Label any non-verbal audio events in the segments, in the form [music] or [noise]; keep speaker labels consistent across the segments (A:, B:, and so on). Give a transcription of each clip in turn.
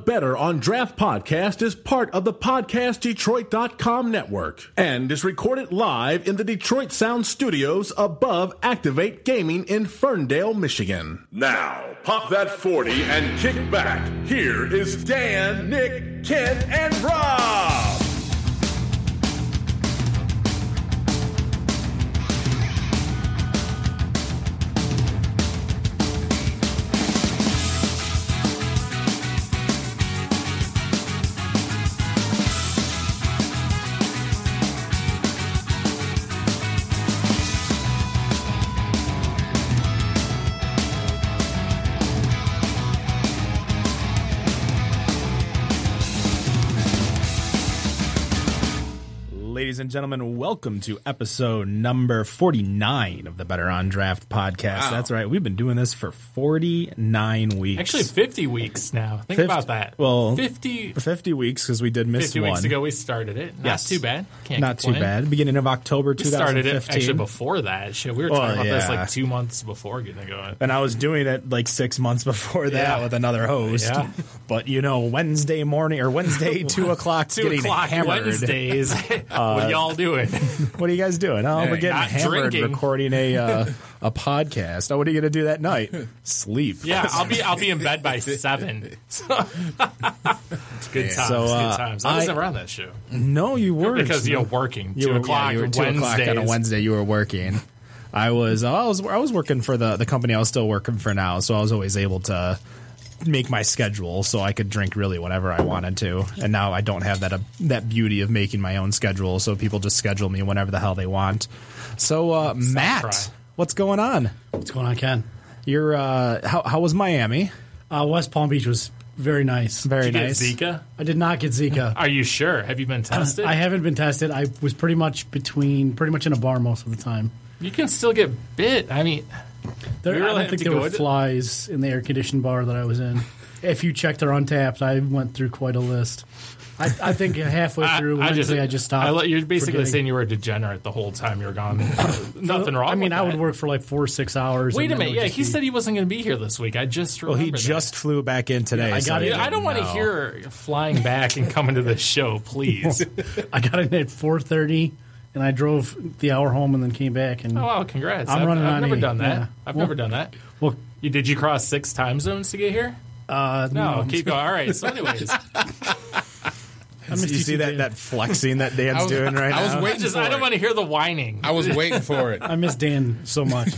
A: Better on Draft podcast is part of the PodcastDetroit.com network and is recorded live in the Detroit Sound Studios above Activate Gaming in Ferndale, Michigan.
B: Now, pop that 40 and kick back. Here is Dan, Nick, Kent, and Rob.
C: Ladies and gentlemen, welcome to episode number 49 of the Better on Draft podcast. That's right. We've been doing this for 49 weeks.
D: Actually, 50 weeks now. Think
C: Fif-
D: about that.
C: well,
D: 50,
C: 50 weeks because we did miss
D: 50
C: one.
D: weeks ago, we started it. Not
C: Yes.
D: too bad. Can't
C: Not too
D: complain.
C: bad. Beginning of October
D: We started
C: 2015.
D: it actually before that. Shit, we were talking
C: Well,
D: about this
C: yeah.
D: like two months before getting going.
C: and I was doing it like six months before that
D: Yeah.
C: with another host.
D: Yeah.
C: But you know, Wednesday morning or
D: [laughs]
C: Wednesday two o'clock,
D: Two
C: getting
D: o'clock
C: hammered. [laughs] Uh,
D: Wednesdays. what y'all doing?
C: What are you guys doing? Oh, we're getting
D: not
C: hammered,
D: drinking.
C: recording a uh, a podcast. Oh, what are you going to do that night?
D: [laughs]
C: Sleep.
D: yeah, I'll be I'll be in bed by seven. [laughs] So it's good times.
C: So, uh,
D: good times. I, was
C: I-
D: never on that show
C: No, you were
D: because you're working.
C: You
D: two
C: were- yeah,
D: o'clock.
C: you were two o'clock on a
D: Wednesdays.
C: Wednesday. You were working. I was. oh, I was. I was working for the the company I was still working for now, so I was always able to make my schedule so I could drink really whenever I wanted to. And now I don't have that uh, that beauty of making my own schedule, so people just schedule me whenever the hell they want. So uh, Matt,
D: crying.
C: what's going on?
E: What's going on, Ken?
C: You're uh, how how was Miami?
E: Uh, West Palm Beach was very nice.
C: Very
D: Did you
C: nice.
D: get Zika?
E: I did not
D: [laughs]
E: get Zika.
D: Are you sure? Have you been tested?
E: I haven't been tested. I was pretty much between, pretty much in a bar most of the time.
D: You can still get bit. I mean,
E: There,
D: We really
E: I don't
D: have
E: think
D: to
E: there
D: go
E: were
D: to-
E: flies in the air conditioned bar that I was
D: [laughs]
E: in. if you checked our untapped, I went through quite a list. I, I
D: [laughs]
E: think halfway through Wednesday, I just, stopped.
D: I let- you're basically
E: forgetting.
D: saying you were a degenerate the whole time you were gone. Nothing wrong.
E: I mean,
D: with
E: I would
D: that.
E: work for like four or six hours.
D: Wait a
E: and then it
D: minute.
E: would
D: Yeah,
E: just
D: he
E: be-
D: said he wasn't going to be here this week. I just
C: Well, he
D: remembered that.
C: just flew back in today.
E: I
C: so
E: got it.
D: Yeah, I don't want to
C: know.
D: hear flying back and coming to the show,
E: [laughs]
D: please.
E: I got in at four thirty, and I drove the hour home and then came back. And
D: oh, wow, congrats.
E: I'm
D: have
E: running
D: I've
E: on
D: never
E: E,
D: done that.
E: yeah.
D: I've
E: Well-
D: never done that.
E: well,
D: You, did you cross six time zones to get here?
E: uh,
D: No, keep going. All right. So,
E: [laughs]
D: anyways,
C: You see that that flexing
D: [laughs]
C: that Dan's
F: was-
C: doing right
F: I was
C: now.
F: waiting
D: just
F: for
D: I don't
F: it.
D: want to hear the whining.
F: I
D: I,
F: was waiting for it.
E: I miss Dan
D: [laughs]
E: so much.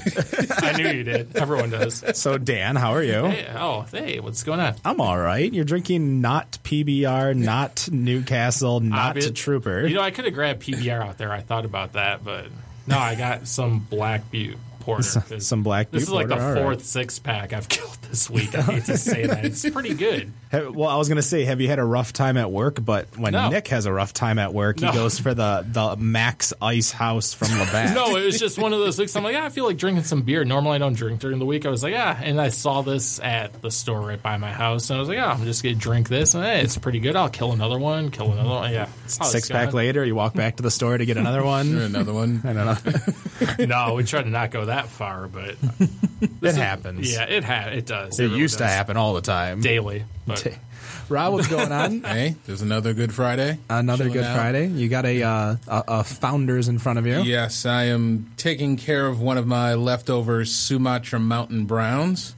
D: knew you did. Everyone does.
C: so Dan, how are you?
D: Hey, oh, hey, what's going on?
C: I'm all right. You're drinking not PBR, not Newcastle, not
D: Obvi-
C: Trooper.
D: You know, I could have grabbed PBR out there. I thought about that, but no, I got some Black Butte Porter. 'cause
C: some Black
D: This
C: Butte
D: is like
C: Porter, all
D: the
C: right.
D: fourth six pack I've [laughs] killed this week. I hate to say that. It's pretty good.
C: Ha- well, I was gonna say, have you had a rough time at work? But when
D: No.
C: Nick has a rough time at work,
D: No.
C: he goes for the the Max Ice House
D: [laughs]
C: from Labatt.
D: No, it was just one of those weeks. I'm like, ah, I feel like drinking some beer. Normally, I don't drink during the week. I was like, ah, and I saw this at the store right by my house, and I was like, ah, I'm just gonna drink this, and eh, it's pretty good. I'll kill another one, kill another one. Yeah, that's how it's
C: Six pack
D: going.
C: later, you walk back to the store to get
D: [laughs]
C: another
F: Or
C: one.
F: another one.
C: I don't know.
D: No, we try to not go that
C: [laughs]
D: far, but
C: It happens.
D: yeah, it ha- it does.
C: it
D: really
C: used to
D: does.
C: happen all the time.
D: daily. But
C: Rob, what's going on?
D: [laughs]
F: Hey, there's another Good Friday.
C: Another
F: Chilling
C: Good
F: out.
C: Friday. You got a, uh, a a founders in front of you.
F: Yes, I am taking care of one of my leftover Sumatra Mountain Browns,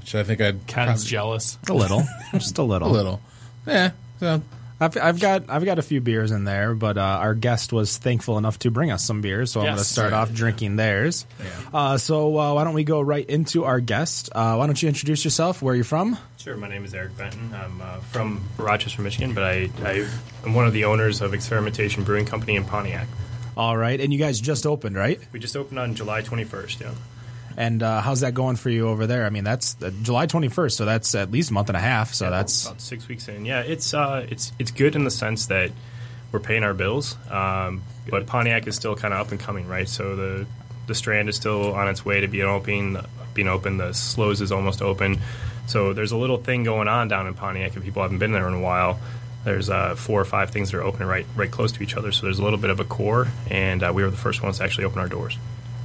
F: which I think I'd
D: Ken's jealous.
C: A
D: [laughs]
C: little, just a little,
F: a little. Yeah, so
C: I've, I've got I've got a few beers in there, but uh, our guest was thankful enough to bring us some beers, so I'm going to
D: Yes.
C: start off drinking theirs. Uh, so uh, why don't we go right into our guest? Uh, why don't you introduce yourself? Where you're from?
G: Sure, my name is Eric Benton. I'm uh, from Rochester, Michigan, but I, I am one of the owners of Experimentation Brewing Company in Pontiac.
C: All right, and you guys just opened, right?
G: We just opened on July 21st. Yeah,
C: And uh, how's that going for you over there? I mean, that's uh, July 21st, so that's at least a month and a half. So that's
G: about six weeks in. Yeah, it's uh, it's it's good in the sense that we're paying our bills, um, but Pontiac is still kind of up and coming, right? So the the Strand is still on its way to being open. Being open, the Slows is almost open. So there's a little thing going on down in Pontiac. If people haven't been there in a while, there's uh, four or five things that are opening right right close to each other. So there's a little bit of a core, and uh, we were the first ones to actually open our doors.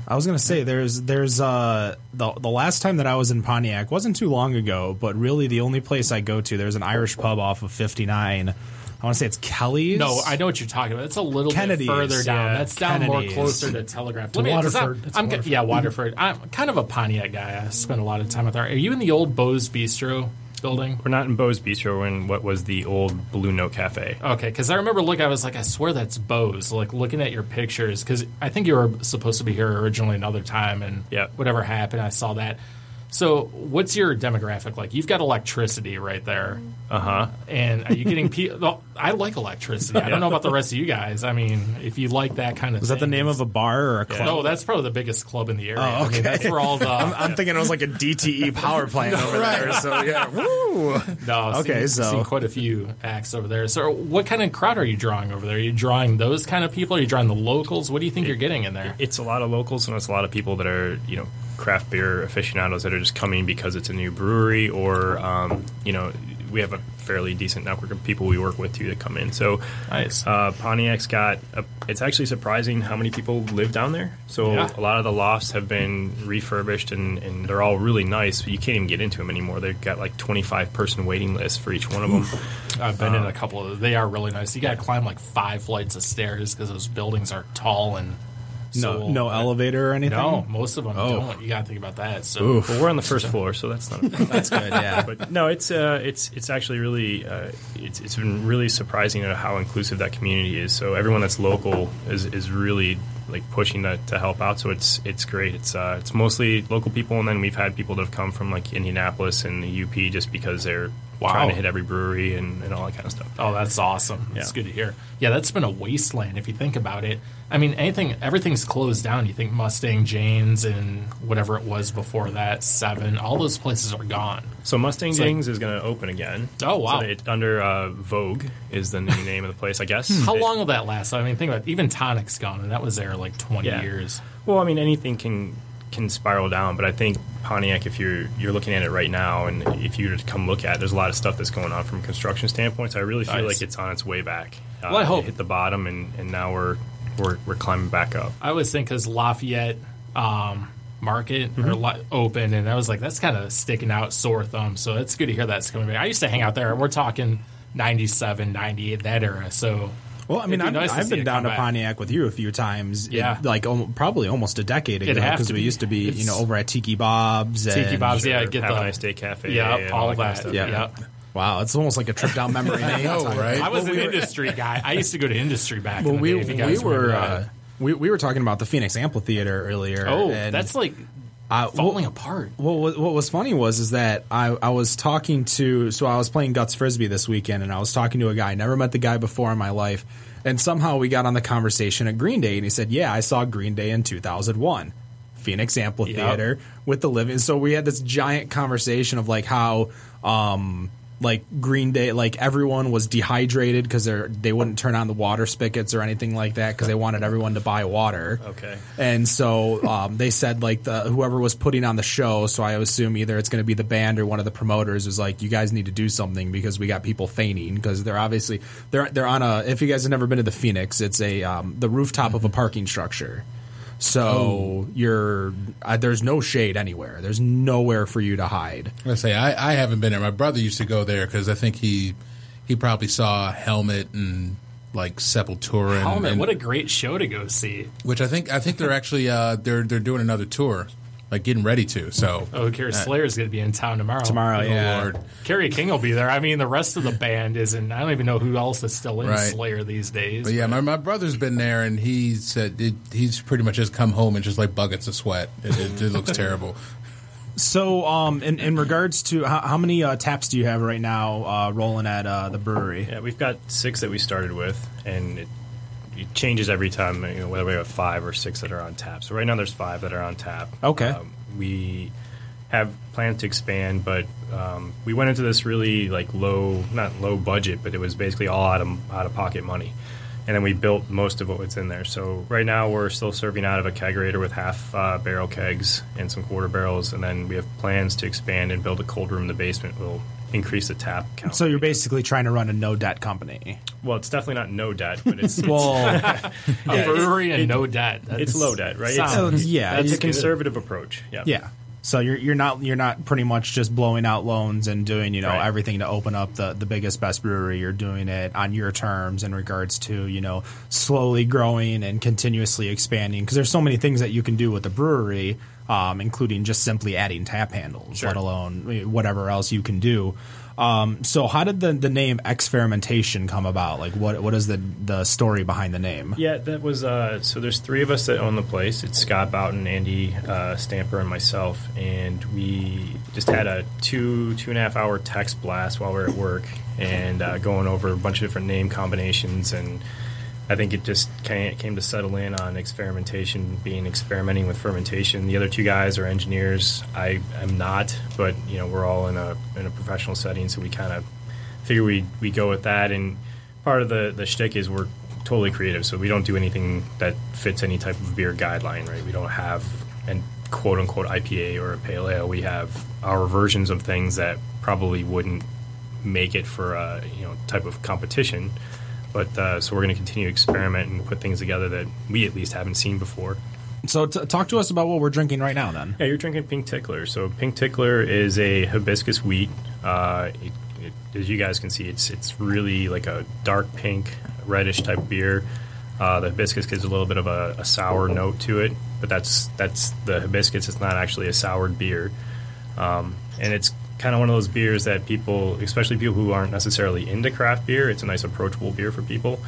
C: I was gonna say there's there's uh the the last time that I was in Pontiac wasn't too long ago, but really the only place I go to there's an Irish pub off of 59. I want to say it's Kelly's.
D: No, I know what you're talking about. It's a little
C: Kennedy's,
D: bit further down.
C: yeah,
D: That's down
C: Kennedy's.
D: more closer to Telegraph.
E: To
D: 'cause I'm-
E: Waterford. It's
D: I'm, ca-
E: Waterford.
D: yeah, Waterford. I'm kind of a Pontiac guy. I spent a lot of time with our. Are you in the old Bose Bistro building?
G: We're not in Bo's Bistro. We're in what was the old Blue Note Cafe.
D: Okay, because I remember looking, I was like, I swear that's Bose. Like looking at your pictures, because I think you were supposed to be here originally another time, and
G: Yeah.
D: whatever happened, I saw that. So, what's your demographic like? You've got electricity right there,
G: Uh huh.
D: and are you getting? Pe- well, I like electricity. I don't know about the rest of you guys. I mean, if you like that kind of,
C: Is that the name of a bar or a club? Oh,
D: No, that's probably the biggest club in the area. I mean,
C: okay.
D: that's where all
C: [laughs]
D: the
C: I'm thinking it was like a [laughs] DTE power plant over there. So
F: [laughs]
C: yeah, woo.
D: No,
C: Okay,
D: seen,
C: so-
D: seen quite a few acts over there. So, what kind of crowd are you drawing over there? Are you drawing those kind of people? Are you drawing the locals? What do you think you're getting in there?
G: It's a lot of locals and it's a lot of people that are you know craft beer aficionados that are just coming because it's a new brewery or um, you know we have a fairly decent network of people we work with too that come in. So
D: Nice.
G: Uh, Pontiac's got. A, it's actually surprising how many people live down there. So
D: Yeah.
G: a lot of the lofts have been refurbished, and, and they're all really nice. But you can't even get into them anymore. They've got like twenty five person waiting lists for each one of them.
D: I've been in a couple of those. They are really nice. You got to climb like five flights of stairs because those buildings are tall and
C: No,
D: so-
C: no elevator or anything.
D: No, most of them
C: Oh.
D: don't. You got to think about that. So,
G: But we're on the first floor, so that's not. A problem.
C: that's good. Yeah,
G: but no, it's uh, it's it's actually really uh, it's it's been really surprising at how inclusive that community is. So everyone that's local is is really like pushing to, to help out. So it's it's great. It's uh, it's mostly local people, and then we've had people that have come from like Indianapolis and the UP just because they're
D: Wow.
G: trying to hit every brewery and, and all that kind of stuff.
D: Oh, that's awesome. It's good to hear. Yeah, that's been a wasteland if you think about it. I mean, anything, everything's closed down. You think Mustang, Jane's, and whatever it was before that, Seven, all those places are gone.
G: So Mustang
D: like-
G: Dings is going to open again.
D: Oh, wow.
G: So it, under uh, Vogue is the new name of the place, I guess.
D: How
G: It-
D: long will that last? I mean, think about it. Even Tonic's gone, and that was there like 20
G: Yeah.
D: years.
G: Well, I mean, anything can can spiral down, but I think Pontiac, if you're you're looking at it right now, and if you were to come look at, it, there's a lot of stuff that's going on from a construction standpoint. So I really feel
D: Nice.
G: like it's on its way back. Uh,
D: Well, I
G: it
D: hope-
G: hit the bottom, and and now we're we're we're climbing back up.
D: I always think because Lafayette um, Market or
C: Mm-hmm.
D: La- open, and I was like, that's kind of sticking out sore thumb. So it's good to hear that's coming back. I used to hang out there, and we're talking 97, 98, that era. So.
C: [laughs] Well, I mean,
D: it'd be
C: I've,
D: nice to
C: I've
D: see
C: been
D: it
C: down
D: come
C: to
D: back.
C: Pontiac with you a few times. in,
D: Yeah.
C: like om- probably almost a decade ago
D: It'd have
C: because
D: to
C: we
D: be.
C: used to be, you know,
D: It's-
C: over at Tiki Bob's.
D: Tiki
C: and-
D: Bob's, yeah,
G: Or
D: get
G: have
D: the
G: a nice day cafe.
D: Yeah,
G: and
D: all,
G: that
D: of
G: kind of
D: that.
G: stuff.
C: Yeah.
D: Yep.
C: Wow, it's almost like a trip down
D: [laughs]
C: memory lane.
F: I know, right?
D: I was an industry guy. I used to go to industry back.
C: Well,
D: in the
C: we
D: day, if you
C: we
D: guys remember
C: were
D: that.
C: uh, we we were talking about the Phoenix Amphitheater earlier.
D: oh,
C: and,
D: that's like
C: uh,
D: falling apart.
C: What, wa- what was funny was is that I, I was talking to so I was playing guts frisbee this weekend and I was talking to a guy never met the guy before in my life and somehow we got on the conversation at Green Day and he said yeah I saw Green Day in 2001 Phoenix Amphitheater with the living so we had this giant conversation of like how um like Green Day like everyone was dehydrated because they they wouldn't turn on the water spigots or anything like that because they wanted everyone to buy water
G: Okay.
C: and so um, they said like the whoever was putting on the show. So I assume either it's going to be the band or one of the promoters was like, "You guys need to do something because we got people fainting because they're obviously they're they're on a. If you guys have never been to the Phoenix, it's a um, the rooftop of a parking structure. So you're uh, there's no shade anywhere. There's nowhere for you to hide.
F: I say I, I haven't been there. My brother used to go there because I think he he probably saw Helmet and like Sepultura. And,
D: Oh man,
F: and-
D: what a great show to go see.
F: which I think I think they're actually uh, they're they're doing another tour, like getting ready to. So Oh,
D: Oh, who cares? Slayer's going to be in town tomorrow.
C: Uh, Tomorrow, yeah.
F: Lord,
D: Kerry King will be there. I mean, the rest of the band isn't. I don't even know who else is still in
F: Right.
D: Slayer these days.
F: but yeah, my, my brother's been there and he said it, he's pretty much just come home and just like buckets of sweat. It, it, it
D: [laughs]
F: looks terrible.
C: So um, in in regards to how, how many uh, taps do you have right now uh, rolling at uh, the brewery?
G: Yeah, we've got six that we started with, and it, it changes every time. You know, whether we have five or six that are on tap. So right now there's five that are on tap.
C: Okay.
G: Um, we have plans to expand, but um, we went into this really like low, not low budget, but it was basically all out of out of pocket money. And then we built most of what was in there. So right now we're still serving out of a kegerator with half uh, barrel kegs and some quarter barrels, and then we have plans to expand and build a cold room in the basement. We'll increase the tap count.
C: So you're basically trying to run a no debt company.
G: well, it's definitely not no debt, but it's
C: [laughs] Well,
D: a brewery and no debt.
G: it's low debt, right? It's-
D: sounds-
C: yeah,
G: that's
C: you
G: a
C: could-
G: conservative approach. Yeah,
C: yeah. So you're you're not you're not pretty much just blowing out loans and doing you know
G: Right.
C: everything to open up the the biggest best brewery. You're doing it on your terms in regards to you know slowly growing and continuously expanding because there's so many things that you can do with the brewery, um, including just simply adding tap handles, let alone eh, whatever else you can do. Um, so how did the the name Experimentation come about? Like what what is the the story behind the name?
G: Yeah, that was uh, so. There's three of us that own the place. It's Scott Boughton, Andy uh, Stamper, and myself. And we just had a two two and a half hour text blast while we were at work and uh, going over a bunch of different name combinations. And I think it just came, came to settle in on experimentation, being experimenting with fermentation. The other two guys are engineers. I am not, but you know we're all in a in a professional setting, so we kind of figure we we go with that. And part of the the shtick is we're totally creative, so we don't do anything that fits any type of beer guideline, right? We don't have an quote unquote IPA or a pale ale. We have our versions of things that probably wouldn't make it for a you know type of competition. But uh, so we're going to continue to experiment and put things together that we at least haven't seen before.
C: So t- talk to us about what we're drinking right now then.
G: Yeah, you're drinking Pink Tickler. So Pink Tickler is a hibiscus wheat. Uh, it, it, as you guys can see, it's it's really like a dark pink, reddish type beer. Uh, the hibiscus gives a little bit of a, a sour note to it, but that's that's the hibiscus. It's not actually a soured beer, um, and it's kind of one of those beers that people, especially people who aren't necessarily into craft beer, it's a nice approachable beer for people.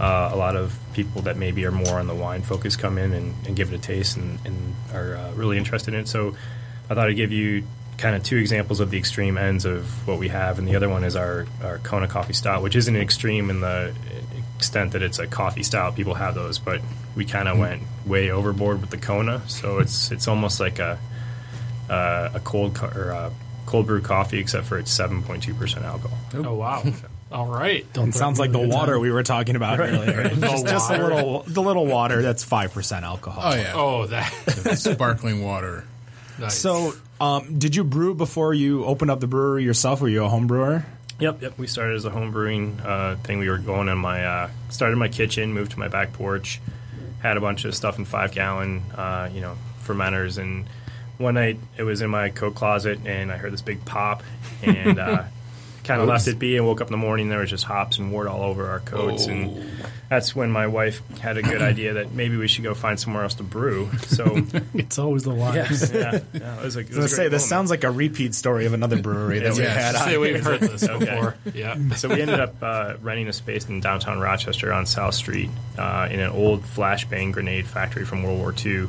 G: Uh, a lot of people that maybe are more on the wine focus come in and, and give it a taste and, and are uh, really interested in it. So I thought I'd give you kind of two examples of the extreme ends of what we have, and the other one is our, our Kona coffee stout, which isn't an extreme in the extent that it's a coffee stout. People have those, but we kind of went way overboard with the Kona, so it's it's almost like a uh, a cold co- or a cold brew coffee, except for it's seven point two percent alcohol.
D: Oh wow! All right.
C: It sounds like the water we were talking about earlier. Just, just a
D: water.
C: little, the little water that's five percent alcohol.
F: Oh yeah,
C: [laughs]
D: Oh, that.
F: [laughs] sparkling
D: [laughs]
F: water.
D: Nice.
C: So, um, did you brew before you opened up the brewery yourself? Were you a home brewer?
G: Yep, yep. We started as a home brewing uh, thing. We were going in my uh, started in my kitchen, moved to my back porch, had a bunch of stuff in five gallon, uh, you know, fermenters. And one night it was in my coat closet, and I heard this big pop, and uh, kind of left it be, and woke up in the morning. There was just hops and wort all over our coats, and that's when my wife had a good idea that maybe we should go find somewhere else to brew. So
E: It's always the wives.
G: yeah, yeah, it was a, it was a
C: I
G: great
C: was gonna say this
G: moment.
C: sounds like a repeat story of another brewery [laughs] that we
F: Yeah.
C: had.
D: say we've heard this
G: Okay.
D: before. Yeah.
G: so we ended up uh, renting a space in downtown Rochester on South Street uh, in an old flashbang grenade factory from World War II.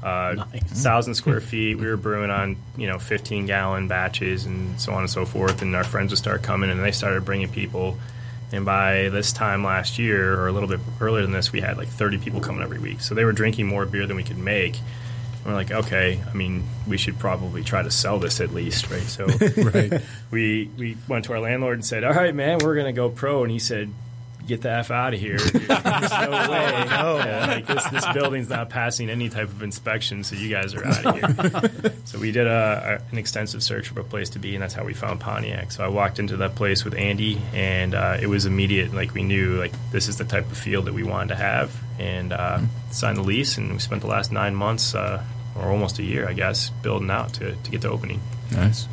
G: Uh, Thousand square feet. We were brewing on you know 15 gallon batches and so on and so forth. And our friends would start coming and they started bringing people. And by this time last year, or a little bit earlier than this, we had like 30 people coming every week. So they were drinking more beer than we could make. And we're like, okay, I mean, we should probably try to sell this at least, right? So
F: Right.
G: we we went to our landlord and said, "All right, man, we're gonna go pro," and he said. Get the f out of here! There's no way. Yeah, like this, this building's not passing any type of inspection, so you guys are out of here. so we did a, a- an extensive search for a place to be, and that's how we found Pontiac. So I walked into that place with Andy, and uh, it was immediate. Like we knew, like this is the type of field that we wanted to have, and uh, signed the lease. And we spent the last nine months, uh, or almost a year, I guess, building out to to get the opening.
F: Nice.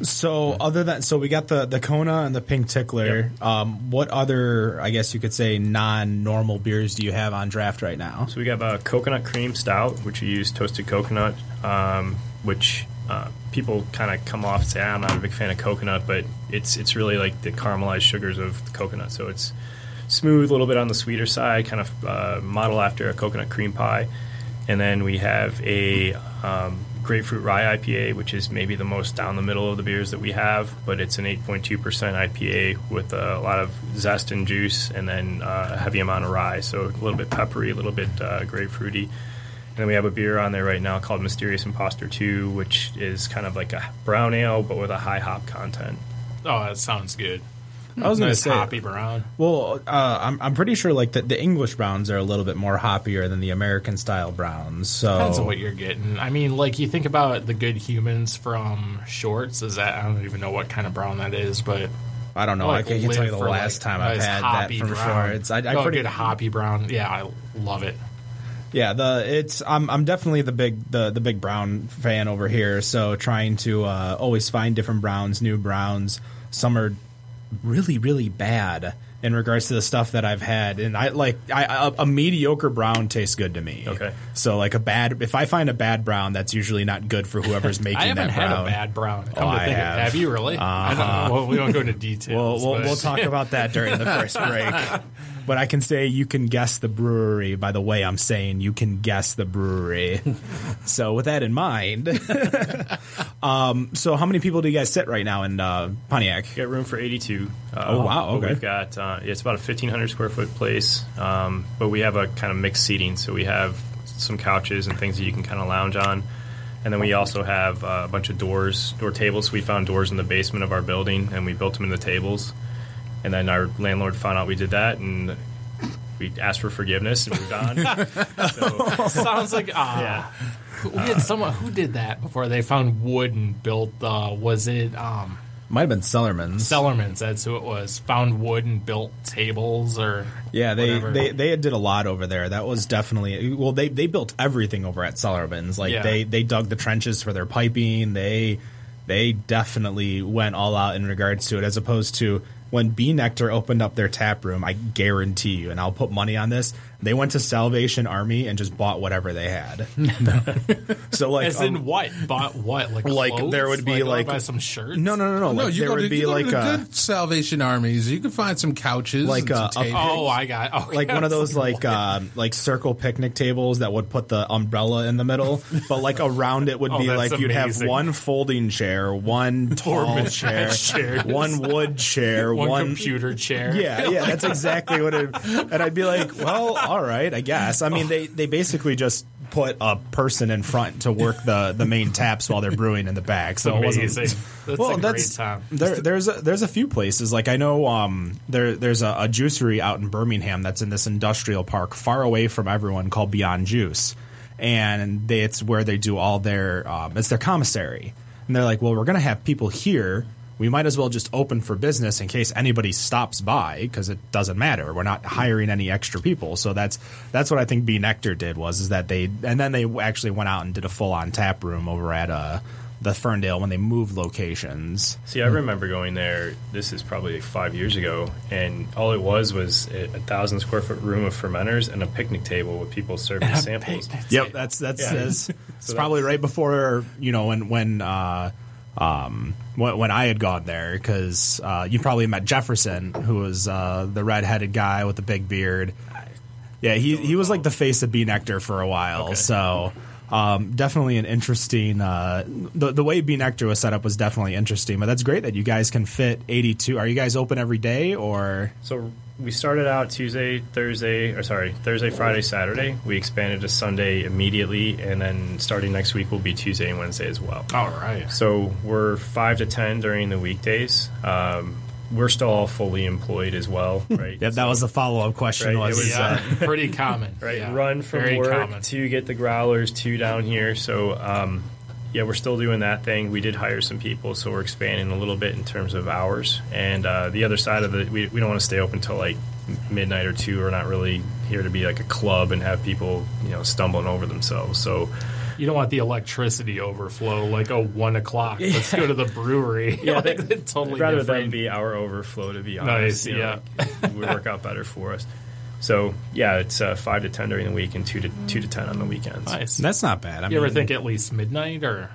C: So, other than so, we got the the Kona and the Pink Tickler. Um, what other, I guess you could say, non normal beers do you have on draft right now?
G: So we have a coconut cream stout, which we use toasted coconut, um, which uh, people kind of come off and say, "Ah, I'm not a big fan of coconut, but it's it's really like the caramelized sugars of the coconut. So it's smooth, a little bit on the sweeter side, kind of uh, model after a coconut cream pie. And then we have a um, grapefruit rye IPA, which is maybe the most down the middle of the beers that we have, but it's an 8.2% IPA with a lot of zest and juice and then uh, a heavy amount of rye. So a little bit peppery, a little bit uh, grapefruity. And then we have a beer on there right now called Mysterious Imposter 2, which is kind of like a brown ale, but with a high hop content.
D: Oh, that sounds good.
C: I was going to
D: Nice
C: say
D: hoppy brown.
C: Well, uh, I'm I'm pretty sure like the, the English browns are a little bit more hoppier than the American style browns. So
D: Depends on what you're getting. I mean, like you think about the good humans from Shorts. Is that I don't even know what kind of brown that is, but
C: I don't know.
D: like,
C: I can't
D: live
C: tell you the
D: for, like,
C: last time I've
D: nice
C: had that
D: hoppy
C: for
D: brown.
C: sure. It's I, I
D: oh,
C: pretty
D: good hoppy brown. Yeah, I love it.
C: yeah. The it's I'm I'm definitely the big the the big brown fan over here. So trying to uh, always find different browns, new browns. Some are really really bad in regards to the stuff that I've had, and I like I, a, a mediocre brown tastes good to me.
G: Okay.
C: So like a bad if I find a bad brown, that's usually not good for
D: [laughs]
C: whoever's making
D: I haven't
C: that
D: had
C: brown.
D: a bad brown. Come
C: Oh,
D: to
C: I
D: think of-
C: have.
D: have you really? I don't know. Well, we don't go into
C: We'll,
D: details.
C: we'll,
D: but-
C: we'll
D: [laughs]
C: talk about that during the first break. But I can say you can guess the brewery by the way I'm saying you can guess the brewery. so with that in mind, [laughs] um, so how many people do you guys sit right now in uh, Pontiac?
G: We got room for 82. Uh,
C: Oh, wow,
G: but
C: okay.
G: We've got uh, yeah, it's about a 1,500 square foot place, um, but we have a kind of mixed seating. So we have some couches and things that you can kind of lounge on, and then we also have uh, a bunch of doors, door tables. We found doors in the basement of our building, and we built them into tables. And then our landlord found out we did that, and we asked for forgiveness and moved on.
C: [laughs]
G: so,
D: Sounds like ah.
G: yeah.
D: We had someone who did that before they found wood and built the was it um
C: Might have been Sellerman's.
D: Sellerman's, that's who it was. Found wood and built tables or
C: Yeah, they,
D: whatever.
C: they they did a lot over there. That was definitely well. They they built everything over at Sellerman's. Like
D: Yeah.
C: they they dug the trenches for their piping. They they definitely went all out in regards to it, as opposed to when Bee Nectar opened up their tap room. I guarantee you, and I'll put money on this. They went to Salvation Army and just bought whatever they had.
D: [laughs]
C: so like
D: as
C: um,
D: in what? Bought what? Like
C: Like,
D: clothes?
C: there would be,
D: I wanna
C: like-
D: buy some shirts.
C: no no no no,
F: Oh, No,
C: like
F: you
C: there
F: go
C: would
F: to,
C: be
F: you go
C: like uh,
F: to
C: a,
F: good Salvation Armies. You can find some couches,
C: Like,
F: and some
C: uh, a-
F: tables.
D: Oh, I got okay.
C: like one of those like um, like circle picnic tables that would put the umbrella in the middle, but like around it would
D: [laughs] Oh,
C: be
D: that's
C: like you'd have
D: amazing.
C: one folding chair,
D: [laughs]
C: one tall chair,
D: chairs.
C: one wood chair,
D: one,
C: uh, one,
D: computer chair.
C: Yeah, yeah, that's exactly what it. And I'd be like, well, all right, I guess. I mean, they they basically just put a person in front to work the the main taps while they're brewing in the back. So it wasn't
D: Amazing. That's a great time.
C: there, there's a, there's a few places like I know um, there there's a, a juicery out in Birmingham that's in this industrial park far away from everyone called Beyond Juice, and they, it's where they do all their um, it's their commissary, and they're like, well, we're gonna have people here. We might as well just open for business in case anybody stops by because it doesn't matter. We're not hiring any extra people, so that's that's what I think B Nectar did was is that they and then they actually went out and did a full on tap room over at uh, the Ferndale when they moved locations.
G: See, I remember going there. This is probably like five years ago, and all it was was a, a thousand square foot room of fermenters and a picnic table with people serving samples.
C: Yep, that's that's
G: [laughs]
C: it's, it's probably right before you know when when uh, um, when, when I had gone there because uh, you probably met Jefferson, who was uh, the redheaded guy with the big beard. Yeah, he he was like the face of Bee Nectar for a while. So um, definitely an interesting uh, the the way Bee Nectar was set up was definitely interesting. But that's great that you guys can fit eighty two. Are you guys open every day or?
G: So we started out Tuesday, Thursday, or sorry, Thursday, Friday, Saturday. We expanded to Sunday immediately, and then starting next week will be Tuesday and Wednesday as well.
D: All right.
G: So we're five to ten during the weekdays. Um, we're still all fully employed as well, right?
C: Yeah, that was the follow up question.
G: Right, it
C: was,
G: was,
C: uh,
D: Yeah, pretty common.
G: [laughs] right?
D: Yeah.
G: Run from
D: Very
G: work
D: common.
G: to get the growlers to down here. So um, yeah, we're still doing that thing. We did hire some people, so we're expanding a little bit in terms of hours. And uh, the other side of the we, we don't want to stay open till like midnight or two. We're not really here to be like a club and have people you know stumbling over themselves. So
D: You don't want the electricity overflow like a one o'clock. Let's go to the
G: [laughs]
D: brewery. Yeah, [laughs] like, it's totally
G: rather than
D: different.
G: be our overflow, to be
D: Nice,
G: honest, you know, like, it would work out better for us. So yeah, it's uh, five to ten during the week and two to two to ten on the weekends.
D: nice.
C: that's not bad. I
D: you ever
C: mean-
D: think at least midnight or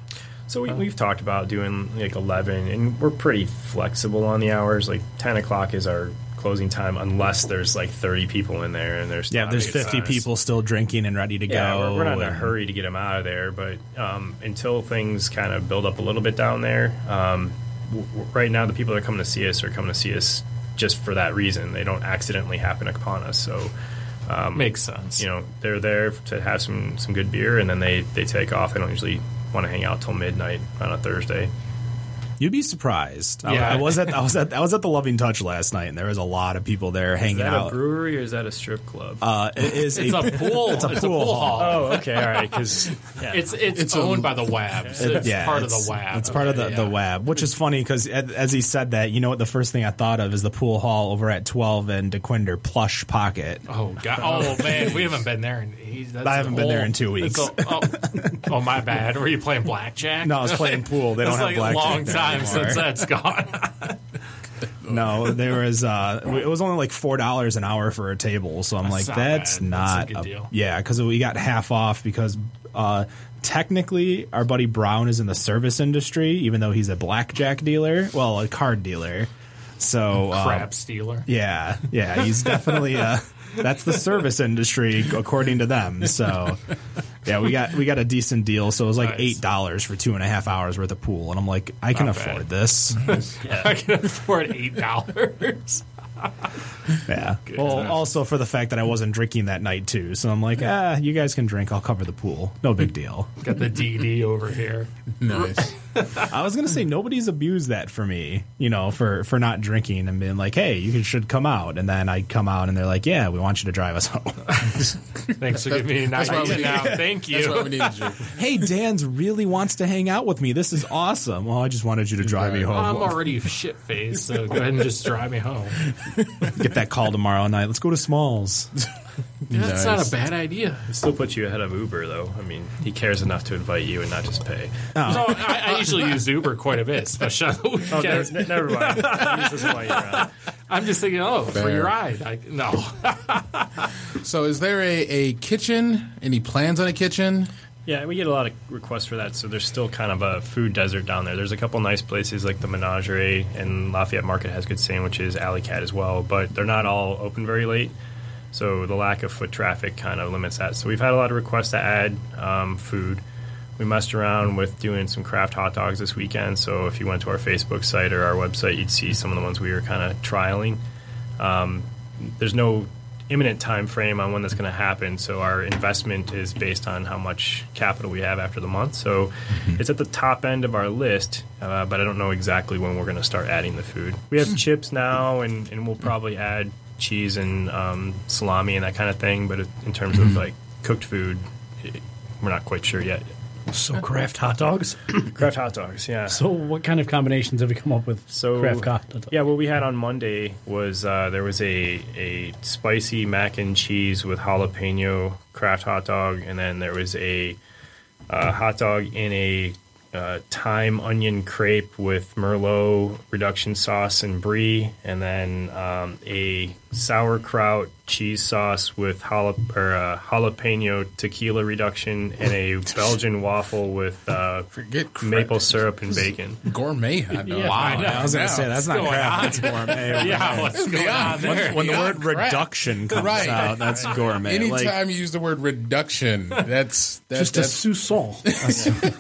G: So
C: Uh-huh.
G: we, we've talked about doing like 11, and we're pretty flexible on the hours. Like 10 o'clock is our closing time, unless there's like 30 people in there, and there's
C: Yeah, there's
G: I mean, it's
C: 50
G: not-
C: people still drinking and ready to
G: Yeah,
C: go.
G: we're, we're not in a
C: and-
G: hurry to get them out of there, but um, until things kind of build up a little bit down there, um, w- w- right now the people that are coming to see us are coming to see us just for that reason. They don't accidentally happen upon us, so.
C: Um,
D: makes sense?
G: You know, they're there to have some, some good beer, and then they, they take off. They don't usually want to hang out till midnight on a Thursday.
C: You'd be surprised. I-
D: Yeah.
C: I, was at I was at I was at the Loving Touch last night, and there was a lot of people there
G: Is
C: hanging
G: that
C: out.
G: a brewery or is that a strip club?
C: uh, it
G: [laughs]
C: is [laughs]
D: It's a pool. It's a pool, hall.
G: oh, okay, all right. [laughs] Because
C: Oh,
D: It's it's, owned by the WAB. So it's
C: yeah,
D: part of
C: it's-
D: the WAB.
C: It's part of the,
D: Okay,
C: the
D: yeah.
C: web, which is funny because as he said that, you know what? The first thing I thought of is the pool hall over at 12 and DeQuinder Plush Pocket.
D: Oh god!
C: [laughs]
D: Oh man, we haven't been there in. He, that's
C: I haven't
D: an
C: been there
D: old-
C: in two
D: it's
C: weeks.
D: a- oh, oh, my bad. Were you playing blackjack?
C: No, I was playing pool. They don't
D: [laughs] It's
C: have
D: like a
C: blackjack
D: long
C: there
D: time
C: anymore.
D: since that's gone.
C: No, there was uh, it was only like four dollars an hour for a table. So I'm like,
D: That's not
C: that's
D: bad.
C: not
D: That's a good deal.
C: Yeah, because we got half off because uh, technically our buddy Brown is in the service industry, even though he's a blackjack dealer, well, a card dealer. So uh,
D: Crap stealer.
C: Yeah, yeah, he's definitely uh that's the service industry according to them. So yeah, we got we got a decent deal. So it was like
D: Nice.
C: eight dollars for two and a half hours worth of pool, and I'm like, I can
D: Not bad.
C: afford this.
D: [laughs] I can afford eight dollars.
C: yeah. Well, also for the fact that I wasn't drinking that night too, so I'm like, ah, you guys can drink. I'll cover the pool. No big deal.
D: Got the DD over here.
F: [laughs] Nice.
C: I was gonna say nobody's abused that for me, you know, for for not drinking and being like, hey, you should come out, and then I come out and they're like, yeah, we want you to drive us [laughs] home.
D: Thanks for giving me a nice
F: why we-
D: now. Thank
F: That's why
D: you.
F: we need a drink.
C: hey, Dan's really wants to hang out with me. This is awesome. Well, I just wanted you to drive me
D: I'm
C: home.
D: already shit faced, so go ahead and just drive me home.
C: Get that call tomorrow night. Let's go to Smalls.
D: That's not a bad idea.
G: still puts you ahead of Uber, though. I mean, he cares enough to invite you and not just pay.
D: No, I, I usually use Uber quite a bit, especially on the
G: Oh,
D: weekends.
G: ne- never mind. Use this while you're out.
D: I'm just thinking, oh, free
F: Fair.
D: ride. I, no,
F: So, is there a, a kitchen? Any plans on a kitchen?
G: Yeah, we get a lot of requests for that, so there's still kind of a food desert down there. There's a couple nice places like the Menagerie and Lafayette Market has good sandwiches, Alley Cat as well, but they're not all open very late. So the lack of foot traffic kind of limits that. So we've had a lot of requests to add um, food. We messed around with doing some craft hot dogs this weekend. So if you went to our Facebook site or our website, you'd see some of the ones we were kind of trialing. there's no imminent time frame on when that's going to happen. So our investment is based on how much capital we have after the month. So it's at the top end of our list, uh, but I don't know exactly when we're going to start adding the food. We have chips now, and, and we'll probably add cheese and um, salami and that kind of thing. But it- in terms of like cooked food, it, we're not quite sure yet.
E: So craft hot dogs.
G: Craft hot dogs, yeah.
E: So what kind of combinations have you come up with?
G: So
E: craft hot dogs.
G: Yeah, what we had on Monday was uh, there was a a spicy mac and cheese with jalapeno craft hot dog, and then there was a uh, hot dog in a uh, thyme onion crepe with merlot reduction sauce and brie, and then um, a sauerkraut cheese sauce with jalap- or, uh, jalapeno tequila reduction, and a Belgian waffle with uh,
F: Forget crap.
G: maple syrup and bacon.
F: Gourmet hot dog.
D: [laughs] I know.
C: I was gonna say that's not
D: going
C: crap.
D: on?
C: That's gourmet.
D: [laughs] yeah, what's going on
F: Beyond-
D: there?
C: When the
F: beyond
C: word
F: crap.
C: reduction comes
F: Right.
C: out, that's gourmet.
F: Anytime
C: Like,
F: you use the word reduction, that's that's,
E: Just a
F: that's
E: Sousson.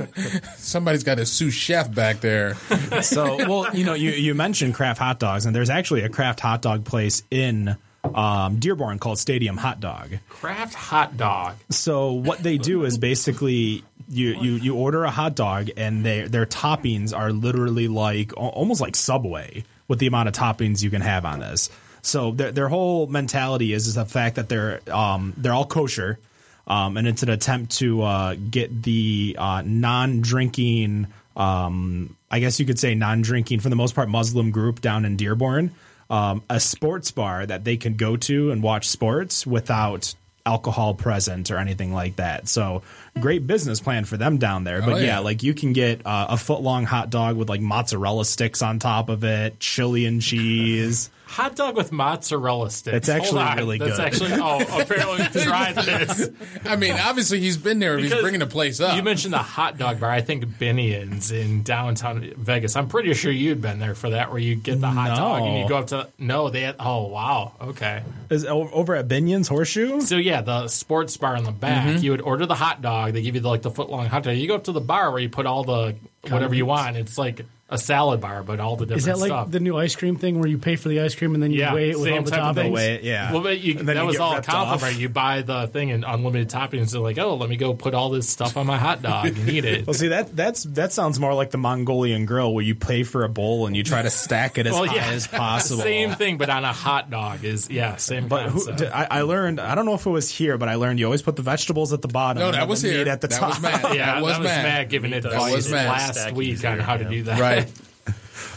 F: somebody's got a sous chef back there.
C: so, well, you know, you, you mentioned craft hot dogs, and there's actually a craft hot dog place in um, Dearborn called Stadium Hot Dog.
D: Craft hot dog.
C: So what they do is basically you, you, you order a hot dog and they, their toppings are literally like al- almost like Subway with the amount of toppings you can have on this. So their, their whole mentality is, is the fact that they're um, they're all kosher. Um, and it's an attempt to uh, get the uh, non-drinking, um, I guess you could say non-drinking for the most part Muslim group down in Dearborn, um, a sports bar that they can go to and watch sports without alcohol present or anything like that. So great business plan for them down there. But
F: Oh,
C: yeah.
F: yeah.
C: like you can get uh, a foot long hot dog with like mozzarella sticks on top of it, chili and
F: [laughs]
C: cheese.
D: Hot dog with mozzarella sticks.
C: It's actually
D: Hold on.
C: really
D: That's
C: good.
D: actually. Oh, apparently we tried this.
F: I mean, obviously he's been there. If he's
D: Because
F: bringing the place up.
D: You mentioned the hot dog bar. I think Binions in downtown Vegas. I'm pretty sure you'd been there for that, where you get the hot
C: No.
D: dog and you go up to. No, they. Had, oh wow. Okay.
C: Is o- over at Binion's Horseshoe?
D: So yeah, the sports bar in the back.
F: Mm-hmm.
D: You would order the hot dog. They give you the, like the foot long hot dog. You go up to the bar where you put all the whatever you want. It's like. a salad bar, but all the different
E: Is that like
D: stuff.
E: the new ice cream thing where you pay for the ice cream and then you
D: yeah,
E: weigh it with
D: same
E: all the
D: type of
E: toppings?
D: thing.
C: Weigh it, yeah.
D: Well, but you,
C: And then
D: that
C: you
D: was
C: get
D: all
C: ripped off.
D: compliment. You buy the thing and unlimited toppings. They're like, oh, let me go put all this stuff on my hot dog and
C: [laughs]
D: eat it.
C: Well, see that that's that sounds more like the Mongolian grill where you pay for a bowl and you try to stack
F: [laughs]
C: it as
D: Well,
C: high
D: yeah.
C: as possible.
D: Same thing, but on a hot dog is yeah, same.
C: But who,
D: concept.
C: d- I, I learned I don't know if it was here, but I learned you always put the vegetables at the bottom.
F: No,
C: and
F: that
C: then
F: was
C: the meat
F: here.
C: At the
F: that
C: top.
F: was
D: [laughs]
F: Matt.
D: yeah,
F: that was Matt.
D: giving it
G: That
F: was Matt.
D: last
G: Stack
D: week
G: easier,
D: on how to
G: yeah.
D: do that. [laughs]
F: [laughs] Right.
C: [laughs]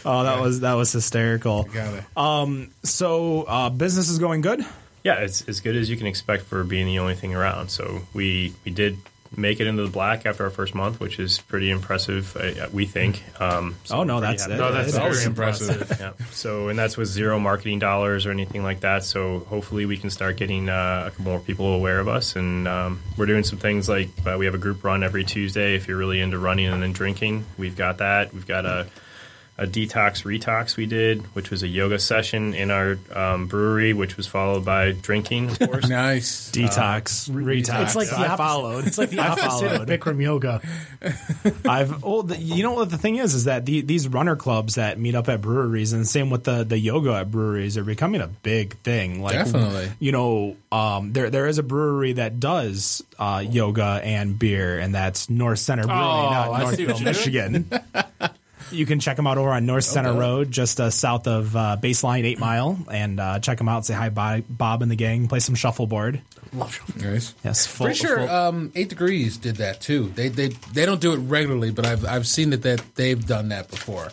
C: Oh, that was that was hysterical.
F: Got it.
C: Um, So uh, business is going good.
G: Yeah, it's as good as you can expect for being the only thing around. So we we did make it into the black after our first month, which is pretty impressive. I, we think. Um, so
C: Oh, no,
G: we're pretty
C: that's
G: happy
C: it.
G: about
C: No, that's
G: that.
F: That was impressive.
G: yeah. So, and that's with zero marketing dollars or anything like that. So, hopefully, we can start getting uh, more people aware of us. And um, we're doing some things like uh, we have a group run every Tuesday. If you're really into running and then drinking, we've got that. We've got a a detox retox we did, which was a yoga session in our um, brewery, which was followed by drinking, of course.
F: Nice.
C: Detox, retox.
E: It's like the
C: I
E: opposite-
C: followed. It's like the I
E: Opposite of
C: followed.
E: Bikram yoga.
C: I've well, the, you know what the thing is is that the, these runner clubs that meet up at breweries and same with the the yoga at breweries are becoming a big thing. Like
F: Definitely.
C: you know, um, there there is a brewery that does uh, yoga and beer, and that's North Center Brewery,
D: Oh,
C: not
D: I see
C: Northville,
D: what you're
C: Michigan. [laughs] You can check them out over on North Center Road, just uh, south of uh, Baseline Eight Mile, and uh, check them out. Say hi, Bob, Bob and the gang. Play some shuffleboard.
F: Nice.
C: Yes, full,
F: Pretty
C: full-
F: sure um, Eight Degrees did that too. They they they don't do it regularly, but I've I've seen that that they've done that before,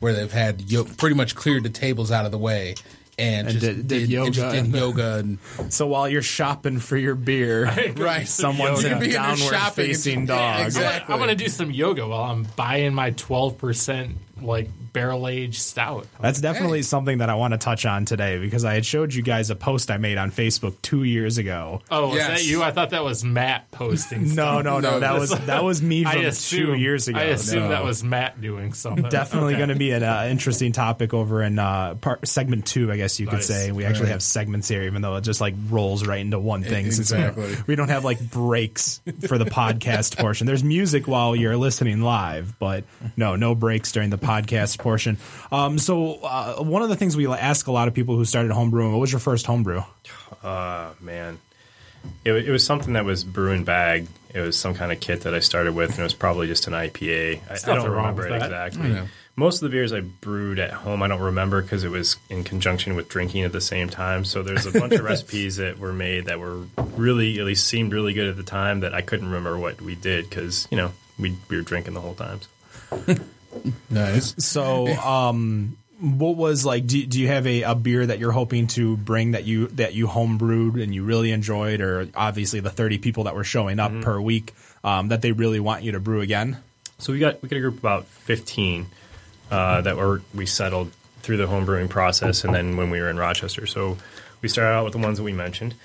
F: where they've had yo- pretty much cleared the tables out of the way and, just
C: did- did
F: did,
C: yoga
F: and just did
C: and-
F: yoga
C: [laughs]
F: and
C: So while you're shopping for your beer,
F: right.
C: someone's
F: You
C: in
F: could
C: a
F: be in there
C: downward
F: shopping.
C: facing dog.
F: Yeah, exactly.
D: I want to do some yoga while I'm buying my 12% like barrel aged stout.
C: That's definitely something that I want to touch on today because I had showed you guys a post I made on Facebook two years ago.
D: Oh, is
F: Yes.
D: that you? I thought that was Matt posting. stuff.
C: [laughs] No, no, no,
F: No,
C: that was
F: this-
C: that was me
D: I
C: from
D: assume
C: two years ago.
D: I assume
F: No.
D: that was Matt doing
C: [laughs]
D: something.
C: Definitely going to be an uh, interesting topic over in uh, part, segment two, I guess you could
D: Nice.
C: say. We actually have segments here, even though it just like rolls right into one thing. since we don't- we
F: exactly.
C: don't, have like breaks for the podcast portion. There's music while you're listening live, but no, no breaks during the podcast portion. Um, so uh, one of the things we ask a lot of people who started homebrewing, what was your first homebrew?
G: Oh, man. It, wa- it was something that was brew and bag. It was some kind of kit that I started with, and it was probably just an IPA. I, I
D: nothing
G: don't
D: wrong
G: remember
D: with
G: it
D: that.
G: exactly. Most of the beers I brewed at home, I don't remember because it was in conjunction with drinking at the same time. So there's a
D: [laughs]
G: bunch of recipes that were made that were really, at least seemed really good at the time that I couldn't remember what we did because, you know, we, we were drinking the whole time.
F: Nice.
C: So, um, what was like? Do, do you have a, a beer that you're hoping to bring that you that you homebrewed and you really enjoyed, or obviously the 30 people that were showing
G: Mm-hmm.
C: up per week um, that they really want you to brew again?
G: So we got we got a group of about fifteen uh, that were we settled through the home brewing process, and then when we were in Rochester, so we started out with the ones that we mentioned.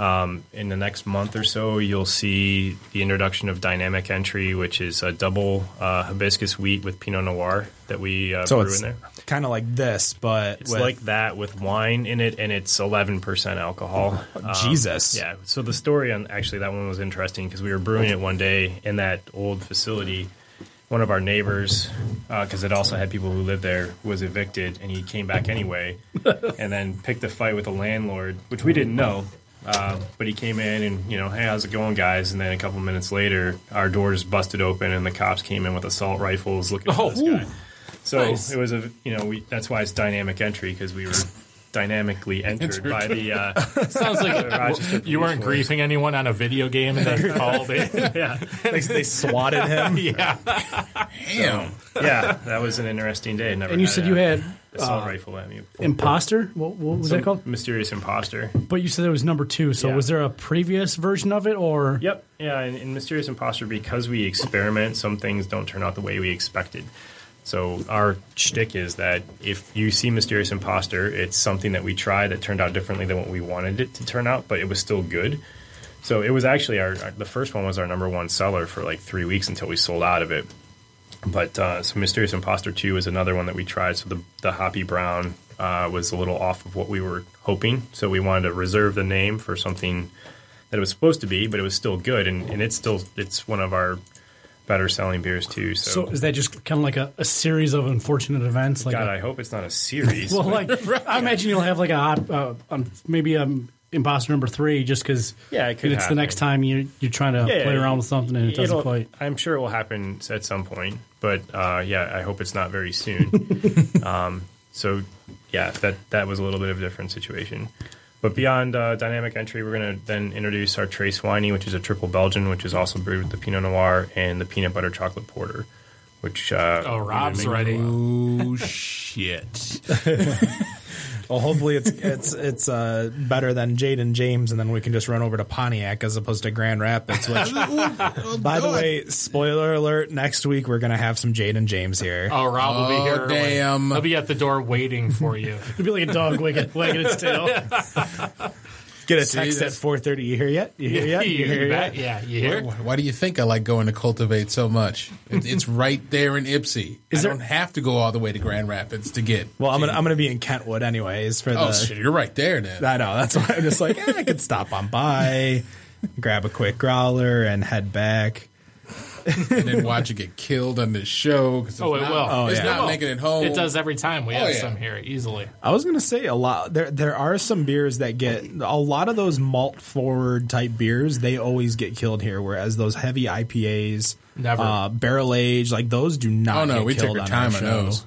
G: Um, in the next month or so, you'll see the introduction of Dynamic Entry, which is a double uh, hibiscus wheat with Pinot Noir that we uh,
C: So
G: brew
C: it's
G: in there.
C: kind of like this, but
G: It's
C: with-
G: like that with wine in it, and it's 11% alcohol.
C: Oh,
G: Um,
C: Jesus.
G: yeah. So the story on actually that one was interesting because we were brewing it one day in that old facility. One of our neighbors, because it also had people who lived there, was evicted, and he came
D: [laughs]
G: back anyway, and then picked a fight with the landlord, which we didn't know. Uh, but he came in and you know, hey, how's it going, guys? And then a couple minutes later, our doors busted open, and the cops came in with assault rifles looking
D: Oh,
G: for this guy.
D: ooh.
G: So
D: Nice.
G: it was a you know we that's why it's dynamic entry because
D: [laughs]
G: we were dynamically entered by the uh,
C: [laughs]
D: Sounds like
G: Rochester
D: you weren't
G: Police Force.
D: griefing anyone on a video game and then called it.
G: yeah
C: they,
D: [laughs]
C: they swatted
G: [laughs]
C: him.
D: yeah.
F: Damn.
G: yeah that was an interesting day. Never
E: And you said you
G: a
E: had uh,
G: assault rifle at me.
E: Imposter? What, what was that
G: Some
E: called?
G: mysterious imposter.
E: But you said it was number two. So
G: Yeah.
E: was there a previous version of it or?
G: Yep. Yeah, and in Mysterious Imposter, because we experiment, some things don't turn out the way we expected. So our shtick is that if you see Mysterious Imposter, it's something that we tried that turned out differently than what we wanted it to turn out, but it was still good. So it was actually our, our the first one was our number one seller for like three weeks until we sold out of it. But uh, so Mysterious Imposter 2 is another one that we tried. So the, the Hoppy Brown uh, was a little off of what we were hoping. So we wanted to reserve the name for something that it was supposed to be, but it was still good. And, and it's still, it's one of our better selling beers too. So,
E: So is that just kind of like a, a series of unfortunate events? Like
G: God,
E: a-
G: I hope it's not a series.
E: [laughs]
G: [laughs]
E: well, like I imagine you'll have like a hot, uh, um, maybe um imposter number three, just because
G: Yeah, it could
E: it's the
G: happen.
E: next time you you're trying to
G: Yeah,
E: play
G: yeah,
E: around with something and it doesn't
G: it'll-
E: quite.
G: I'm sure it will happen at some point, but uh, yeah, I hope it's not very soon. um,
E: [laughs]
G: so yeah, that that was a little bit of a different situation. But beyond uh, dynamic entry, we're going to then introduce our Trace Winey, which is a triple Belgian, which is also brewed with the Pinot Noir and the peanut butter chocolate porter. Which uh,
D: Oh, Rob's ready.
H: Oh shit!
C: Well, hopefully it's it's it's uh, better than Jade and James, and then we can just run over to Pontiac as opposed to Grand Rapids.
G: [laughs]
C: Which, by the way, spoiler alert: next week we're gonna have some Jade and James here.
D: Oh, Rob will be
F: Oh,
D: here. early.
F: damn.
D: He'll be at the door waiting
C: [laughs]
D: for you.
E: It'd be like a dog wagging, wagging its tail.
C: Get a text at
F: that's-
C: four thirty. You hear yet? You hear yet? You hear
D: bet.
C: yet?
D: Yeah, you hear?
F: Why, why do you think I like going to Cultivate so much?
D: [laughs]
F: It, it's right there in Ipsy. I don't have to go all the way to Grand Rapids to get.
C: Well, I'm gonna I'm gonna be in Kentwood anyways for
F: oh,
C: the.
F: shit, you're right there then.
C: I know that's why I'm just like eh, I could stop on by, grab a quick growler, and head back.
F: and then watch it get killed on this show. 'cause it's
D: Oh, it
F: not-
D: will. Oh,
F: It's
C: yeah.
F: not
D: It will.
F: making it home. Oh,
D: It does every time. We have
F: yeah.
D: some here easily.
C: I was gonna say a lot. There there are some beers that get a lot of those malt forward type beers. They always get killed here, whereas those heavy IPAs,
D: Never.
C: uh, barrel age, like those do not.
F: Oh no,
C: get
F: we
C: killed
F: took our
C: on
F: time
C: our
F: on
C: show.
F: those.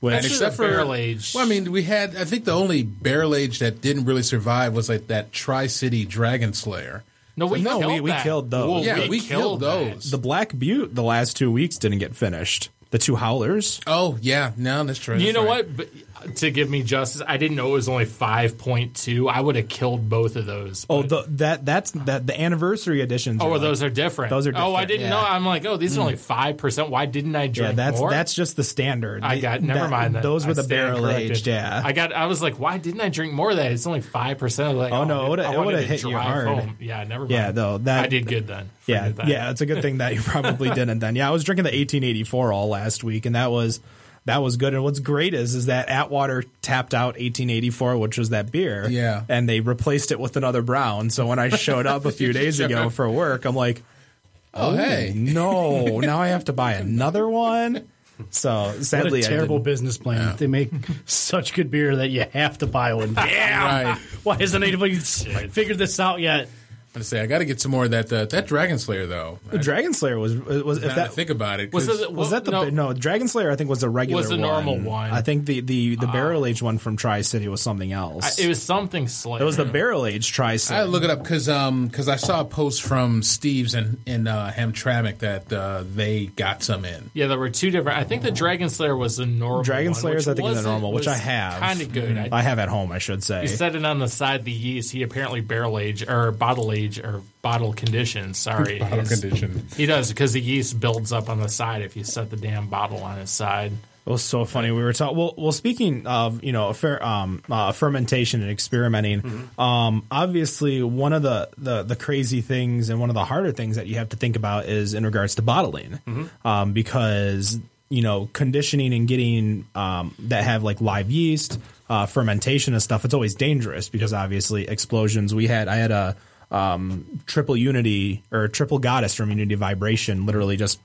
C: Which-
F: And
D: Except for barrel age.
F: Well, I mean, we had. I think the only barrel age that didn't really survive was like that Tri City Dragon Slayer.
D: no, we
C: No, we-
D: killed
C: we
D: that.
C: killed those.
D: Well,
F: Yeah, we, killed,
D: that.
F: those.
C: The Black Butte, the last two weeks didn't get finished. The two howlers.
F: oh yeah, no, that's true.
D: You
F: That's
D: know
F: right.
D: what? But to give me justice, I didn't know it was only five point two. I would have killed both of those.
C: Oh, the, that that's that the anniversary editions.
D: Oh,
C: are
D: or
C: like-
D: those are different.
C: Those are
D: Oh, I
C: different,
D: didn't
C: yeah.
D: know. I'm like, oh, these are only five percent. Why didn't I drink
C: Yeah, that's
D: more?
C: that's just the standard.
D: I
C: The-
D: got. Never
C: that-
D: mind. That.
C: Those
D: I
C: were the
D: stand
C: barrel
D: corrected.
C: aged. Yeah,
D: I got. I was like, why didn't I drink more of that? It's only five percent. Like,
C: Oh, no, it would've-
D: I
C: it
D: wanted
C: would've
D: to
C: hit you
D: drive
C: hard.
D: Home. Yeah, never mind.
C: Yeah, though, that-
D: I did good then. Forget
C: Yeah,
D: that.
C: yeah, it's a good thing that you
D: [laughs]
C: probably didn't then. Yeah, I was drinking the 1884 all last week, and that was that was good. And what's great is is that Atwater tapped out 1884, which was that beer.
F: Yeah.
C: and they replaced it with another brown. So when I showed up a
D: [laughs]
C: few days ago for work, I'm like,
F: Oh hey,
C: no, now I have to buy another
F: [laughs]
C: one. So
E: What
C: sadly,
E: a
C: I
E: terrible
C: didn't.
E: business plan. They make [laughs] such good beer that you have to
G: [laughs]
E: buy one.
F: right. I'm
E: Why hasn't anybody s- figured this out yet?
F: gonna say I got to get some more of that uh, that Dragon Slayer though. I,
C: The Dragon Slayer was was if
F: now that I
C: that
F: think about it.
D: Was
F: 'cause-
D: it-
C: was that the
D: no.
C: no, Dragon Slayer I think was a regular
D: Was the normal one. Uh-huh.
C: I think the the the barrel aged one from Tri City was something else.
D: It was something slight.
C: It was the barrel aged tri
F: I had to look it up because I saw a post from Steve's in in uh, Hamtramck that uh, they got some in.
D: Yeah, there were two different. I think the Dragon Slayer was the normal.
C: Dragon
D: one,
C: Slayers, I think, is the normal, which I have. Mm-hmm.
D: Kind of good. I,
C: I have at home, I should say.
D: he said it on the side. The yeast. He apparently barrel age or bottle age or bottle condition. Sorry,
F: Bottle
D: His-
F: condition.
D: He does because the yeast builds up on the side if you set the damn bottle on its side.
C: It was so funny. We were talking. Well, well, speaking of you know fer- um, uh, fermentation and experimenting, um, obviously one of the, the the crazy things and one of the harder things that you have to think about is in regards to bottling, um, because you know conditioning and getting um, that have like live yeast, uh, fermentation and stuff. It's always dangerous because obviously explosions. We had I had a um, triple unity or triple goddess from Unity Vibration, literally just.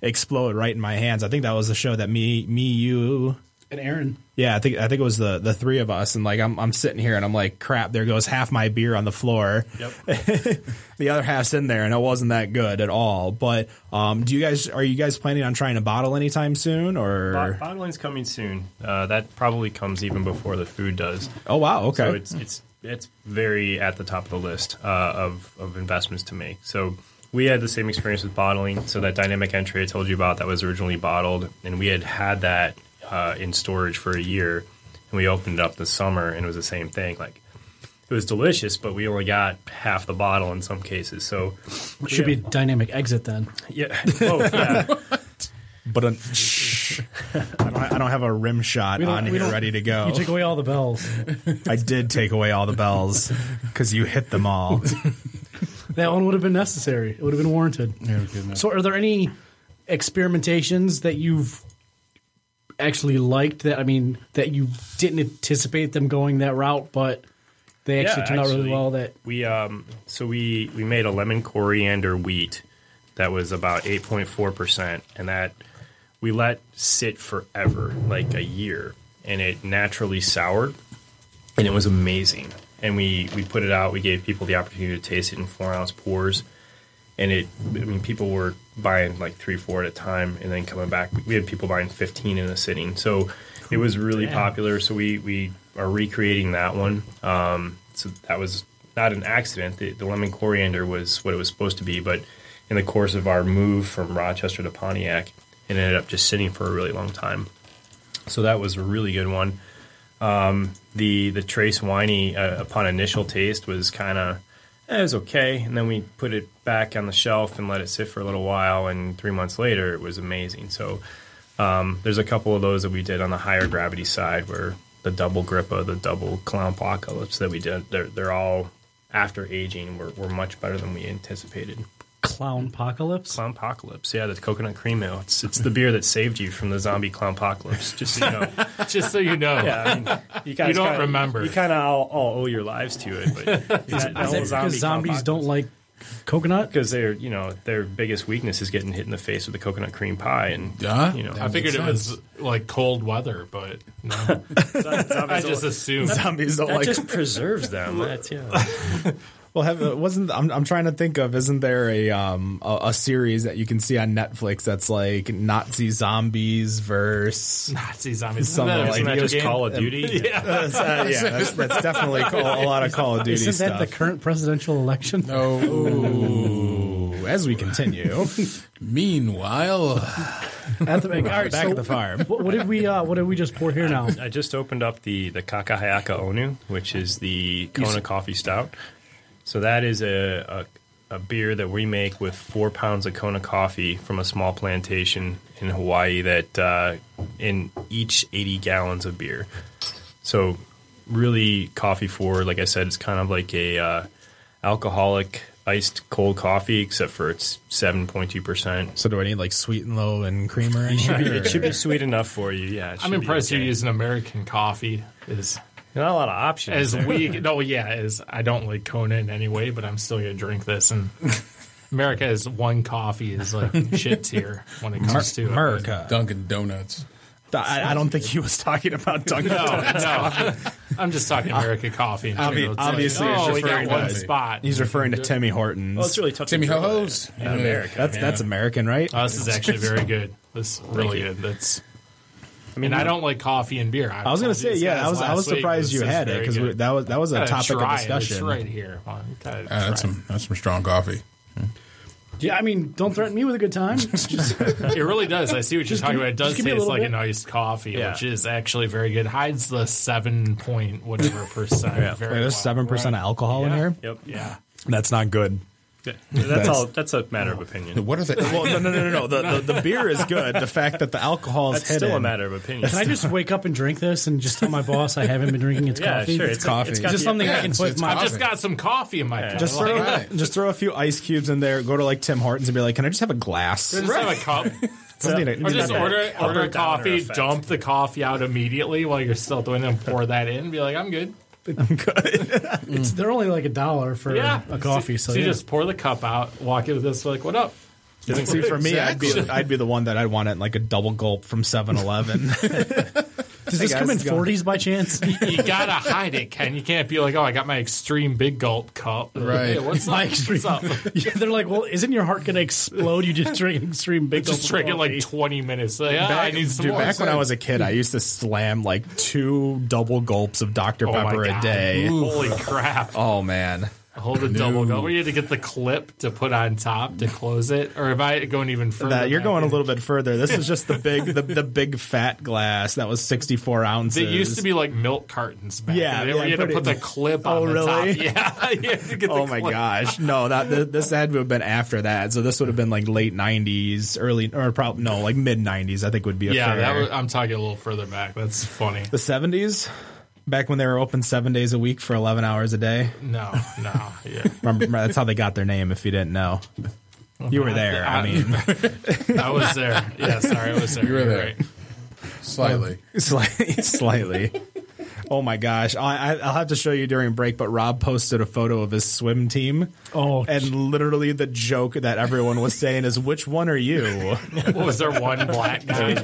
C: explode right in my hands. I think that was the show that me, me, you,
E: And Aaron,
C: yeah, I think I think it was the the three of us, and like I'm I'm sitting here and I'm like, crap, there goes half my beer on the floor. Yep. [laughs] the other half's in there, and it wasn't that good at all. But um, do you guys are you guys planning on trying to bottle anytime soon or?
G: Bot- bottling's coming soon. Uh, that probably comes even before the food does.
C: oh wow, okay.
G: So it's it's it's very at the top of the list uh, of of investments to make. So we had the same experience with bottling. So that dynamic entry I told you about that was originally bottled, and we had had that uh, in storage for a year, and we opened it up this summer, and it was the same thing. Like it was delicious, but we only got half the bottle in some cases. So
E: should be a dynamic exit then.
G: yeah, [laughs] both, yeah.
C: [laughs] but a, [laughs] I, don't, I don't have a rim shot
E: don't-
C: on
E: we
C: here
E: don't-
C: ready to go.
E: You took away all the bells.
C: I did take away all the bells because you hit them all.
E: That one would have been necessary. It would have been warranted. so, are there any experimentations that you've actually liked? That I mean, that you didn't anticipate them going that route, but they
G: Yeah,
E: actually
G: um,
E: turned out really
G: actually,
E: well. That
G: we um so we we made a lemon coriander wheat that was about 8.4%, and that we let sit forever, like a year, and it naturally soured, and it was amazing. And we, we put it out, we gave people the opportunity to taste it in four ounce pours and it i mean people were buying like three four at a time and then coming back we had people buying 15 in a sitting so it was really popular so we we are recreating that one um, so that was not an accident the, the lemon coriander was what it was supposed to be but in the course of our move from rochester to pontiac it ended up just sitting for a really long time so that was a really good one um, the the trace winey uh, upon initial taste was kind of it was okay. And then we put it back on the shelf and let it sit for a little while. And three months later, it was amazing. So um, there's a couple of those that we did on the higher gravity side where the double grippa, the double clown apocalypse that we did, they're, they're all after aging were, were much better than we anticipated.
E: Clown apocalypse.
G: Clown apocalypse, yeah, the coconut cream ale. It's, it's the beer that saved you from the zombie clown apocalypse. Just so you know,
D: Just so you know.
C: [laughs]
G: yeah, I mean, you, guys
D: You don't
G: kinda-
D: remember.
G: You kind of all, all owe your lives to
D: [laughs]
G: it, but that- that
E: Is that
G: whole zombie
E: because zombies
G: clownpocalypse-
E: don't like coconut?
G: because their you know their biggest weakness is getting hit in the face with a coconut cream pie and
F: Yeah,
G: you know
D: I figured it was like cold weather, but
C: [laughs]
D: no. [laughs] I just assumed. [laughs]
C: Zombies don't
G: that
C: like.
G: just preserves them. That's, yeah.
C: well, have, uh, wasn't I'm, I'm trying to think of. Isn't there a um a, a series that you can see on Netflix that's like Nazi zombies versus?
D: Nazi Ah, zombies.
C: Something
D: Isn't that a
C: like
G: Isn't that
D: video
G: just
D: game?
G: Call of Duty?
D: [laughs] Yeah.
C: Uh, yeah, that's, that's definitely call, a lot of Call of Duty
E: Isn't that
C: stuff.
E: the current presidential election?
C: Ooh, as we continue,
F: Meanwhile,
E: At the, all right,
C: back
E: so
C: at the farm.
E: What, what did we? Uh, what did we just pour here now?
G: I just opened up the the Kakahayaka Onu, which is the Kona coffee stout. So that is a, a a beer that we make with four pounds of Kona coffee from a small plantation in Hawaii that uh, in each eighty gallons of beer. So really coffee forward. Like I said, it's kind of like a uh, alcoholic iced cold coffee, except for it's seven point two percent.
C: So do I need like sweet and low and creamer in [laughs] here?
G: [laughs] It should be sweet enough for you. Yeah, it should
D: I'm
G: be
D: impressed you're
G: okay.
D: using American coffee. Is
G: Not a lot of options.
D: as
G: there.
D: weak. No, yeah, as I don't like Kona in any way, but I'm still gonna drink
C: [laughs]
D: this. And America is one coffee is like shit tier when it comes to it.
C: America.
F: uh, Dunkin' Donuts.
C: I, I don't think he was talking about Dunkin'
D: No,
C: Donuts.
D: Oh, no. I'm just talking America coffee. in
C: Obvi-
D: general. It's
C: obviously,
D: like,
C: he's
D: oh, we got
C: referring to-
D: one spot.
C: He's referring to Timmy Hortons.
G: Well, it's really tough.
F: Timmy
G: to
F: Ho
G: drill that.
F: Ho's.
G: in America.
C: that's that's American, right?
D: Oh, this is actually very good. This is really good. That's. I mean, I don't like coffee and beer.
C: I was gonna
D: told you
C: say,
D: this
C: yeah,
D: guys
C: I was I
D: last
C: was
D: week,
C: surprised
D: this
C: you
D: is
C: had it
D: very
C: because
D: good.
C: that was that was a
D: Gotta
C: topic
D: try it.
C: of
D: It's
C: discussion.
D: right here. Well, you gotta
F: Uh, that's
D: try it.
F: some that's some strong coffee.
E: Yeah, I mean, don't threaten me with a good time. Just-
D: It really does. I see what you're talking
E: give me-
D: about. It does
E: just give me a
D: taste
E: little
D: like
E: bit.
D: an iced coffee,
G: Yeah.
D: which is actually very good. Hides the seven
C: [laughs]
D: point whatever percent. very
C: Wait, there's
D: well.
C: seven percent alcohol in here.
G: Yep. Yeah.
C: That's not good.
G: That's all. That's a matter of opinion.
F: What are the?
C: Well, no, no, no, no. no. The, the the beer is good. The fact that the alcohol is
G: That's still a
C: hidden.
G: matter of opinion.
E: Can I just wake up and drink this and just tell my boss I haven't been drinking its
G: yeah,
E: coffee?
G: sure.
E: It's
G: It's
C: coffee.
G: It's got
E: just
G: the-
E: something I
F: yeah,
E: can
F: it's-
E: put
F: it's
E: my.
D: I've just got some coffee in my cup.
C: Just
D: Like,
C: throw
F: Right.
C: just throw a few ice cubes in there. Go to like Tim Hortons and be like, "Can I just have a glass?"
D: just have
C: [laughs]
D: a cup.
C: Doesn't need a-
D: Or
C: need
D: just
C: nothing.
D: order order a
G: Upper downer
D: coffee,
G: effect.
D: dump the coffee out immediately while you're still doing it, and pour that in. Be like, I'm good.
E: It's, they're only like a dollar for
D: Yeah,
E: a coffee, so,
D: you
E: yeah.
D: just pour the cup out, walk into this like, what up?
C: See, for me, I'd be I'd be the one that I'd want it in like a double gulp from
E: [laughs]
C: 7-Eleven.
E: does this
C: Hey,
E: come
C: guys,
E: in
C: it's gone.
E: forties
D: [laughs]
E: by chance?
D: You gotta hide it, Ken. You can't be like, oh, I got my extreme big gulp
C: [laughs]
D: cup.
F: Right.
D: Hey, what's up? What's up?
E: [laughs] Yeah, they're like, well, isn't your heart going to explode? You just drink extreme
D: [laughs]
E: big.
D: Just
E: gulp of
D: drink it like
E: coffee?
D: 20 minutes. Like, ah, I need some
C: Dude,
D: more.
C: back when I was a kid, I used to slam like two double gulps of Dr.
D: Oh my
C: Pepper a
D: God.
C: day.
D: Holy crap.
C: Oh man.
D: Hold the double gulp. We had to get the clip to put on top to close it. Or am I going even further?
C: That you're
D: back
C: going a
D: in?
C: little bit further. This is just the big the, the big fat glass that was 64 ounces.
D: It used to be like milk cartons back
C: Yeah,
D: in the day
C: yeah,
D: where you had to
C: pretty-
D: put the clip on
C: Oh,
D: the
C: really?
D: top. [laughs] Yeah, you had to get the
C: Oh my
D: clip.
C: gosh. No, that th- this had to have been after that. So this would have been like late 90s, early or probably no, like mid 90s I think would be a
D: Yeah,
C: fair.
D: that was, I'm talking a little further back. That's funny.
C: the 70s back when they were open 7 days a week for 11 hours a day.
D: No, no, yeah.
C: Remember, that's how they got their name if you didn't know. You were there. I mean,
D: [laughs]
C: [laughs]
D: I was there. Yeah, sorry, I was there. You
F: were
D: are
F: there.
D: Right.
F: Slightly.
C: slightly, slightly. Oh my gosh! I, I, I'll have to show you during break. But Rob posted a photo of his swim team.
E: Oh,
C: and literally the joke that everyone was saying is, "Which one are you?"
D: What was there
C: [laughs]
D: one black guy?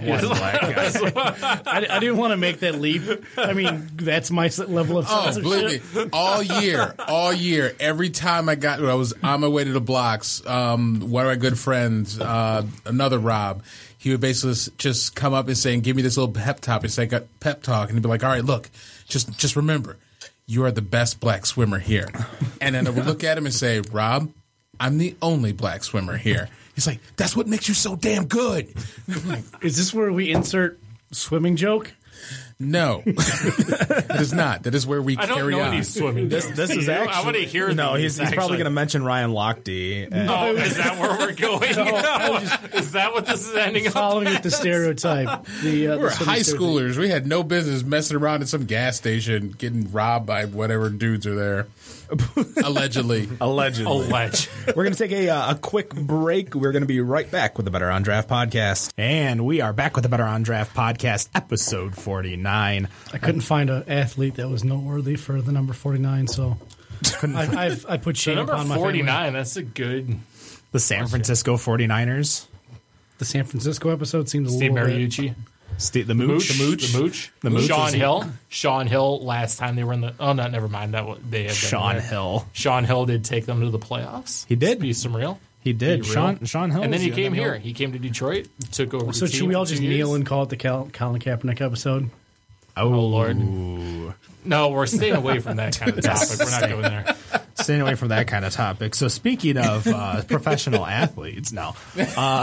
E: [laughs]
D: [laughs]
E: I, I didn't want to make that leap. I mean, that's my s- level of
F: Oh,
E: censorship.
F: believe me, all year, all year, every time I got, I was on my way to the blocks. Um, one of my good friends, uh, another Rob, he would basically s- just come up and saying, "Give me this little pep talk." It's like a pep talk, and he'd be like, "All right, look, just just remember, you are the best black swimmer here." And then I would look at him and say, "Rob, I'm the only black swimmer here." He's like, "That's what makes you so damn good."
E: Is this where we insert swimming joke?
F: No, [laughs] it is not. That is where we
D: I don't
F: carry
D: know
F: on.
D: any swimming.
C: This, this is
D: I
C: actually.
D: wanna hear
C: No,
D: these,
C: he's, he's probably
D: actually.
C: going to mention Ryan Lochte. uh, And-
D: [laughs] Oh, is that
C: [laughs]
D: where we're going? [laughs] is that what this is ending up?
E: Following with the stereotype. The, uh,
F: We were high schoolers. We had no business messing around at some gas station getting robbed by whatever dudes
D: [laughs]
F: are there. Allegedly.
C: Allegedly.
D: [laughs] Alleged.
C: We're going to take a, uh, a quick break. We're going to be right back with the Better on Draft podcast. And we are back with the Better on Draft podcast, episode 49.
E: I couldn't find an athlete that was noteworthy for the number 49, so I, I've, I put shame
D: Number
E: upon my
D: forty
E: 49.
D: nine. That's a good
C: The San Francisco 49ers.
E: The San Francisco episode seemed a
D: Steve
E: little bit-
D: Mariucci.
C: Ste- the Mooch.
D: The Mooch. The Mooch.
C: The Mooch.
D: Sean Hill. Sean Hill. Last time they were in the. Oh no, never mind. That wa- they have been
C: Sean
D: there.
C: Hill.
D: Sean Hill did take them to the playoffs.
C: He did.
D: Let's Be some real.
C: He did.
D: Be real.
C: Sean- Sean Hill
D: And then
C: was
D: he
C: the
D: came
C: other
D: here.
C: Hill.
D: He came to Detroit. Took over.
E: So
D: the
E: should
D: team
E: we all
D: for
E: just
D: two years.
E: kneel and call it the Cal- Colin Kaepernick episode?
C: Oh, Lord.
D: No, we're staying away
C: [laughs]
D: from that kind of topic. We're not going there.
C: Staying away from that kind of topic. So, speaking of
D: [laughs]
C: uh, professional athletes, no.
D: [laughs]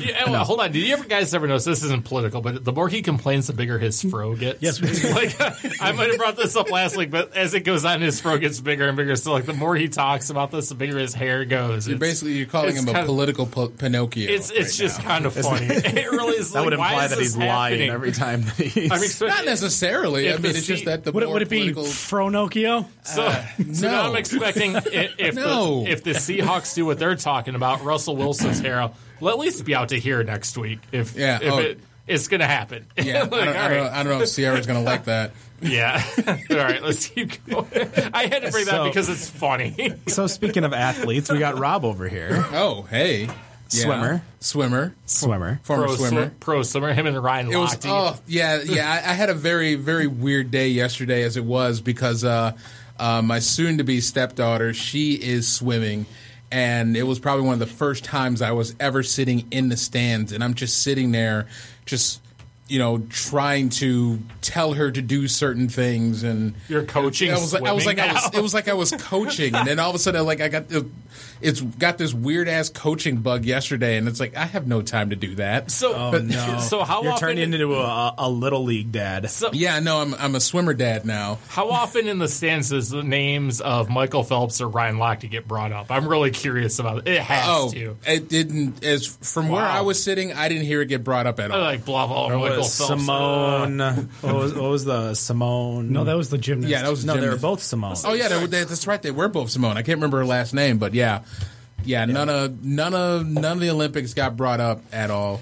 D: Yeah, well, Hold on. Did you ever guys ever notice this isn't political? But the more he complains, the bigger his fro gets.
E: Yes, we
D: [laughs] like I might have brought this up last week, but as it goes on, his fro gets bigger and bigger. So like the more he talks about this, the bigger his hair goes.
F: You're
D: It's-
F: basically you're calling
D: it's
F: him a
D: kind of-
F: political po- Pinocchio.
D: It's it's
F: right
D: just kind of funny. It really is.
C: That
D: like,
C: would
D: why
C: imply
D: is
C: that
D: this
C: he's lying
D: happening?
C: every time that
D: [laughs]
C: he's.
D: I'm
F: now.
D: expecting
F: not necessarily.
D: If
F: I mean,
D: the
F: it's just
D: seat-
F: that the
E: Would it,
F: more
E: would it be
D: [laughs]
F: political.
E: Fronokio?
D: so. so now I'm expecting i- if
F: uh, No.
D: the, if the Seahawks do what they're talking about, Russell Wilson's hair will at least be out to here next week. If
F: Yeah,
D: if
F: oh.
D: it, it's gonna happen. [laughs]
F: yeah,
D: Like, all
F: I, don't, I, don't, know-
D: right.
F: I don't know if Sierra's going to like that.
D: Yeah. [laughs] All right, let's [laughs] keep going. I had to bring that
C: So-
D: because it's funny.
C: So speaking of athletes, we got Rob over here,
F: Oh, hey, Yeah.
C: Swimmer.
F: swimmer,
C: swimmer.
F: former
D: [laughs] pro
F: swimmer.
D: swim- pro swimmer, him and Ryan
F: It was
D: Lochte.
F: oh yeah yeah. I, I had a very very weird day yesterday as it was because uh, uh, my soon to be stepdaughter she is swimming, and it was probably one of the first times I was ever sitting in the stands, and I'm just sitting there, just you know trying to tell her to do certain things and
D: You're coaching
F: I was like, I was like,
D: swimming
F: I was,
D: now?
F: it was like I was coaching, and then all of a sudden, like I got the, it's got this weird ass coaching bug yesterday, and it's like I have no time to do that.
D: So [laughs]
F: [laughs]
D: so how
C: You're
D: often
C: turned into a, a little league dad.
F: yeah, no, I'm I'm a swimmer dad now.
D: How often in the stands does the names of Michael Phelps or Ryan Lochte get brought up? I'm really curious about it. It has to.
F: Oh, it didn't. As from where
D: Wow. Oh,
F: I was sitting, I didn't hear it get brought up at all.
D: I like blah blah
C: Or
D: Michael
C: was
D: Phelps. Uh.
C: Simone. what, was, what was the Simone?
E: No, that was the gymnast.
F: yeah, that was
C: no.
F: Jim-
C: They were both Simone.
F: Oh yeah, they, they, that's right. They were both Simone. I can't remember her last name, but yeah, yeah. None of none of none of the Olympics got brought up at all.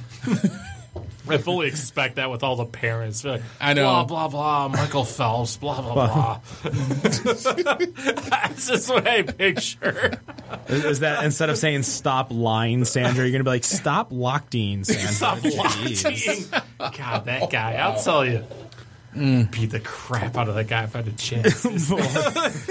D: I fully expect that with all the parents. They're like,
F: I know.
D: Blah blah blah. Michael Phelps. Blah blah blah. [laughs] That's just what I picture.
C: Is, is that instead of saying stop lying, Sandra, you're gonna be like stop
D: [laughs]
C: lockdine, Sandra.
D: Stop
C: Jeez.
D: Lochte. [laughs] God, that guy. I'll tell you. Beat the crap out of that guy if I had a chance.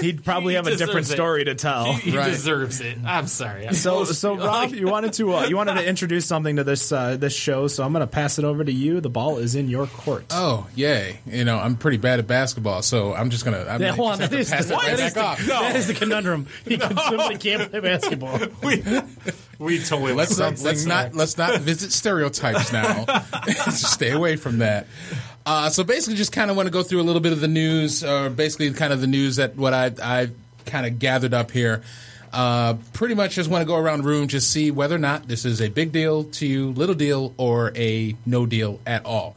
C: He'd probably
D: He
C: have a different
D: deserves it.
C: story to tell.
D: he
F: Right.
D: deserves it. I'm sorry. I'm
C: So, so Rob, you wanted to uh, you wanted to introduce something to this uh, this show, so I'm going to pass it over to you. The ball is in your court.
F: Oh yay! You know, I'm pretty bad at basketball, so I'm just gonna. I'm
E: Yeah,
F: gonna
E: hold on,
F: just have
E: that is
F: to pass
E: the-
F: that
E: what
F: right
E: is
F: back
E: the-
F: off.
E: That is
C: [laughs]
E: the conundrum. He can swim, but he can't play basketball.
D: we, we totally
F: Let's
D: went
F: not, let's not let's not visit stereotypes now. [laughs] Stay away from that. Uh, so basically, just kind of want to go through a little bit of the news, or basically kind of the news that what I I kind of gathered up here. Uh, pretty much just want to go around the room, just see whether or not this is a big deal to you, little deal, or a no deal at all.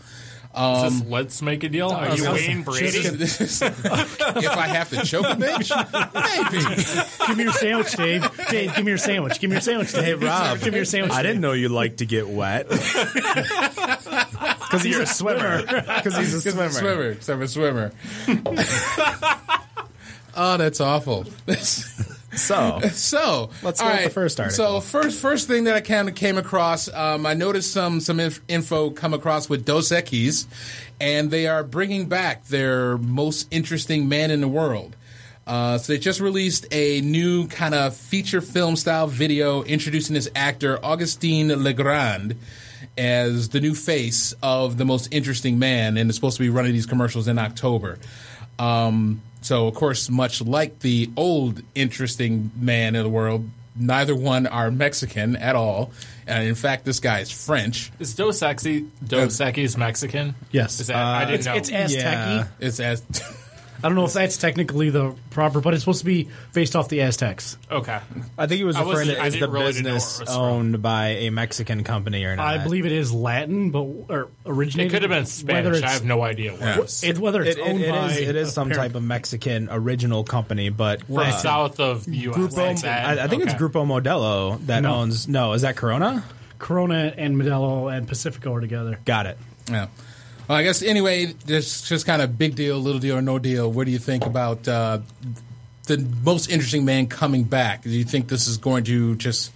F: Uh,
D: Is this let's make a deal? Are you Wayne Brady?
F: This is- [laughs] if I have to choke a bitch, maybe.
E: Give me your sandwich, Dave. Dave, give me your sandwich. Give me your sandwich. Dave.
C: Rob,
E: give me your
C: [laughs]
E: sandwich.
C: I didn't know you liked to get wet. because he's a [laughs] swimmer. Because he's a swimmer.
F: swimmer. Because I'm a swimmer. [laughs] oh, that's awful. [laughs]
C: So
F: so
C: Let's
F: all
C: go with the first
F: So
C: article.
F: first, first thing that I kind of came across, um, I noticed some some inf- info come across with Dos Equis, and they are bringing back their most interesting man in the world. Uh, so they just released a new kind of feature film style video introducing this actor Augustine Legrand as the new face of the most interesting man, and it's supposed to be running these commercials in October. Um, so, of course, much like the old interesting man in the world, neither one are Mexican at all. And in fact, this guy is French.
D: Is Dos Equis Dos Equis Mexican?
E: Yes. Uh,
D: Is that, I didn't
E: It's,
D: know.
E: it's Aztec-y.
C: Yeah.
F: It's as [laughs]
E: I don't know if that's technically the proper, but it's supposed to be based off the Aztecs.
D: okay.
C: I think he was
D: I
C: referring
D: wasn't-
C: to
D: I
C: as the
D: didn't really know where it
C: business
D: was from.
C: owned by a Mexican company or not.
E: I believe it is Latin, but or
D: It
E: originated.
D: could have been
E: Whether
D: Spanish.
E: it's,
D: I have no idea what it was.
E: it, whether
C: It,
E: it's
C: it,
E: owned
C: it
E: by
C: is it
E: a
C: is some
E: parent-
C: type of Mexican original company, but
D: From
C: uh,
D: south of U.S. like
C: Grupo,
D: that.
C: I, I think it's
D: Okay.
C: Grupo Modelo that
E: No.
C: owns. No, is that Corona?
E: Corona and Modelo and Pacifico are together.
C: Got it.
F: yeah. Well, I guess anyway, this just kind of big deal, little deal, or no deal. What do you think about uh, the most interesting man coming back? Do you think this is going to just,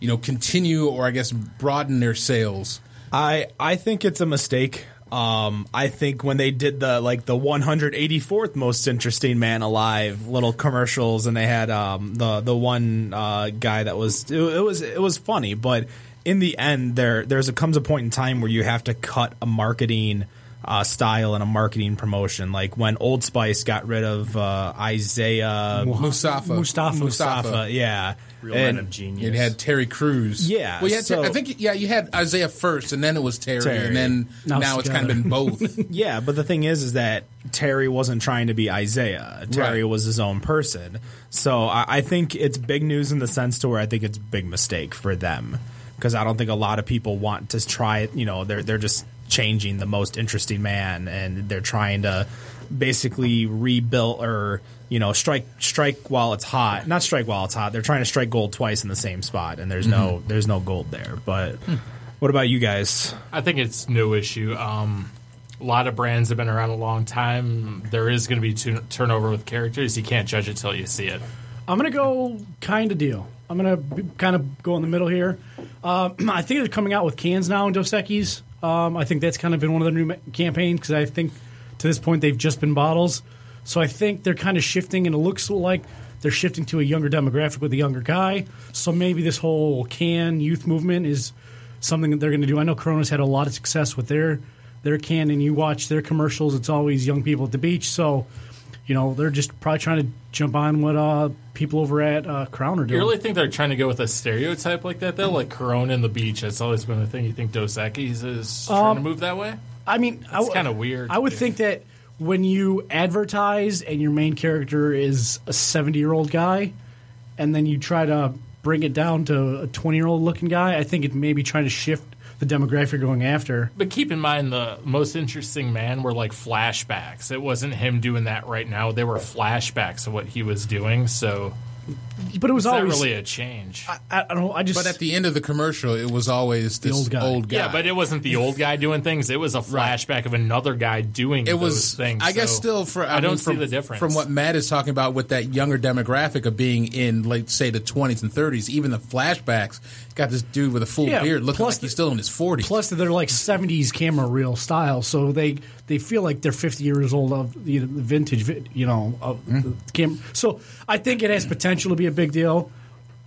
F: you know, continue or I guess broaden their sales?
C: I I think it's a mistake. Um, I think when they did the like the 184th most interesting man alive little commercials, and they had um, the the one uh, guy that was it, it was it was funny, but in the end there there's a comes a point in time where you have to cut a marketing uh, style and a marketing promotion, like when Old Spice got rid of uh, Isaiah
F: Mustafa.
E: Mustafa.
C: Mustafa, yeah,
G: Real
C: and,
G: men of genius.
F: It had Terry Crews.
C: Yeah,
F: Well, you had
C: so-
F: Ter- I think yeah, you had Isaiah first, and then it was Terry,
C: Terry.
F: and then
E: Now
F: now,
E: it's
F: it's kind of been
E: together.
F: both.
E: [laughs]
C: Yeah, but the thing is, is that Terry wasn't trying to be Isaiah. Terry
F: Right.
C: was his own person. So I, I think it's big news in the sense to where I think it's a big mistake for them because I don't think a lot of people want to try it. You know, they're they're just changing the most interesting man, and they're trying to basically rebuild or you know strike strike while it's hot not strike while it's hot they're trying to strike gold twice in the same spot and there's no there's no gold there but what about you guys
D: I think it's no issue. Um, a lot of brands have been around a long time. There is going to be tu- turnover with characters. You can't judge it till you see it.
E: I'm gonna go kind of deal. I'm gonna b- kind of go in the middle here. Um, [clears throat] I think they're coming out with cans now in Dos Equis. Um, I think that's kind of been one of their new ma- campaigns because I think to this point they've just been bottles. So I think they're kind of shifting, and it looks like they're shifting to a younger demographic with a younger guy. So maybe this whole can youth movement is something that they're going to do. I know Corona's had a lot of success with their their can, and you watch their commercials. It's always young people at the beach. So you know, they're just probably trying to jump on what uh, people over at uh, Crown are
D: You
E: doing.
D: really think they're trying to go with a stereotype like that, though? Like Corona and the beach. That's always been a thing. You think Dos Equis is trying
F: Um,
D: to move that way?
E: I mean, I w-
D: kinda weird,
E: I would
D: dude.
E: think that when you advertise and your main character is a 70 year old guy, and then you try to bring it down to a 20 year old looking guy, I think it may be trying to shift the demographic you're going after.
D: But keep in mind, the most interesting man were like flashbacks. It wasn't him doing that right now. They were flashbacks of what he was doing. So
E: But it was
D: it's not
E: always
D: really a change.
E: I, I don't know. I just
F: but at the end of the commercial, it was always this
E: old
F: old
E: guy.
F: guy.
D: yeah, but it wasn't the old guy doing things. It was a flashback of another guy doing
F: It
D: those
F: was,
D: things.
F: I guess,
D: So
F: still for I,
D: I don't
F: mean,
D: see
F: from,
D: the difference.
F: from what Matt is talking about with that younger demographic of being in, like, say, the twenties and thirties. Even the flashbacks got this dude with a full
E: Yeah,
F: beard looking
E: plus
F: like he's still in his forties.
E: plus that they're like 70s camera reel style so they they feel like they're 50 years old of the, the vintage vi- you know of the cam- so i think it has potential to be a big deal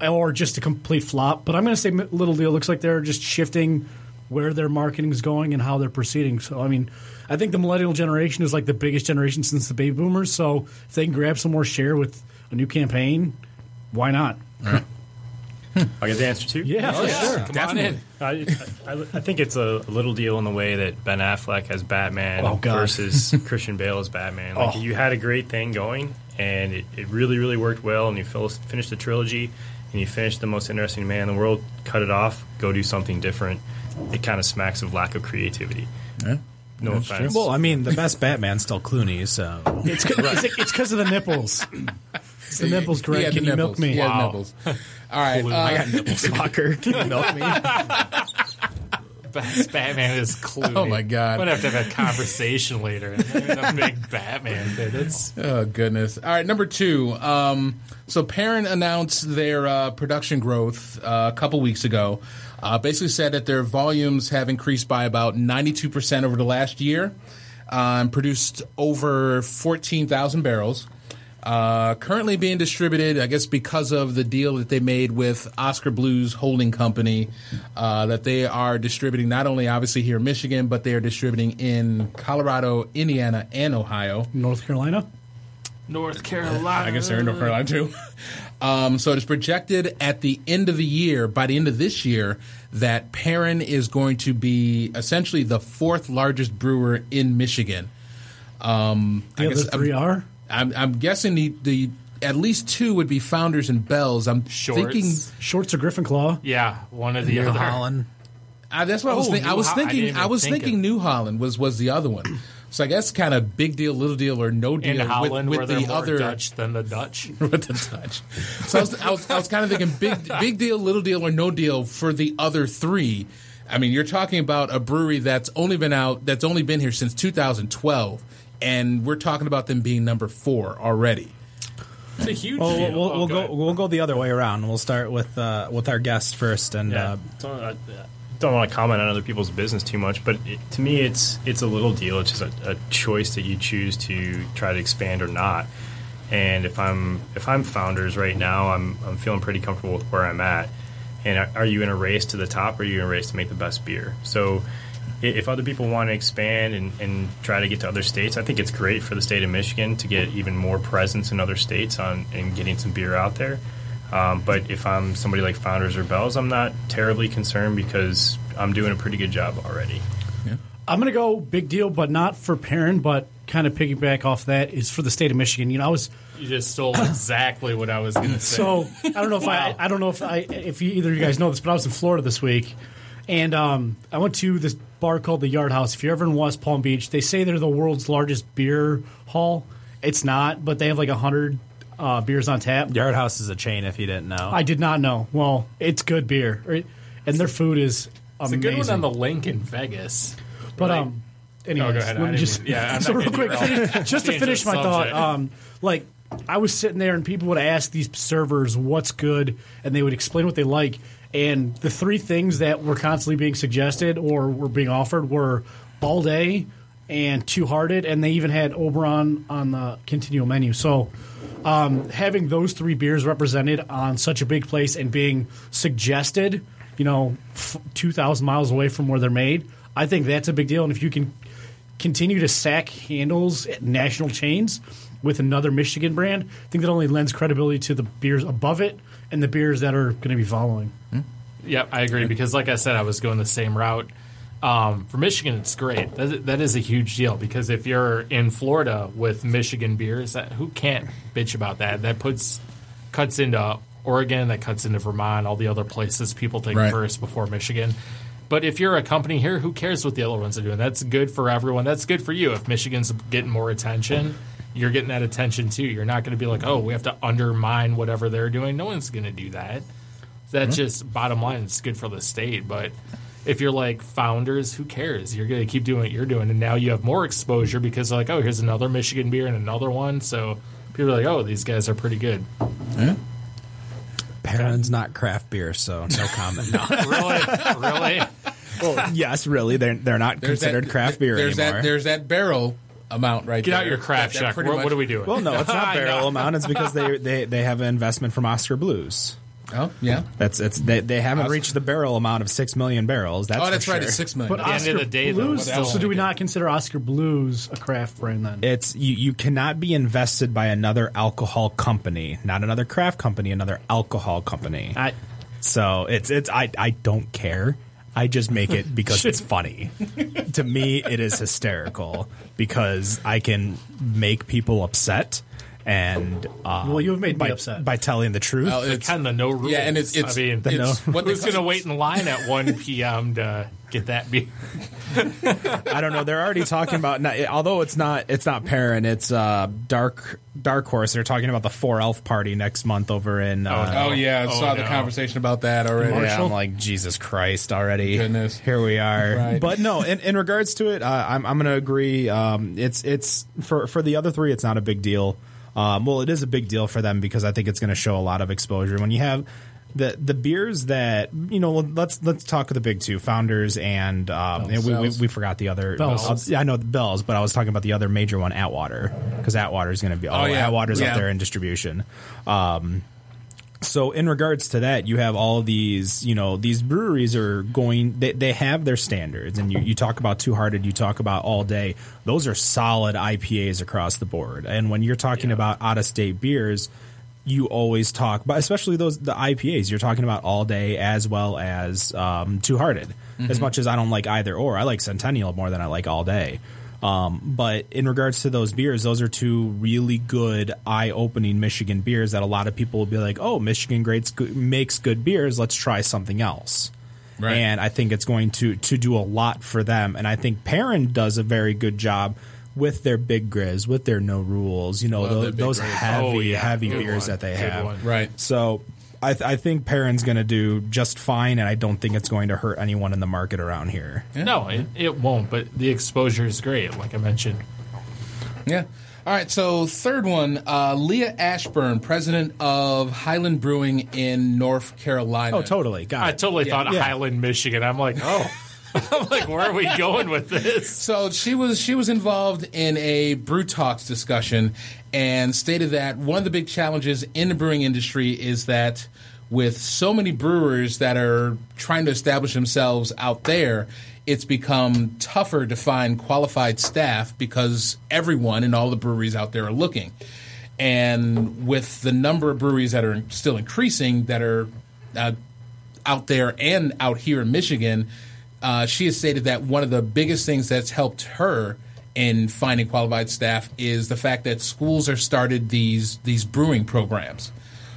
E: or just a complete flop but i'm going to say mi- little deal looks like they're just shifting where their marketing is going and how they're proceeding so i mean i think the millennial generation is like the biggest generation since the baby boomers so if they can grab some more share with a new campaign
F: [laughs]
E: why not
G: I get the answer too.
E: yeah, for sure
D: come on in.
G: I, I, I think it's a little deal in the way that Ben Affleck as Batman
E: Oh, God.
G: versus Christian Bale as Batman. Like you had a great thing going, and it, it really really worked well, and you fil- finished the trilogy, and you finished the most interesting man in the world. Cut it off, go do something different. It kind of smacks of lack of creativity. No offense.
C: well i mean the [laughs] best batman's still clooney so
E: It's because of the
F: [laughs]
E: nipples. It's the nipples,
F: [laughs]
E: Greg.
F: He had
E: Can
F: the
E: you
F: nipples.
E: milk me?
F: He had
D: [laughs]
F: nipples. All right, uh,
C: nipples. Soccer. Can you milk me?
D: best [laughs] Batman is Clooney.
F: Oh, my God.
D: I'm gonna have to have a conversation
F: [laughs]
D: later. I'm a big Batman fan. It's
F: Oh goodness! All right, number two. Um, so Parent announced their uh, production growth uh, a couple weeks ago. Uh, basically, said that their volumes have increased by about ninety-two percent over the last year, uh, and produced over fourteen thousand barrels. Uh, currently being distributed, I guess, because of the deal that they made with Oscar Blues Holding Company, uh, that they are distributing not only obviously here in Michigan, but they are distributing in Colorado, Indiana, and Ohio.
E: North Carolina.
D: North Carolina.
F: I guess they're in North Carolina too. [laughs] Um, so it is projected at the end of the year, by the end of this year, that Perrin is going to be essentially the fourth largest brewer in Michigan. Um,
E: The other three
F: I'm,
E: are
F: I'm, I'm guessing the, the at least two would be Founders and Bells. I'm
D: Shorts.
F: thinking
E: Shorts or Gryffindor.
D: Yeah, one of the
C: New
D: other.
C: Holland.
F: I, uh, that's what I was
D: Oh,
F: thinking. I
D: New
F: was
D: Ho- I didn't
F: thinking.
D: even
F: I, was
D: think of-
F: thinking New Holland was was the other one. So I guess kind of big deal, little deal, or no deal
D: In
F: with-
D: Holland,
F: with,
D: where they're
F: the
D: more
F: other
D: Dutch than the Dutch.
F: [laughs] with the touch. So I was, I was, I was kind of thinking big, big deal, little deal, or no deal for the other three. I mean, you're talking about a brewery that's only been out, that's only been here since 2012, and we're talking about them being number four already.
D: It's a huge
C: Well,
D: deal.
C: we'll, we'll,
D: Oh,
C: we'll
D: go
C: go.
D: ahead.
C: We'll go the other way around. We'll start with uh, with our guest first, and
G: Yeah.
C: uh,
G: don't, I, don't want to comment on other people's business too much, but it, to me, it's it's a little deal. It's just a, a choice that you choose to try to expand or not. And if I'm if I'm founders right now, I'm I'm feeling pretty comfortable with where I'm at. And are, are you in a race to the top, or are you in a race to make the best beer? So. i- If other people want to expand and, and try to get to other states, I think it's great for the state of Michigan to get even more presence in other states on and getting some beer out there. Um, but if I'm somebody like Founders or Bells, I'm not terribly concerned because I'm doing a pretty good job already.
E: I'm going to go big deal, but not for Perrin, but kind of piggyback off that is for the state of Michigan. You know, I was
D: You just
F: [laughs]
D: stole exactly what I was going to say.
E: so I don't know if I I don't know if I if you, either of you guys know this, but I was in Florida this week, and um, I went to this bar called the Yard House. If you're ever in West Palm Beach, they say they're the world's largest beer hall. It's not, but they have like hundred uh, beers on tap.
C: Yard House is a chain. If you didn't know,
E: I did not know. Well, it's good beer, right? and their food is
D: it's a
E: amazing.
D: good one on the link in Vegas.
E: But um, anyways,
D: oh, go ahead. I
E: let me
D: didn't
E: just
D: mean-
E: [laughs]
D: yeah, I'm
E: so
D: not
E: real
D: gonna
E: quick,
D: derail.
E: finish, [laughs] just to
D: Change
E: finish
D: the
E: my thought,
D: subject.
E: um, like I was sitting there and people would ask these servers what's good, and they would explain what they like, and the three things that were constantly being suggested or were being offered were Balde and Two Hearted, and they even had Oberon on the continual menu. So having those three beers represented on such a big place and being suggested, you know, f- 2,000 miles away from where they're made, I think that's a big deal. And if you can continue to sack handles at national chains with another Michigan brand, I think that only lends credibility to the beers above it and the beers that are going to be following.
D: Yep, I agree because, like I said, I was going the same route. Um, for Michigan, it's great. That, that is a huge deal because if you're in Florida with Michigan beers, that, who can't bitch about that? That puts cuts into Oregon, that cuts into Vermont, all the other places people think
F: Right.
D: first before Michigan. But if you're a company here, who cares what the other ones are doing? That's good for everyone. That's good for you. If Michigan's getting more attention, you're getting that attention too. You're not going to be like, oh, we have to undermine whatever they're doing. No one's going to do that. That's just bottom line. It's good for the state, but if you're like founders, who cares? You're going to keep doing what you're doing, and now you have more exposure because like, oh, here's another Michigan beer and another one. So people are like, oh, these guys are pretty good.
C: Perrin's not craft beer, so no comment. [laughs] no.
D: Really, really.
C: yes, really, they're they're not considered
F: that-
C: craft beer
F: there's
C: anymore.
F: That, there's that barrel amount right
D: Get
F: there.
D: out your craft
F: That- that
D: check.
F: pretty
D: What,
F: much-
D: what are we doing?
C: well, no, it's
F: [laughs]
C: not
D: I know.
C: barrel amount. It's because they, they they have an investment from Oscar Blues.
F: Oh, yeah.
C: That's it's they, they haven't reached the barrel amount of six million barrels. That's
F: oh, that's
C: for
F: right.
C: sure.
F: It's six million.
E: But
D: end of
E: Oscar
D: the day, though,
E: Blues,
D: what else
E: so do we not consider Oscar Blues a craft brand then?
C: It's you, you cannot be invested by another alcohol company, not another craft company, another alcohol company.
E: I,
C: so it's it's I, I don't care. I just make
E: [laughs]
C: it because it's funny. to me, it is hysterical because I can make people upset and um,
E: Well, you have made me
C: by,
E: upset.
C: by telling the truth.
F: Well,
D: It's kind of no rules.
F: yeah, and it's it's,
D: I mean,
F: it's
C: no.
F: what they
D: who's going to wait in line at 1 p.m. to Get that beer.
C: I don't know. They're already talking about not, although it's not it's not Perrin, it's uh, Dark Dark Horse. They're talking about the four elf party next month over in. Uh,
F: Oh yeah, I saw the conversation about that already.
C: yeah, I'm like Jesus Christ already.
F: Goodness.
C: here we are.
F: Right.
C: But no, in, in regards to it, uh, I'm I'm gonna agree. Um, it's it's for for the other three, it's not a big deal. Um, well, it is a big deal for them because I think it's going to show a lot of exposure when you have the the beers that you know. Let's let's talk of the big two founders and um, and we, we we forgot the other Uh,
E: Bells.
C: yeah, I know the bells, but I was talking about the other major one, Atwater, because Atwater is going to be oh,
F: yeah.
C: Atwater's
F: Yeah.
C: up there in distribution. Um, so in regards to that, you have all these, you know, these breweries are going they, they have their standards and you, you talk about two hearted, you talk about all day. Those are solid IPAs across the board. And when you're talking about out of state beers, you always talk but especially those the IPAs, you're talking about all day as well as um, two hearted. As
F: Mm-hmm.
C: much as I don't like either or, I like Centennial more than I like all day. Um, but in regards to those beers, those are two really good, eye-opening Michigan beers that a lot of people will be like, "Oh, Michigan greats go- makes good beers. Let's try something else."
F: Right.
C: And I think it's going to to do a lot for them. And I think Perrin does a very good job with their big grizz, with their no rules. You know,
F: Love
C: tho-
F: their Big
C: those
F: Grizz.
C: heavy,
D: Oh, yeah.
C: heavy
D: Good
C: beers
D: one.
C: that they
D: Good
C: have.
D: one.
F: Right.
C: So. I, th- I think Perrin's going to do just fine, and I don't think it's going to hurt anyone in the market around here.
D: No, it, it won't. But the exposure is great. Like I mentioned,
F: Yeah. All right. So third one, uh, Leah Ashburn, president of Highland Brewing in North Carolina.
C: Oh, totally. Got
D: I
C: it.
D: totally thought
C: yeah.
D: Highland, Michigan. I'm like, oh, [laughs] I'm like, where are we going with this?
F: So she was she was involved in a brew talks discussion and stated that one of the big challenges in the brewing industry is that with so many brewers that are trying to establish themselves out there, it's become tougher to find qualified staff because everyone and all the breweries out there are looking. And with the number of breweries that are still increasing that are uh, out there and out here in Michigan, uh, she has stated that one of the biggest things that's helped her in finding qualified staff is the fact that schools are started these these brewing programs.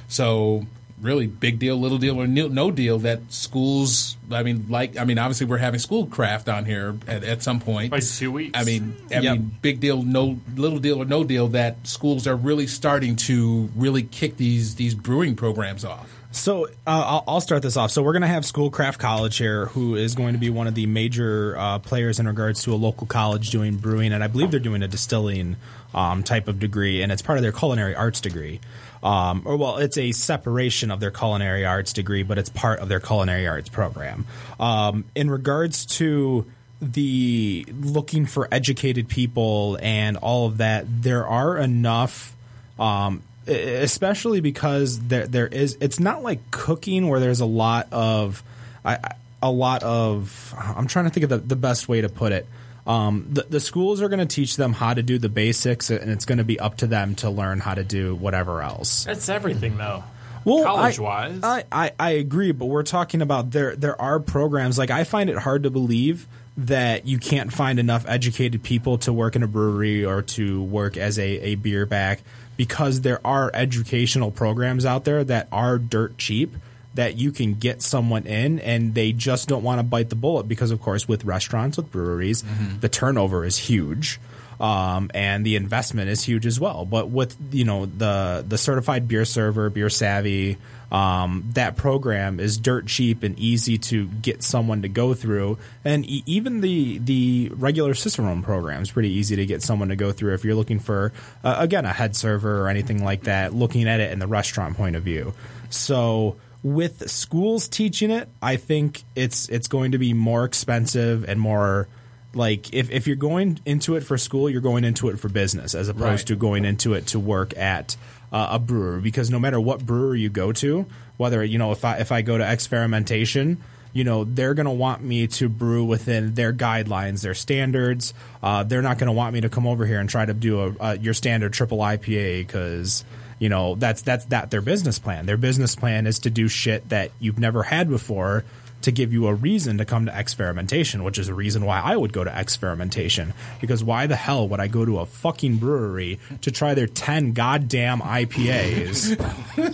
F: So really big deal, little deal, or no, no deal that schools. I mean, like I mean, obviously we're having school craft on here at, at some point.
D: Like two weeks.
F: I mean, I mean, big deal, no little deal or no deal that schools are really starting to really kick these these brewing programs off.
C: So uh, I'll, I'll start this off. So we're going to have Schoolcraft College here, who is going to be one of the major uh, players in regards to a local college doing brewing, and I believe they're doing a distilling um, type of degree, and it's part of their culinary arts degree. Um, or well, it's a separation of their culinary arts degree, but it's part of their culinary arts program. Um, in regards to the looking for educated people and all of that, there are enough um, e- especially because there there is it's not like cooking where there's a lot of I, I- a lot of I'm trying to think of the, the best way to put it. Um, the, the schools are going to teach them how to do the basics, and it's going to be up to them to learn how to do whatever else.
D: That's everything, though.
C: Well,
D: college
C: I-
D: wise,
C: I, I, I agree, but we're talking about there there are programs like I find it hard to believe that you can't find enough educated people to work in a brewery or to work as a, a beer back because there are educational programs out there that are dirt cheap that you can get someone in and they just don't want to bite the bullet because of course with restaurants with breweries the turnover is huge um, and the investment is huge as well. But with you know the the certified beer server, beer savvy, um, that program is dirt cheap and easy to get someone to go through, and e- even the the regular Cicerone program is pretty easy to get someone to go through if you're looking for uh, again a head server or anything like that. Looking at it in the restaurant point of view, so with schools teaching it, I think it's it's going to be more expensive and more like if, if you're going into it for school you're going into it for business as opposed to going into it to work at uh, a brewer because no matter what brewer you go to whether you know if i if i go to experimentation you know they're going to want me to brew within their guidelines their standards uh, they're not going to want me to come over here and try to do a, a your standard triple ipa because you know that's that's that their business plan their business plan is to do shit that you've never had before to give you a reason to come to experimentation, which is a reason why I would go to experimentation. Because why the hell would I go to a fucking brewery to try their 10 goddamn IPAs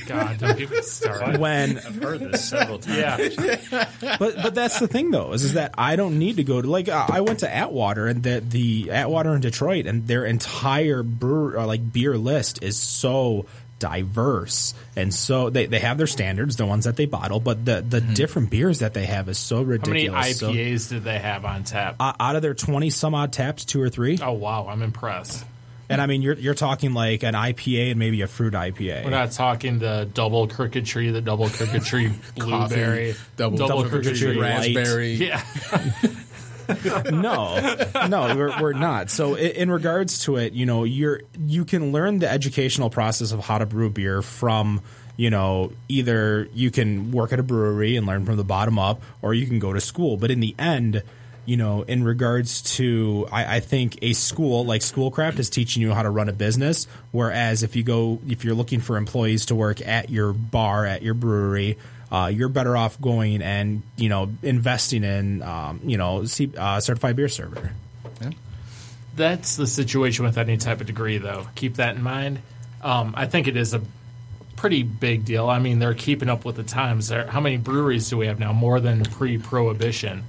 D: God,
C: [laughs]
D: don't get me started.
C: when
G: I've heard this several times.
D: Yeah,
C: but but that's the thing though is, is that I don't need to go to like I I went to Atwater and that the Atwater in Detroit and their entire brewer or like beer list is so diverse and so they, they have their standards the ones that they bottle but the the different beers that they have is so
D: How many
C: ridiculous So,
D: IPAs did they have on tap?
C: uh, out of their 20 some odd taps two or three
D: oh wow, I'm impressed.
C: and I mean you're you're talking like an IPA and maybe a fruit IPA
D: We're not talking the double crooked tree, the double crooked tree
C: [laughs]
D: blueberry,
F: double, double
D: crooked
C: tree light.
F: raspberry.
D: Yeah,
C: no, no, we're, we're not. So i- in regards to it, you know, you're you can learn the educational process of how to brew beer from you know either you can work at a brewery and learn from the bottom up, or you can go to school. But in the end. You know, in regards to, I, I think a school like Schoolcraft is teaching you how to run a business. Whereas if you go, if you're looking for employees to work at your bar, at your brewery, uh, you're better off going and you know investing in um, you know C- uh, certified beer server.
D: that's the situation with any type of degree, though. Keep that in mind. Um, I think it is a pretty big deal. I mean, they're keeping up with the times. There, how many breweries do we have now? More than pre-prohibition.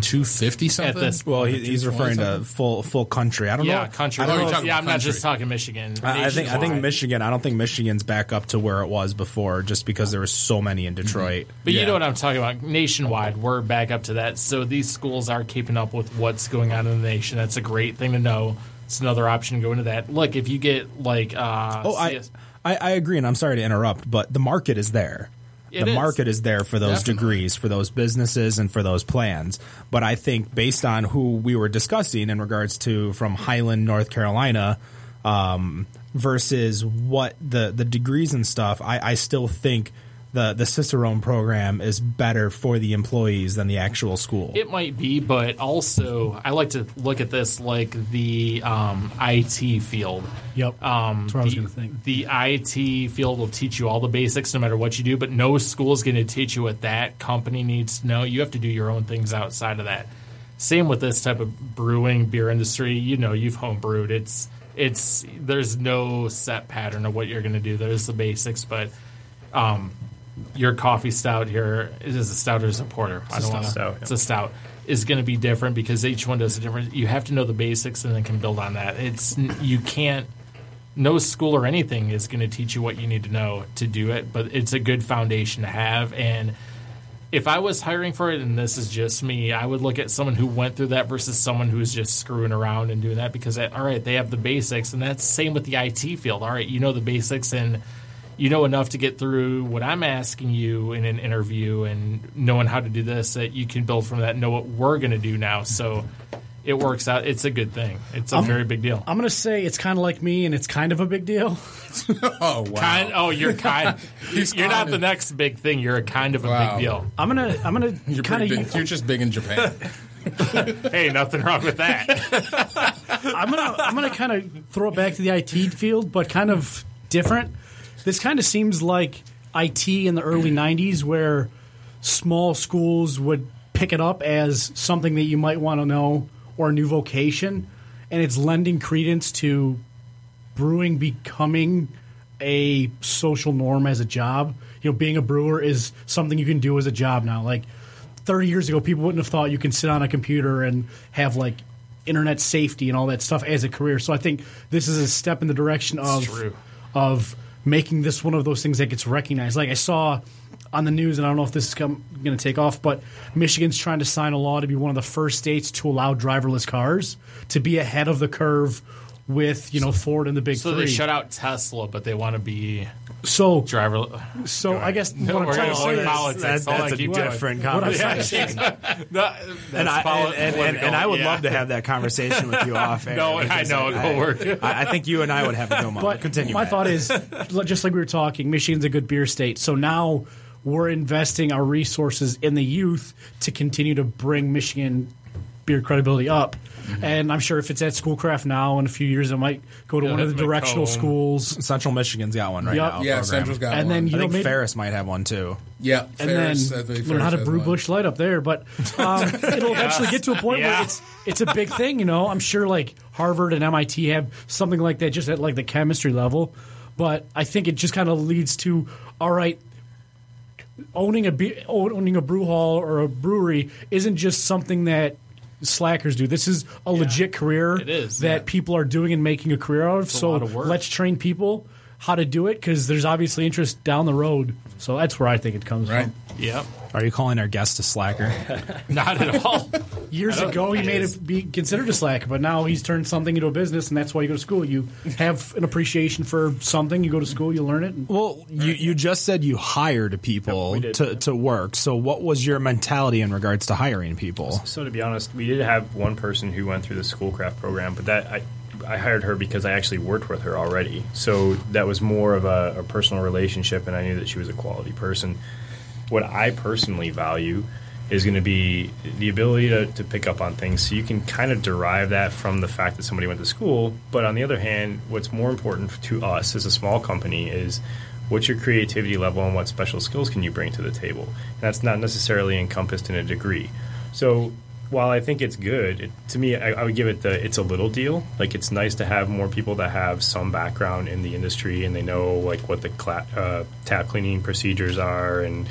F: two fifty something.
D: this-
C: Well, he, he's referring to full full country. I don't
D: Yeah,
C: know.
D: country.
C: I, don't
F: Oh,
C: know
F: you're
C: if-
F: talking
D: yeah,
F: about
D: I'm not just
F: country.
D: talking Michigan.
C: I- I think I think
D: nationwide.
C: Michigan. I don't think Michigan's back up to where it was before, just because there was so many in Detroit.
D: But you know what I'm talking about. Nationwide, we're back up to that. So these schools are keeping up with what's going on in the nation. That's a great thing to know. It's another option to go into that. Look, if you get like, uh,
C: Oh, I,
D: CS
C: I I agree, and I'm sorry to interrupt, but the market is there.
D: It
C: the
D: is.
C: market is there for those degrees, for those businesses, and for those plans. But I think based on who we were discussing in regards to from Highland, North Carolina, um, versus what the the degrees and stuff, I, I still think the the Cicerone program is better for the employees than the actual school.
D: It might be, but also I like to look at this like the um, IT field. Um,
E: Yep. Ah, That's what I was
D: the,
E: gonna think.
D: the IT field will teach you all the basics, no matter what you do. But no school is going to teach you what that company needs to know. You have to do your own things outside of that. Same with this type of brewing beer industry. You know, you've home brewed. It's it's there's no set pattern of what you're going to do. There's the basics, but um, your coffee stout here it is a stout or is it a porter? I don't want
G: stout, yeah.
D: It's a stout is going to be different because each one does a different. You have to know the basics and then can build on that. It's you can't. No school or anything is going to teach you what you need to know to do it, but it's a good foundation to have. And if I was hiring for it, and this is just me, I would look at someone who went through that versus someone who's just screwing around and doing that because, all right, they have the basics. And that's same with the IT field. All right, you know the basics and you know enough to get through what I'm asking you in an interview and knowing how to do this that you can build from that, know what we're going to do now. So it works out. It's a good thing. It's a very big deal.
E: I'm gonna say it's kind of like me, and it's kind of a big deal.
F: Oh wow!
D: Kind- oh, you're
F: [laughs]
D: kind. you're not
F: kind
D: the
F: of-
D: next big thing. You're a kind of a
F: Wow.
D: big deal.
E: I'm gonna I'm gonna
F: [laughs] you're
E: kind
F: pretty big.
E: of
F: You're just big in
E: [laughs]
F: Japan.
D: Hey, nothing wrong with that.
E: I'm gonna I'm gonna kind of throw it back to the IT field, but kind of different. This kind of seems like IT in the early '90s, where small schools would pick it up as something that you might want to know or a new vocation, and it's lending credence to brewing becoming a social norm as a job. You know, being a brewer is something you can do as a job now. Like 30 years ago, people wouldn't have thought you can sit on a computer and have like internet safety and all that stuff as a career. So I think this is a step in the direction of
D: true.
E: of making this one of those things that gets recognized. Like I saw on the news, and I don't know if this is going to take off, but Michigan's trying to sign a law to be one of the first states to allow driverless cars to be ahead of the curve with you know Ford and the big
D: So
E: three.
D: they shut out Tesla, but they want to be
E: so
D: driver. [laughs]
E: so I guess
D: No,
E: what I'm
D: we're
E: trying to
D: gonna
E: say
D: learn
E: is-
D: politics. That's all I
C: Oh, that's a
D: keep doing.
C: different
E: what I'm
C: conversation.
E: saying-
D: and
C: and I and, and, and I would love to have that conversation with you off air.
D: No, and I
C: because
D: know it won't work.
C: I, I think you and I would have a good moment.
E: But
C: Continue.
E: my
C: Matt.
D: [laughs]
E: thought is, l- just like we were talking, Michigan's a good beer state. So now we're investing our resources in the youth to continue to bring Michigan beer credibility up.
D: Mm-hmm.
E: And I'm sure if it's at Schoolcraft now in a few years, it might go to one of the
G: it might
E: directional
G: go.
E: schools.
C: Central Michigan's got one right
E: Yup.
C: now.
E: Yeah,
F: Yeah,
C: program.
F: Central's got
E: And
F: one.
E: then you
C: I
E: know
C: think
E: maybe
C: Ferris might have one too.
F: yeah,
E: and
F: Ferris, I
E: then
F: think
E: learn how
F: Ferris
E: to
F: has
E: brew
F: one.
E: bush light up there. But
D: [laughs]
E: um, it'll eventually get to a point where it's it's a big thing, you know. I'm sure like Harvard and MIT have something like that, just at like the chemistry level. But I think it just kind of leads to all right. Owning a be- owning a brew hall or a brewery isn't just something that slackers do. This is a legit career
D: It is,
E: that
D: yeah.
E: people are doing and making a career out of. so
D: lot of work.
E: let's train people how to do it because there's obviously interest down the road. So that's where I think it comes
F: Right.
E: from.
D: Yep.
C: Are you calling our guest a slacker?
D: Not at all.
E: Years ago, he made it be considered a slack, but now he's turned something into a business, and that's why you go to school. You have an appreciation for something. You go to school, you learn it. And
C: well, you, you just said you hired people
G: Yep, we did.
C: to, to work. So what was your mentality in regards to hiring people?
G: So to be honest, we did have one person who went through the schoolcraft program, but that I, I hired her because I actually worked with her already. So that was more of a, a personal relationship, and I knew that she was a quality person. What I personally value is going to be the ability to, to pick up on things. So you can kind of derive that from the fact that somebody went to school. But on the other hand, what's more important to us as a small company is what's your creativity level and what special skills can you bring to the table? And that's not necessarily encompassed in a degree. So while I think it's good, it, to me, I, I would give it the it's a little deal. Like it's nice to have more people that have some background in the industry and they know like what the cla- uh, tap cleaning procedures are and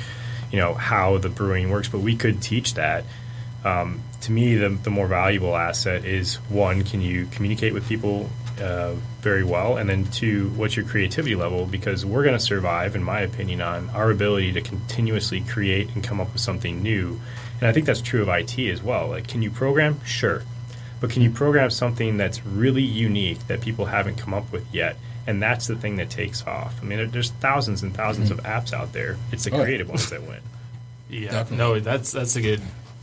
G: you know how the brewing works. But we could teach that. Um, to me, the, the more valuable asset is one: can you communicate with people uh, very well, and then two, what's your creativity level? Because we're going to survive, in my opinion, on our ability to continuously create and come up with something new. And I think that's true of IT as well. Like, can you program? Sure. But can you program something that's really unique that people haven't come up with yet? And that's the thing that takes off. I mean, there- there's thousands and 1000s
D: Mm-hmm.
G: of apps out there. It's the
D: Oh,
F: yeah.
G: creative ones that win.
D: Yeah.
F: Definitely.
D: No, that's that's a good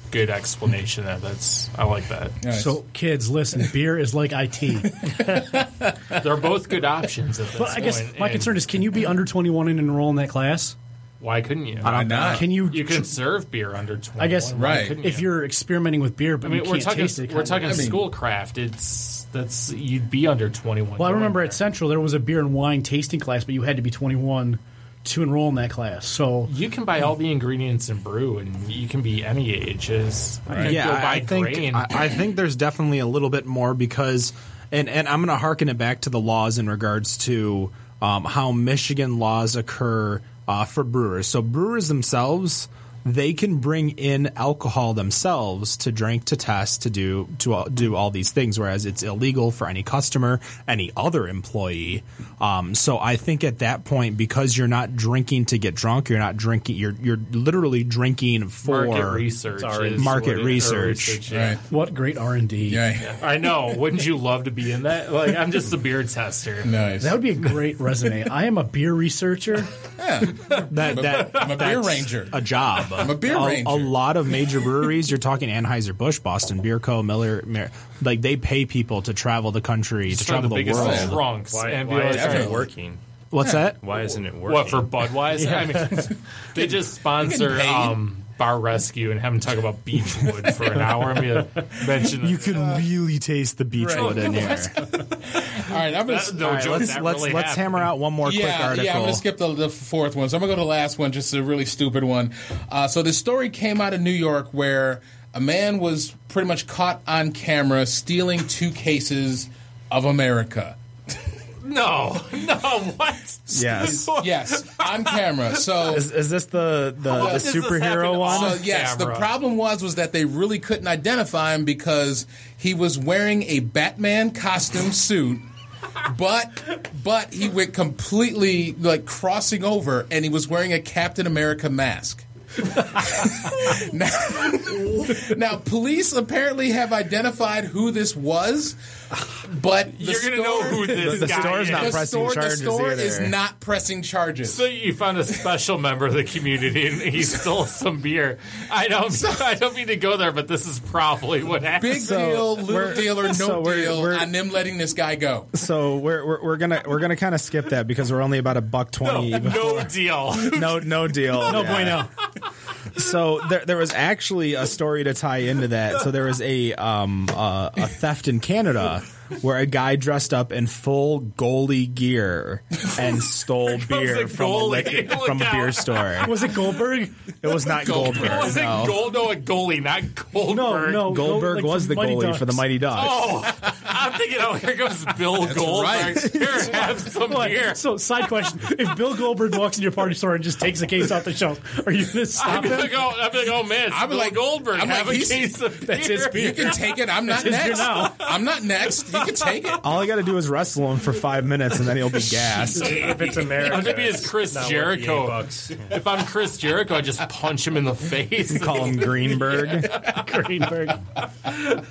D: good explanation there. That's I like that.
F: Nice.
E: So, kids, listen, beer is like IT.
D: They're both good options at this
E: [laughs] But I guess
D: point,
E: my
D: and
E: concern is, can you be under twenty one and enroll in that class?
D: why couldn't you?
F: Why not?
E: Can you?
D: you can serve beer under twenty.
E: I guess
F: Right.
D: couldn't
E: if
D: you?
E: you're experimenting with beer, but
D: I mean,
E: you
D: we're
E: can't
D: talking
E: taste it.
D: we're
E: kinda.
D: talking
F: I mean-
D: schoolcraft. It's that's you'd be under twenty one.
E: Well, I remember at Central there was a beer and wine tasting class, but you had to be 21 to enroll in that class. So
D: you can buy all the ingredients and brew, and you can be any age. Is you can
C: Yeah,
D: go by
C: I, I think
D: grain.
C: I, I think there's definitely a little bit more because, and and I'm going to hearken it back to the laws in regards to um, how Michigan laws occur uh, for brewers. So brewers themselves. They can bring in alcohol themselves to drink, to test, to do to all- do all these things. Whereas it's illegal for any customer, any other employee. Um, so I think at that point, because you're not drinking to get drunk, you're not drinking. You're you're literally drinking for
D: market research,
G: Sorry.
D: is
C: Market
D: what it- or
C: research.
D: yeah.
F: Right.
E: what great R&D.
F: Yeah.
D: I know. Wouldn't you love to be in that? Like, I'm just a beer tester.
F: Nice.
E: That would be a great resume. I am a
D: [laughs]
E: beer researcher.
C: That, that,
F: I'm a beer ranger.
C: A
F: [laughs]
C: job. I'm
F: a beer ranger.
C: A lot of major breweries, you're talking Anheuser Busch, Boston Beer Co., Miller, Mer- like they pay people to travel the country, to
D: Some of
C: travel the,
D: the biggest
C: world.
D: drunks
G: Why,
D: and be
G: why
D: like,
G: isn't it
F: Definitely.
G: working?
C: What's that?
G: Why isn't it working?
D: What for Budweiser? I mean, they just sponsor um, Bar Rescue and have them talk about Beechwood for an hour. I mean,
C: [laughs]
D: mention
C: You can really taste the beechwood in here.
F: All right, I'm gonna.
D: no
C: All right,
D: joke.
C: let's
D: that
C: let's
D: really
C: let's
D: happened.
C: hammer out one more quick
F: yeah,
C: article.
F: yeah, I'm gonna skip the, the fourth one. So I'm gonna go to the last one, just a really stupid one. Uh, so this story came out of New York where a man was pretty much caught on camera stealing two cases of America.
D: No, no, what?
C: Yes.
F: Yes, on camera. So
E: [laughs]
C: Is, is this the the, the
D: does this happen
C: superhero
D: on
C: one?
F: So yes,
D: camera.
F: the problem was was that they really couldn't identify him because he was wearing a Batman costume suit, but but he went completely like crossing over, and he was wearing a Captain America mask. [laughs] now, now, police apparently have identified who this was, but the
D: [laughs] You're gonna know
F: store-
D: who this
C: The
D: guy
C: store's
D: is.
C: not
F: the
C: pressing
F: store, the
C: charges
F: store is
C: either.
F: not pressing charges.
D: so you found a special member of the community and he stole some beer. I don't, I don't mean to go there, but this is probably what happened.
F: Big deal, little
C: we're-
F: deal, or
C: [laughs]
F: no
C: so we're-
F: deal
C: we're-
F: on them letting this guy go.
C: So we're, we're we're gonna we're gonna kind of skip that [laughs] because we're only about a buck twenty.
D: Oh, no deal.
C: no, no deal. No
E: bueno.
C: so there, there was actually a story to tie into that. So there was a um uh, a theft in Canada where a guy dressed up in full goalie gear and
D: [laughs]
C: stole beer
D: the
C: from a,
D: goalie.
C: liquor,
D: Look
C: from a
D: out.
C: beer store.
E: Was
D: [laughs]
E: it Goldberg?
C: It was not Goldberg.
D: Was it
C: no.
D: gold? No, a goalie, not Goldberg.
E: no.
C: Goldberg
E: Oh, Like
C: was
E: from
C: the
E: Mighty
C: goalie for the
E: Ducks.
C: Mighty Ducks.
D: Oh, I'm thinking, oh, here comes Bill Goldberg.
F: right.
D: Here, have some
E: What?
D: beer.
E: So, side question: If Bill Goldberg walks in your party store and just takes a case off the shelf, are you going to
D: I'm
E: stop him?
D: gonna go. I'm gonna go, man. It's
F: I'm
D: Bill
F: like-
D: Goldberg.
F: I'm like,
D: have a
F: he's-
D: case
F: [laughs]
D: of beer.
E: that's his
F: You can take it. I'm not
E: his beer
F: next.
E: now.
F: I'm not next. You can take it.
C: All I got to do is wrestle him for five minutes, and then
D: [laughs]
C: he'll be gassed.
G: if it's America,
D: I'm gonna be his Chris
G: not worth the
D: Jericho.
G: eight bucks.
D: If I'm Chris Jericho, I just punch him in the
F: [laughs]
D: face.
C: Call him Greenberg.
E: Greenberg.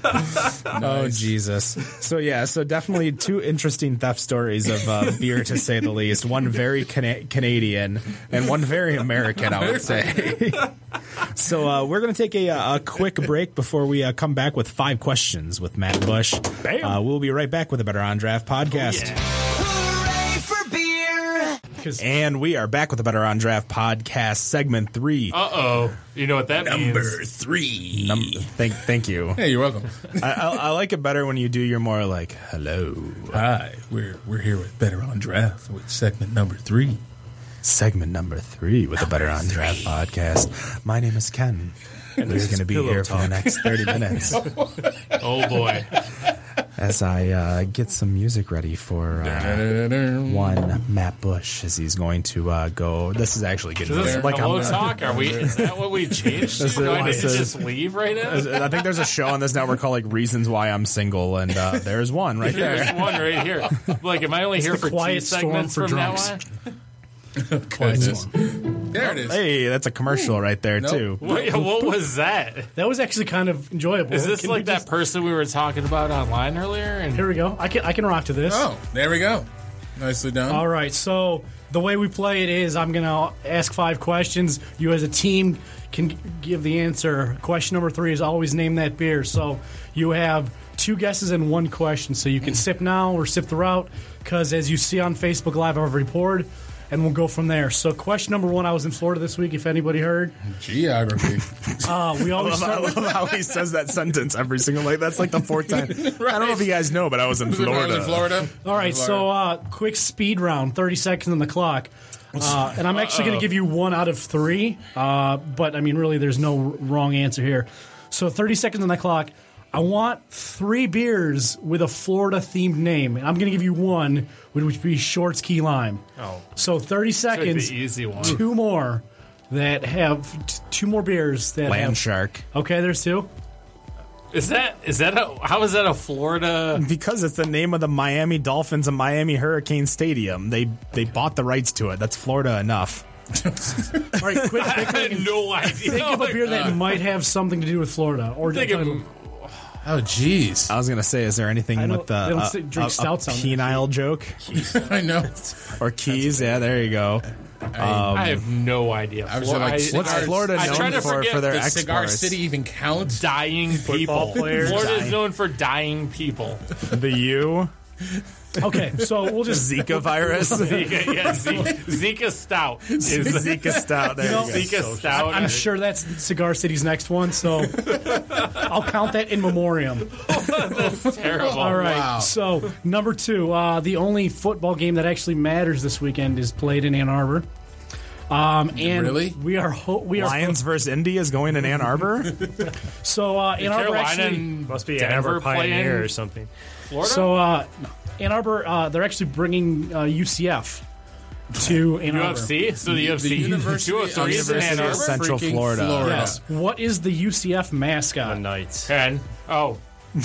C: Oh Jesus! So yeah, so definitely two interesting theft stories of uh, beer, to say the least. One very Cana- Canadian and one very American, I would say. [laughs] so uh, we're gonna take a, uh, a quick break before we uh, come back with five questions with Matt Bush.
E: Bam.
C: Uh, we'll be right back with a Better on Draft podcast.
I: Hooray for beer!
C: And we are back with the Better on Draft podcast segment three.
D: Uh oh. You know what that means?
F: three.
C: Num- thank, thank you.
F: Hey, you're welcome.
C: I, I, I like it better when you do. You're more like hello.
F: Hi, we're we're here with Better on Draft with segment number three.
C: segment number three with the Better on Draft podcast. My name is Ken. And We're going to be here for the next 30 minutes
D: Oh boy.
C: as I uh, get some music ready for uh, one Matt Bush as he's going to uh, go. This is actually getting
D: Is this
C: weird. like
D: hello
C: I'm.
D: talk? Are we? Is that what we changed?
C: This is-
D: to? Do I need to
C: this is-
D: just leave right now?
C: I think there's a show on this network called like Reasons Why I'm Single, and uh, there's one right
D: [laughs] There's
C: there.
D: one right here. Like, am I only here
E: the
D: for two
E: quiet storm
D: segments
E: for
D: from
E: drunks.
D: now on?
F: There it is.
C: Hey, that's a commercial right there
F: Nope.
C: too.
D: [laughs] What, what was that?
E: That was actually kind of enjoyable.
D: Is this
E: Can we
D: like that
E: just-
D: person we were talking about online earlier? And
E: Here we go. I can I can rock to this.
F: Oh, there we go. Nicely done.
E: All right. So the way we play it is, I'm gonna ask five questions. You as a team can give the answer. Question number three is always name that beer. So you have two guesses and one question. So you can sip now or sip throughout. Because as you see on Facebook Live, I've reported. And we'll go from there. So, question number one: I was in Florida this week. If anybody heard, [laughs]
F: Geography.
E: uh, we
C: [laughs]
E: always
C: I
E: start with
C: love how he says that sentence every single like that's like the fourth time. I don't know if you guys know, but I was in
F: Florida.
C: Florida.
F: in Florida.
E: All right, so uh, quick speed round, 30 seconds on the clock. Uh, and I'm actually going to give you one out of three, uh, but I mean, really, there's no r- wrong answer here. So 30 seconds on the clock. I want three beers with a Florida themed name. And I'm going to give you one, which would be Shorts Key Lime. Oh. So 30
D: Took
E: seconds,
D: the easy one.
E: two more that have t- two more beers that
C: Land
E: have.
C: shark.
E: Okay, there's two.
D: Is that is that a how is that a Florida?
E: [laughs]
C: Because it's the name of the Miami Dolphins and Miami Hurricane Stadium. They they bought the rights to it. That's Florida enough.
E: All right, quick,
D: I
E: quick,
D: had no idea.
E: think of a beer that might have something to do with Florida or
D: Think of-
F: Oh, jeez.
E: Uh,
C: I was gonna say, is there anything
E: I don't-
C: with the
E: they don't
C: uh,
E: say- drink
C: a-
E: stouts
C: a,
E: on there.
C: penile joke
F: [laughs] I know.
C: or keys? Yeah, there you go.
D: I have no idea.
F: I was like,
D: I-
F: cigar-
C: What's
F: Cigars.
C: Florida
D: I try
C: known
D: to
C: for
D: forget
C: for their
D: the
F: Does Cigar
C: exports?
F: City even count?
D: dying people.
C: players.
D: Florida is
C: Dying.
D: known for dying people. [laughs]
C: The
E: [laughs]
C: U,
E: Okay, so we'll just
C: Zika virus, [laughs]
E: [laughs]
C: Zika,
D: Zika, yeah, Zika, Zika Stout is
C: Zika stout. There you, go.
D: Zika Stout.
E: I'm sure that's Cigar City's next one, so I'll count that in memoriam.
D: that's terrible.
E: All right.
F: Oh, Wow.
E: So number two, uh, the only football game that actually matters this weekend is played in Ann Arbor. Um, and
F: Really?
E: we are ho- we are
C: Lions versus Indy is going in Ann Arbor.
E: [laughs] so uh, Ann Arbor
D: Carolina
E: actually.
D: and
G: [laughs] Must be
D: Denver
G: Denver Pioneer
D: playing-
G: or something.
D: Florida.
E: So uh, Ann Arbor, uh, they're actually bringing uh, UCF to Ann Arbor.
D: UFC. So the UFC.
E: [laughs]
F: University-
D: 203 is in Ann
F: University
D: Arbor.
F: of
C: Central
F: Freaking
C: Florida.
E: Yes. What is the UCF
G: The [laughs]
E: mascot?
G: Knights.
D: Ten. Oh,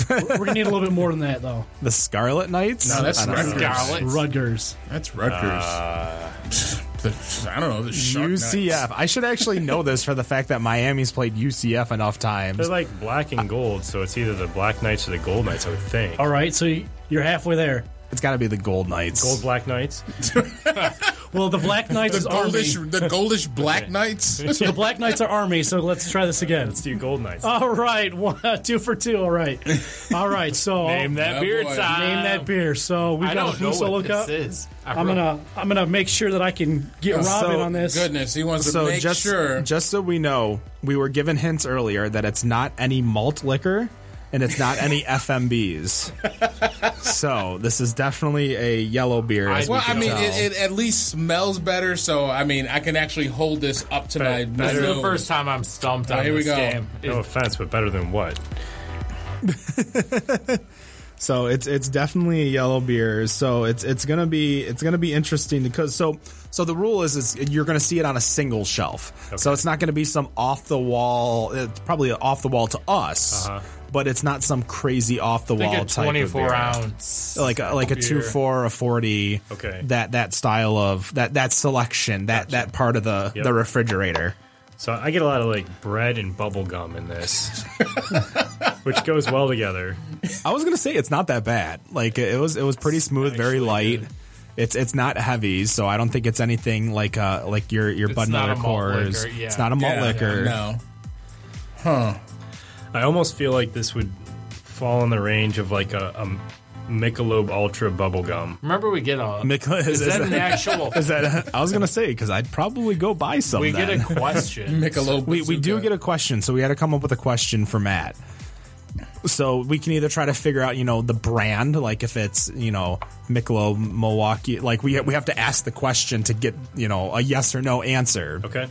E: We're gonna need a little bit more than that, though.
C: The Scarlet Knights.
F: No,
C: I
F: that's
C: don't know.
F: Rutgers.
D: Scarlet.
E: Rutgers.
F: That's Rutgers. [laughs] The- I don't know. The Shark
C: UCF. I should actually know this for the fact that Miami's played UCF enough
G: They're
C: times.
G: like black and gold, so it's either the Black Knights or the Gold Knights, I would think.
E: All right, so you're halfway there.
C: It's got to be the Gold Knights.
G: Gold Black Knights.
E: Well, the Black Knights is army.
F: goldish, the goldish black knights.
E: [laughs] So the Black Knights are army. So let's try this again.
G: Let's do Gold Knights.
E: All right, one, uh, two for two. All right, all right.
D: [laughs]
E: So
D: Name that
F: Oh,
D: beard
F: boy.
D: time.
E: Name that beer. So we
D: I
E: got a
D: don't know
E: Pusa
D: what
E: look up.
D: this is. I
E: I'm
D: really-
E: gonna I'm gonna make sure that I can get Robin
C: so
E: on this.
F: Goodness, he wants to
C: So
F: make
C: just
F: sure.
C: just so we know, we were given hints earlier that it's not any malt liquor and it's not
F: [laughs]
C: any FMBs. so this is definitely a yellow beer. as we
F: well, I
C: can
F: mean,
C: tell.
F: it, it at least smells better, so I mean, I can actually hold this up to my.
D: This is
F: nose.
D: the first time I'm stumped on
F: here we
D: this
F: go.
D: game.
G: No
D: It-
G: offense, but better than what?
C: So it's it's definitely a yellow beer. So it's it's gonna be it's gonna be interesting because so so the rule is is you're gonna see it on a single shelf. So it's not gonna be some off the wall. It's probably off the wall to us,
F: Uh-huh.
C: but it's not some crazy off the
D: I
C: wall
D: think a
C: type of
D: 24
C: beer.
D: ounce.
C: Like a, like a
D: beer.
C: two four a forty.
G: Okay.
C: That that style of that that selection that that part of the
G: Yep.
C: the refrigerator.
G: So I get a lot of like bread and bubble gum in this, which goes well together.
C: I was gonna say it's not that bad. Like it was, it was pretty smooth, very light. It's it's not heavy, so I don't think it's anything like uh like your your Bud
D: not
C: Miller
D: a malt
C: Coors.
D: liquor, yeah.
C: It's not a malt
F: [laughs] Yeah,
C: liquor. [laughs]
F: No,
G: I almost feel like this would fall in the range of like a, a Michelob Ultra bubble gum.
D: Remember, we get a.
C: Mick- is,
D: is that an actual?
C: is that? [laughs] I was gonna say because I'd probably go buy some.
D: we
C: then.
D: get a
F: [laughs]
D: question.
F: Michelob.
C: we, we do
F: Bazooka.
C: get a question, so we had to come up with a question for Matt. So we can either try to figure out, you know, the brand, like if it's, you know, Michelob, Milwaukee. Like we we have to ask the question to get, you know, a yes or no answer.
G: Okay.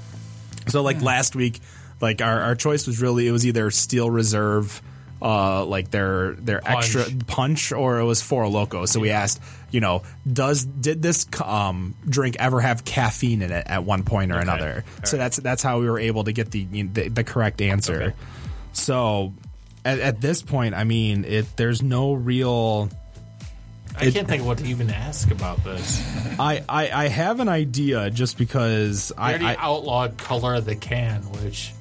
C: So like last week, like our, our choice was really it was either Steel Reserve, uh, like their their extra punch, or it was Four Loco. So we asked, you know, does did this um, drink ever have caffeine in it at one point or another? So that's that's how we were able to get the the, the correct answer.
G: Okay.
C: So at, at this point, I mean, it there's no real.
D: I can't think of what to even ask about this.
C: I, I, I have an idea just because
D: I
C: I,
D: already
C: I
D: outlawed color of the can, which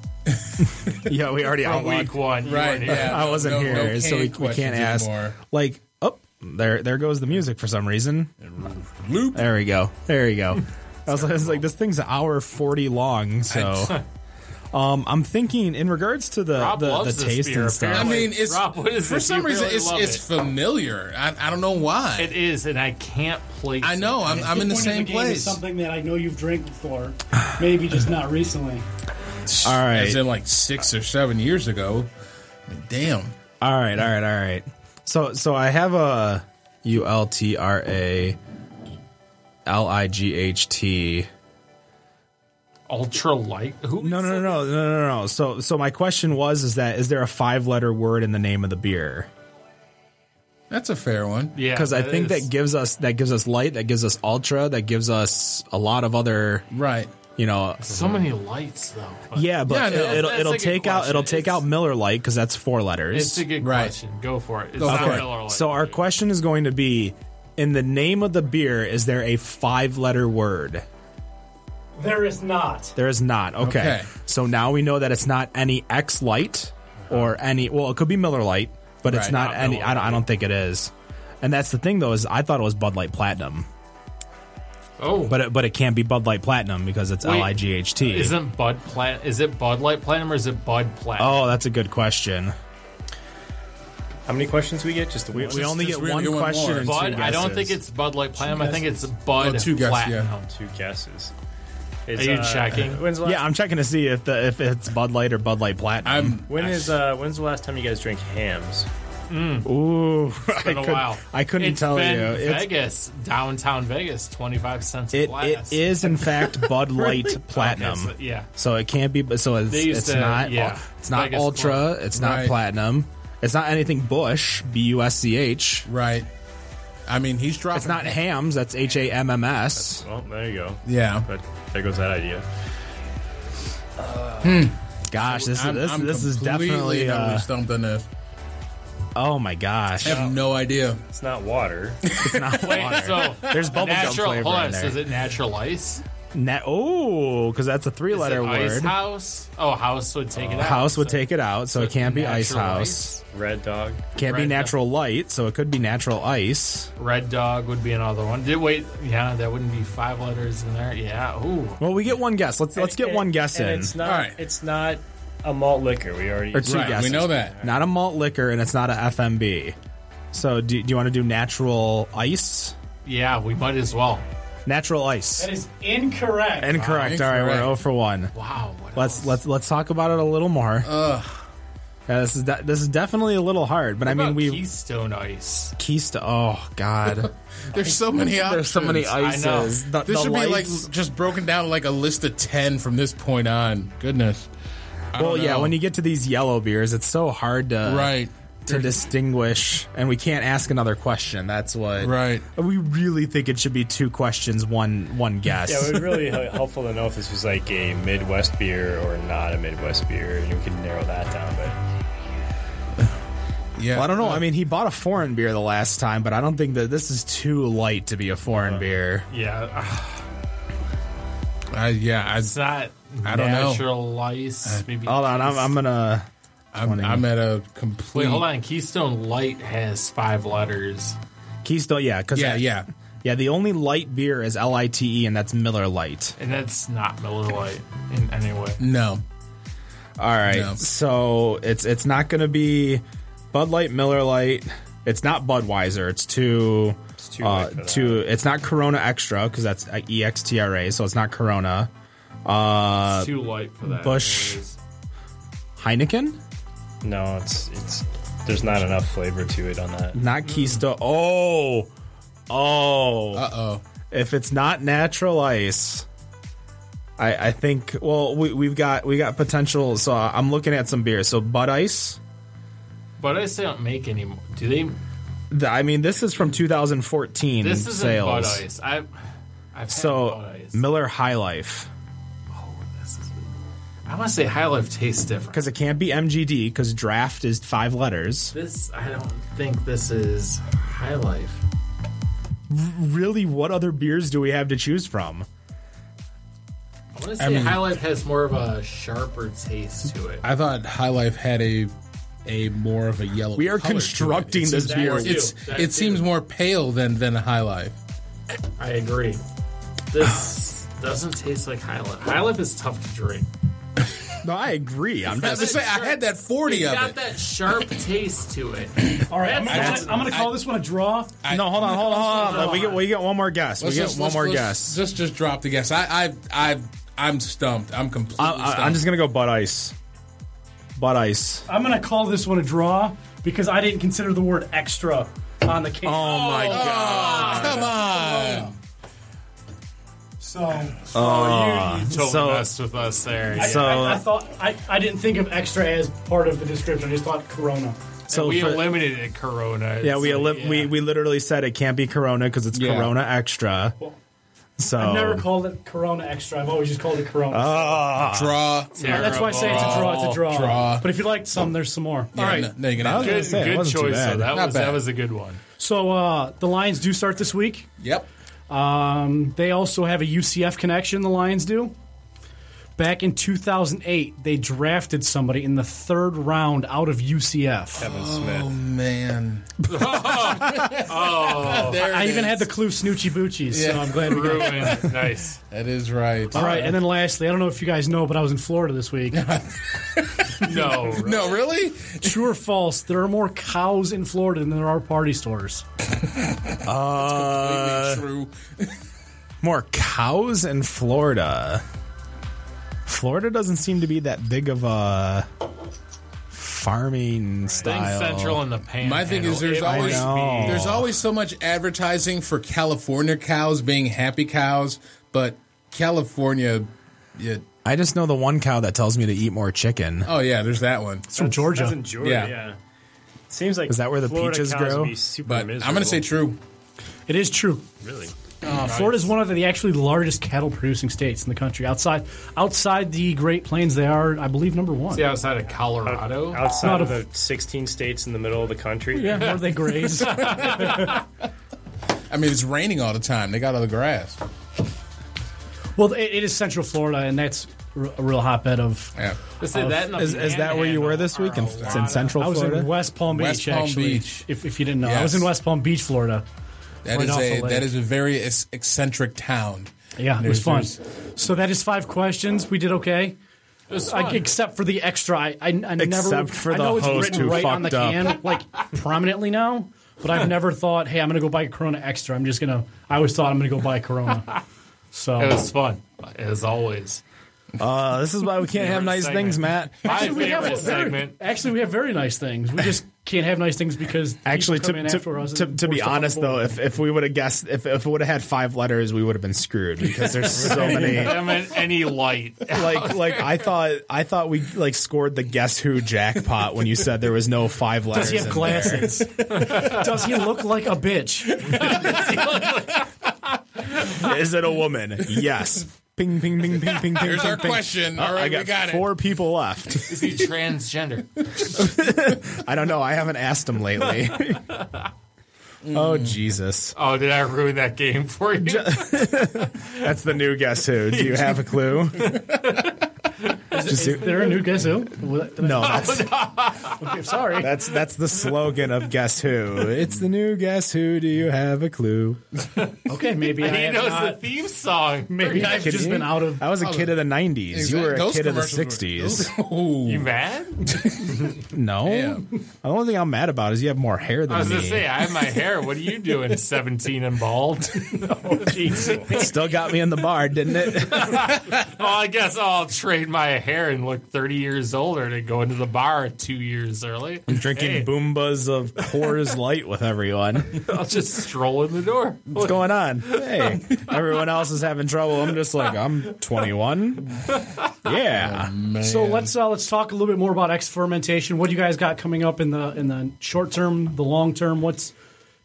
C: yeah we already
D: from
C: outlawed
D: week one, you
F: [laughs]
D: [laughs]
F: Right,
D: weren't here.
F: yeah.
C: I wasn't
F: No-
C: here,
F: no
C: so we,
F: cane
C: we can't
F: questions
C: ask.
F: anymore.
C: Like, oh, there there goes the music for some reason.
F: Loop.
C: There we go. There we [laughs] go. I was, I was like, this thing's an hour forty long, [laughs] so. Um, I'm thinking in regards to the
D: Rob
C: the, the
D: loves this
C: taste
D: beer,
C: and stuff.
F: I
D: apparently.
F: mean, it's
D: Rob, what is
F: for
D: this?
F: some
D: You
F: reason
D: really
F: it's
D: love
F: it's
D: it.
F: familiar. I, I don't know why.
D: It is, and I can't place.
F: I know. I'm, I'm in the
E: Point of
F: same
E: game is
F: place.
E: Something that I know you've drank before, maybe just not recently.
C: All right,
F: As in like six or seven years ago. Damn.
C: All right, all right, all right. So so I have a U L T R A L I G H T.
D: it. Ultra light. Who?
C: No, no, no, no,
D: said
C: no, no, no. So so my question was is that is there a five letter word in the name of the beer?
F: That's a fair one.
D: Yeah,
C: because I think
D: is.
C: that gives us that gives us light, that gives us ultra, that gives us a lot of other,
F: Right.
C: you know.
D: so many lights though. But
C: Yeah,
F: Yeah,
C: but
F: no,
C: it, will
D: that's
C: it'll
D: a good
C: take out it'll
D: question.
C: take out
D: It's-
C: Miller Light because that's four
D: it's
C: letters.
D: a good
F: Right.
D: question. Go for it. It's
F: Go
D: not
F: for it.
D: Miller Lite.
C: so our question is going to be: In the name of the beer, is there a five letter word?
E: There is not.
C: There is not. Okay.
F: Okay.
C: So now we know that it's not any X Light or any. Well, it could be Miller Light, but it's
F: Right,
C: not,
F: not
C: any.
G: Miller
C: I don't, I don't think it is. And that's the thing, though, is I thought it was Bud Light Platinum,
D: Oh,
C: but it, but it can't be Bud Light Platinum because it's
D: Wait,
C: L I G H T.
D: isn't Bud Plat? Is it Bud Light Platinum or is it Bud Platinum?
C: Oh, that's a good question.
G: How many questions we get? Just the
C: We,
G: one?
C: we only
F: just
C: get
F: really
C: one
F: get one
C: question.
F: more.
C: And
D: Bud.
C: two
D: I don't
C: guesses.
D: think it's Bud Light Platinum. I think it's Bud
F: Oh, two guesses,
D: Platinum.
G: two guesses. uh,
D: Are you checking?
G: [laughs] When's the last,
C: Yeah, I'm checking to see if the if it's Bud Light or Bud Light Platinum.
F: I'm
G: when is uh, when's the last time you guys drank hams?
D: [laughs]
C: Ooh, I
D: Been a
C: couldn't-
D: while.
C: I couldn't
D: It's
C: tell
D: been
C: you. It's-
D: Vegas, downtown Vegas, twenty five cents a
C: it
D: glass.
C: it is in fact
D: [laughs]
C: Bud Light Platinum.
D: Okay, so- yeah.
C: So it can't be. So it's
D: They used
C: it's
D: to-
C: not.
D: yeah.
C: It's not
D: Vegas
C: Ultra. It's not
F: Right.
C: Platinum. It's not anything Bush. B U S C H.
F: right. I mean, he's dropping.
C: It's not Hams. That's H A M M S.
G: Well, there you go.
F: [laughs] Yeah.
G: But there goes that idea.
C: Gosh, this is
F: I'm,
C: this,
F: I'm
C: this is
F: completely
C: definitely.
F: totally
C: Uh,
F: stumped on this.
C: oh my gosh.
F: I have no idea.
G: It's not water. [laughs]
C: It's not
D: Wait,
C: [laughs] water.
D: so
C: There's bubblegum
D: natural.
C: flavor
D: Hold
C: in
D: on, so
C: there.
D: is it natural ice?
C: Net. Oh, because that's a
D: Is it
C: three-letter
D: ice
C: word.
D: house? Oh, house would take it out.
C: House would
D: so-
C: take it out, so,
D: so
C: it can't be
D: natural
C: ice house.
D: ice.
G: Red dog.
C: Can't be
D: Right.
C: natural light, so it could be natural ice.
D: Red dog would be another one. Did wait? Yeah, that wouldn't be five letters in there. Yeah. Ooh.
C: Well, we get one guess. Let's let's get
G: And-
C: one guess
G: and
C: in,
G: It's not.
F: All right.
G: It's not a malt liquor. We already.
C: or two
F: Right, we
C: guesses.
F: know that.
C: Not a malt liquor, and it's not a FMB. So, do, do you want to do natural ice?
D: Yeah, we might as well.
C: Natural ice.
E: That is incorrect.
C: Incorrect.
F: Wow,
C: All right, we're
F: incorrect.
C: zero for one.
D: Wow. What
C: Let's
D: else?
C: let's let's talk about it a little more. Yeah, this is de- this is definitely a little hard, but I
D: What
C: mean
D: about
C: we
D: Keystone Ice.
C: Keystone. Oh God,
F: There's so many
C: [laughs]
F: options.
C: there's so many
D: know.
C: ices. The,
F: This
C: the
F: should
C: lights.
F: be like just broken down like a list of ten from this point on. Goodness. I
C: well,
F: don't
C: yeah.
F: know.
C: When you get to these yellow beers, it's so hard to
F: right,
C: to distinguish, and we can't ask another question. That's what
F: right.
C: We really think it should be two questions, one one guess.
G: Yeah, it would be really h- helpful to know if this was like a Midwest beer or not a Midwest beer, and we could narrow that down. But
F: Yeah,
C: Well, [laughs] I don't know. I mean, he bought a foreign beer the last time, but I don't think that this is too light to be a foreign beer.
D: Yeah, [laughs]
F: I, yeah.
D: it's
F: I,
D: not.
F: I don't know.
D: Natural ice. Maybe.
C: Uh, Hold on, I'm, I'm gonna.
F: I'm, I'm at a complete.
D: Wait, hold on. Keystone Light has five letters.
C: Keystone, yeah, because
F: Yeah, yeah.
C: yeah. The only light beer is L I T E, and that's Miller Light.
D: And that's not Miller Lite in any way.
F: No,
C: All right,
F: Yeah.
C: so it's it's not gonna be Bud Light, Miller Light. It's not Budweiser. It's too. It's
G: too
C: uh,
G: light for that.
C: too. It's not Corona Extra because that's E X T R A, so it's not Corona. Uh,
D: it's too light for that.
C: Bush.
D: anyways.
C: Heineken,
G: no, it's it's there's not enough flavor to it on that.
C: not Keystone. Oh, oh.
F: uh oh.
C: if it's not natural ice I, I think well we, we've got we got potential so i'm looking at some beers so bud ice
D: But I say don't make anymore. Do they?
C: the, i mean this is from 2014
D: This isn't
C: Mm, sales
D: Bud Ice. I've, I've had Bud
C: so
D: Ice.
C: miller high life
D: I want to say High Life tastes different.
C: because it can't be mgd because draft is five letters
D: This, I don't think this is High Life.
C: really what other beers do we have to choose from
D: I want to say
F: mean-
D: High Life has more of a sharper taste to it.
F: I thought High Life had a a more of a yellow.
C: We are
F: color to it.
C: constructing
F: It
C: this
F: seems
D: beer.
F: more- It's
D: That
F: it
D: too.
F: seems more pale than than High Life.
D: I agree. [sighs] This doesn't taste like High Life. High Life is tough to drink.
C: no i agree i'm
F: I was
C: just
F: gonna say I had that forty
D: It's
F: of
D: got
F: it.
D: that [coughs] sharp taste to it.
E: All right, I'm, I'm
D: That's-
E: gonna- I'm gonna call this one a draw.
C: no hold on hold on hold on we get we get one more guess we
F: Let's
C: get
F: just-
C: one
F: let's-
C: more
F: let's
C: guess
F: Just just drop the guess. I I I I'm stumped. I'm completely.
C: I, I,
F: stumped.
C: i'm just gonna go bud ice bud ice
E: I'm gonna call this one a draw because I didn't consider the word extra on the can.
C: oh my god
F: Come on.
E: So I-
D: Totally
C: So-
D: messed with us there. Yeah.
C: So-
E: I, I thought I, I didn't think of extra as part of the description. I just thought Corona.
C: so
D: we
C: for-
D: eliminated Corona.
C: Yeah, we,
D: It's like,
C: elim- we we literally said it can't be Corona because it's
F: Yeah.
C: Corona Extra. So
E: I've never called it Corona extra. I've always just called it Corona.
C: Oh. Uh,
E: Uh,
F: Draw.
D: terrible.
E: That's why I say it's a draw. It's a draw.
F: Draw.
E: But if you liked some, there's some more.
F: Yeah,
E: All right.
F: no- no, you're gonna have to-
C: gonna
D: Good,
C: say, it
D: good choice.
C: wasn't too
D: Though.
C: bad.
D: That
F: Not
D: was
F: bad.
D: that was a
C: [laughs]
D: good one.
E: So uh, the Lions do start this week.
F: Yep.
E: Um, they also have a UCF connection. The Lions do. Back in 2008, they drafted somebody in the third round out of UCF.
G: Kevin Smith.
F: Oh, Man. [laughs] oh, there
E: I
F: it
E: even
F: is.
E: had the clue Snoochie Boochies, so I'm glad we got it.
C: [laughs]
D: Ruined. nice.
F: That is right.
E: All right, and then lastly, I don't know if you guys know, but I was in Florida
F: [laughs]
E: this week.
D: No.
F: No, really?
E: True or false, there are more cows in Florida than there are party stores.
C: Uh,
F: True.
C: more cows in Florida. Florida doesn't seem to be that big of a farming
D: Thing
C: style.
D: central in the pan.
F: My thing is there's always
C: might be.
F: there's always so much advertising for California cows being happy cows, but California yeah,
C: I just know the one cow that tells me to eat more chicken.
F: oh yeah, there's that one.
E: It's from Georgia.
G: That's in Georgia.
F: Yeah.
G: Yeah. Seems like
C: Is that where the
G: Florida
C: peaches
G: cows would
C: grow?
G: Be super
F: But
G: miserable.
F: I'm gonna say true.
E: It is true.
G: Really?
E: Uh, Florida is one of the actually largest cattle producing states in the country. Outside outside the Great Plains, they are, I believe, number one.
D: yeah, outside of Colorado.
G: Outside
E: Not
G: of
E: a-
G: the 16 states in the middle of the country.
E: Yeah, where they graze.
F: I mean it's raining all the time. They got all the grass.
E: Well, it, it is Central Florida, and that's r- a real hotbed of.
F: Yeah.
D: Let's say that and the
C: Is, is that where you were this week? In,
D: Panhandle
C: it's in
D: are a lot of-
C: Central
E: I was
C: Florida.
E: in West Palm Beach,
F: West Palm
E: actually.
F: Beach.
E: If, if you didn't know, I was
F: Yes.
E: in West Palm Beach, Florida.
F: That
E: Right
F: is
E: off
F: a
E: the
F: that
E: lake.
F: is a very ec- eccentric town.
E: Yeah, it was fun.
F: There's-
E: So that is five questions. We did okay. I, except for the extra, I, I, I never.
C: Except for
E: I
C: the
E: know it's
C: host
E: written
C: who
E: right on the
C: fucked up.
E: can, like prominently now. But I've never thought, hey, I'm going to go buy a Corona extra. I'm just going to. I always thought I'm going to go buy a Corona. So
D: It was fun, as always.
C: Uh, this is why we can't have nice
D: segment.
C: things, Matt.
D: My
E: Actually, we have
D: favorite
E: very-
D: segment.
E: Actually, we have very nice things. We just can't have nice things because people
C: Actually,
E: come in
C: to, to,
E: after us
C: to,
E: and
C: to
E: pour
C: be
E: stuff on the
C: honest
E: board.
C: though, if, if we would have guessed, if, if it would have had five letters, we would have been screwed because
E: [laughs]
C: there's so many.
D: I meant any
C: [laughs]
D: light.
C: Like like I thought I thought we like scored the guess who jackpot when you said there was no five letters.
E: does he have
C: in [laughs]
E: glasses? does he look like a bitch?
F: [laughs]
C: there. Is it a woman? Yes. Ping ping ping ping ping. ping
F: Here's
C: ping,
F: our
C: ping.
F: question.
E: Uh,
C: Oh,
F: All right,
C: I got,
F: we got
C: four people left.
D: Is he transgender?
C: I don't know. I haven't asked them
F: [laughs]
C: lately. oh Jesus!
D: Oh, did I ruin that game for you?
C: That's the new guess who. Do
F: [laughs]
C: you have a clue? Just-
E: There a new guess who?
F: [laughs]
C: no, that's
E: Okay, sorry.
C: That's that's the slogan of Guess Who. It's the new Guess Who. Do you have a clue?
E: Okay, maybe I
D: [laughs] [laughs] he
E: have
D: knows
E: not-
D: the theme song.
E: Maybe I've just
C: kidding?
E: been out of.
C: I was a kid of the '90s.
F: it.
C: You were a
F: Oh, Those
C: kid of the
F: commercials were-
C: '60s.
D: You mad?
C: No, the only thing I'm mad about is you have more hair than
D: I was
C: me.
D: gonna say I have my hair. What are you doing, seventeen and bald?
C: It still got me in the bar, didn't it?
D: [laughs] Well, I guess I'll trade my hair and look thirty years older to go into the bar two years early. I'm
C: [laughs] Drinking boombas of Coors Light with everyone.
D: I'll just stroll in the door.
C: What's going on? Hey, everyone else is having trouble. I'm just like I'm 21. Yeah,
E: So let's uh, let's talk a little bit more about X fermentation. What do you guys got coming up in the in the short term, the long term? What's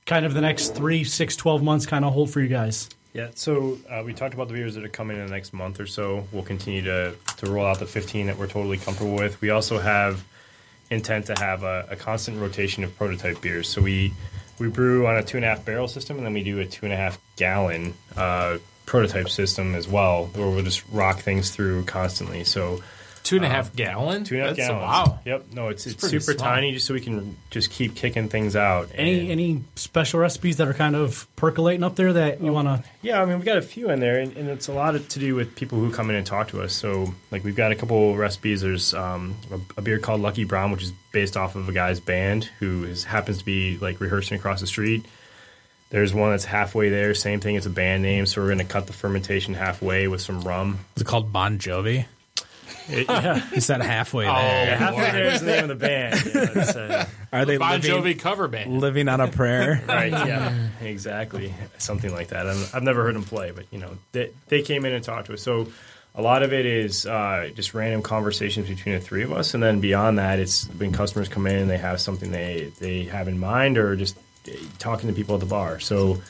E: kind of the next three, six, 12 months kind of hold for you guys?
G: Yeah, so uh, we talked about the beers that are coming in the next month or so. We'll continue to, to roll out the 15 that we're totally comfortable with. We also have intent to have a, a constant rotation of prototype beers. So we we brew on a two and a half barrel system, and then we do a two and a half gallon uh, prototype system as well, where we'll just rock things through constantly. So
D: Two and a half gallon.
G: two and a half
D: That's-
G: gallons.
D: Wow.
G: Yep. No, it's it's,
D: pretty
G: super
D: small.
G: tiny, just so we can just keep kicking things out.
E: Any
G: and-
E: any special recipes that are kind of percolating up there that you want to?
G: Yeah, I mean, we've got a few in there, and, and it's a lot to do with people who come in and talk to us. So, like, we've got a couple recipes. There's um, a, a beer called Lucky Brown, which is based off of a guy's band who is, happens to be, like, rehearsing across the street. There's one that's halfway there. Same thing, it's a band name. So, we're going to cut the fermentation halfway with some rum.
C: is it called Bon Jovi?
G: It- yeah,
C: You said halfway there.
G: [laughs] halfway there is the name of the band. Yeah, [laughs] it's, uh,
C: Are they
D: Bon
C: living,
D: Jovi cover band.
C: living on a [laughs] prayer?
G: right, yeah, exactly, something like that. I'm, I've never heard them play, but you know, they they came in and talked to us. So a lot of it is uh, just random conversations between the three of us, and then beyond that, it's when customers come in and they have something they they have in mind, or just eh, talking to people at the bar. So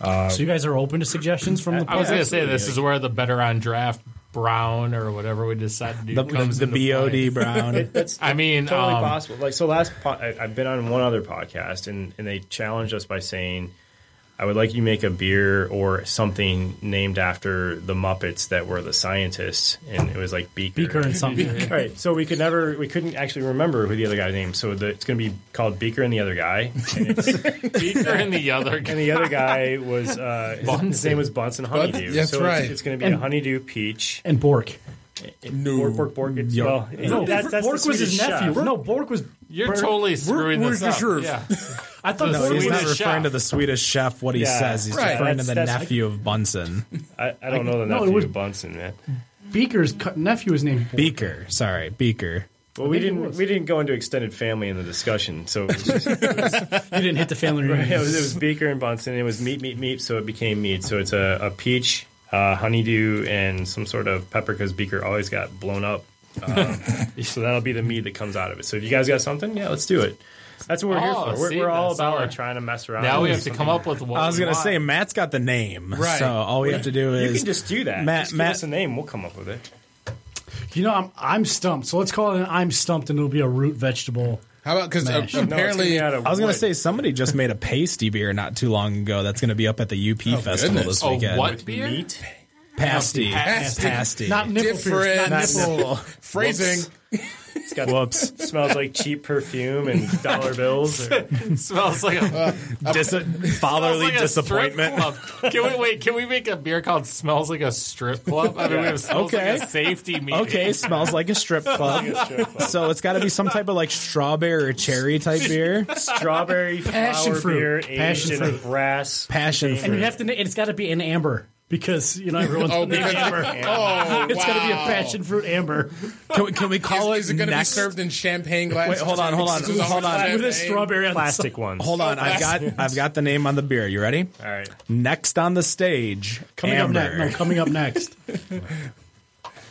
E: so you guys are open to suggestions
C: Uh,
E: from the.
D: I was gonna say this is where the better on draft brown or whatever we decide to do
C: The,
D: comes
C: the,
D: into play. [laughs]
C: BOD Brown.
G: that's
D: I mean,
G: totally
D: um,
G: possible. Like so, last po- I, I've been on one other podcast, and and they challenged us by saying, "I would like you to make a beer or something named after the Muppets that were the scientists," and it was like Beaker.
E: [laughs]
C: [laughs]
E: Beaker and something.
G: All right, so we could never, we couldn't actually remember who the other guy's name. So the, it's going to be called Beaker and the other guy. And, it's, and
D: Beaker and the
C: [laughs]
D: other guy.
G: the other guy was uh, his, his name was Bunsen Honeydew.
F: that's
G: so
F: right.
G: It's, it's going to be a honeydew peach.
E: and Bork.
F: No.
G: Bork, bork, bork. It's, well,
E: No,
G: that's, that's the
E: Bork was his
G: Swedish
E: nephew.
G: chef.
E: No, Bork was.
D: You're
E: Bork-
D: totally screwing
F: we're
D: this
F: the
D: up.
F: sheriff.
D: Yeah.
E: I thought
D: No,
E: Bork
C: He's
E: was.
C: not
D: Swedish
C: referring
D: chef.
C: to the Swedish chef. What he
G: Yeah,
C: says, he's
F: right.
C: referring to the
G: That's- that's-
C: nephew of Bunsen
G: I, I don't know the
E: no, it
G: nephew
E: was-
G: of Bunsen, man.
E: Beaker's cu- nephew is named. Bork.
C: Beaker. Sorry, Beaker.
G: Well, we didn't we didn't go into extended family in the discussion, so it was, just, it
E: You didn't hit the family reunion.
G: was, it was Beaker and Bunsen. And it was meat, meat, meat, so it became meat. So it's a, a peach, uh, honeydew, and some sort of pepper because Beaker always got blown up. Um, [laughs] so that'll be the meat that comes out of it. So if you guys got something, yeah, let's do it. That's what
D: Oh,
G: we're here for. We're,
D: see,
G: we're all
D: that's
G: about
D: all.
G: like, trying to mess around.
D: Now we
G: with
D: have to
G: something.
D: come up with what
C: I was
D: we
C: gonna
D: want.
C: say Matt's got the name,
F: Right.
C: so all we have to do
G: You
C: is
G: can just do that.
C: Matt-
G: just give
C: Matt-
G: us a name. We'll come up with it.
E: You know, I'm I'm stumped. So let's call it an I'm stumped, and it'll be a root vegetable.
F: How about because
E: Mash. No,
G: No, it's gonna
F: apparently
G: be out of
C: I was gonna
G: wood.
C: say somebody just made a pasty beer not too long ago. That's gonna be up at the UP festival
F: goodness.
C: this
D: Oh,
C: weekend.
D: what beer?
G: meat.
C: Pasty.
F: Pasty.
C: Pasty.
E: Not nipple
F: Different.
E: Different. Not nipple.
C: nipple.
F: Phrasing. Oh,
G: It's got whoops. [laughs] smells like cheap perfume and dollar
D: [laughs]
G: bills. Or,
D: [laughs] smells
C: [laughs]
D: like a,
C: [laughs] Dis-
D: smells
C: fatherly
D: like a strip
C: disappointment.
D: club. Can we wait? Can we make a beer called "Smells Like a Strip Club"?
C: [laughs]
D: I mean, we have smells
C: Okay.
D: like a safety meeting.
C: Okay, smells like a strip club. so it's got to be some type of like strawberry or cherry type beer.
G: strawberry
E: Passion
G: flower
E: fruit.
G: beer aged
E: Passion
G: in a
E: fruit.
G: brass.
C: Passion
E: And you
C: fruit.
E: have to. na- It's got to be an amber because you know everyone's.
F: [laughs] Oh, because oh,
E: [laughs] It's going to be a
F: wow.
E: passion fruit amber
C: Can, we- can we call
F: Is, is
C: it,
F: it going to be
C: next?
F: served in champagne glasses?
C: Wait, hold on, hold on,
F: This is
C: hold on.
F: always
E: with a
F: champagne.
E: strawberry on the
G: Plastic ones.
C: Hold on, I've got I've got the name on the beer. You ready?
G: All right.
C: Next on the stage,
E: Coming
C: Amber.
E: up next. No, coming up [laughs] next.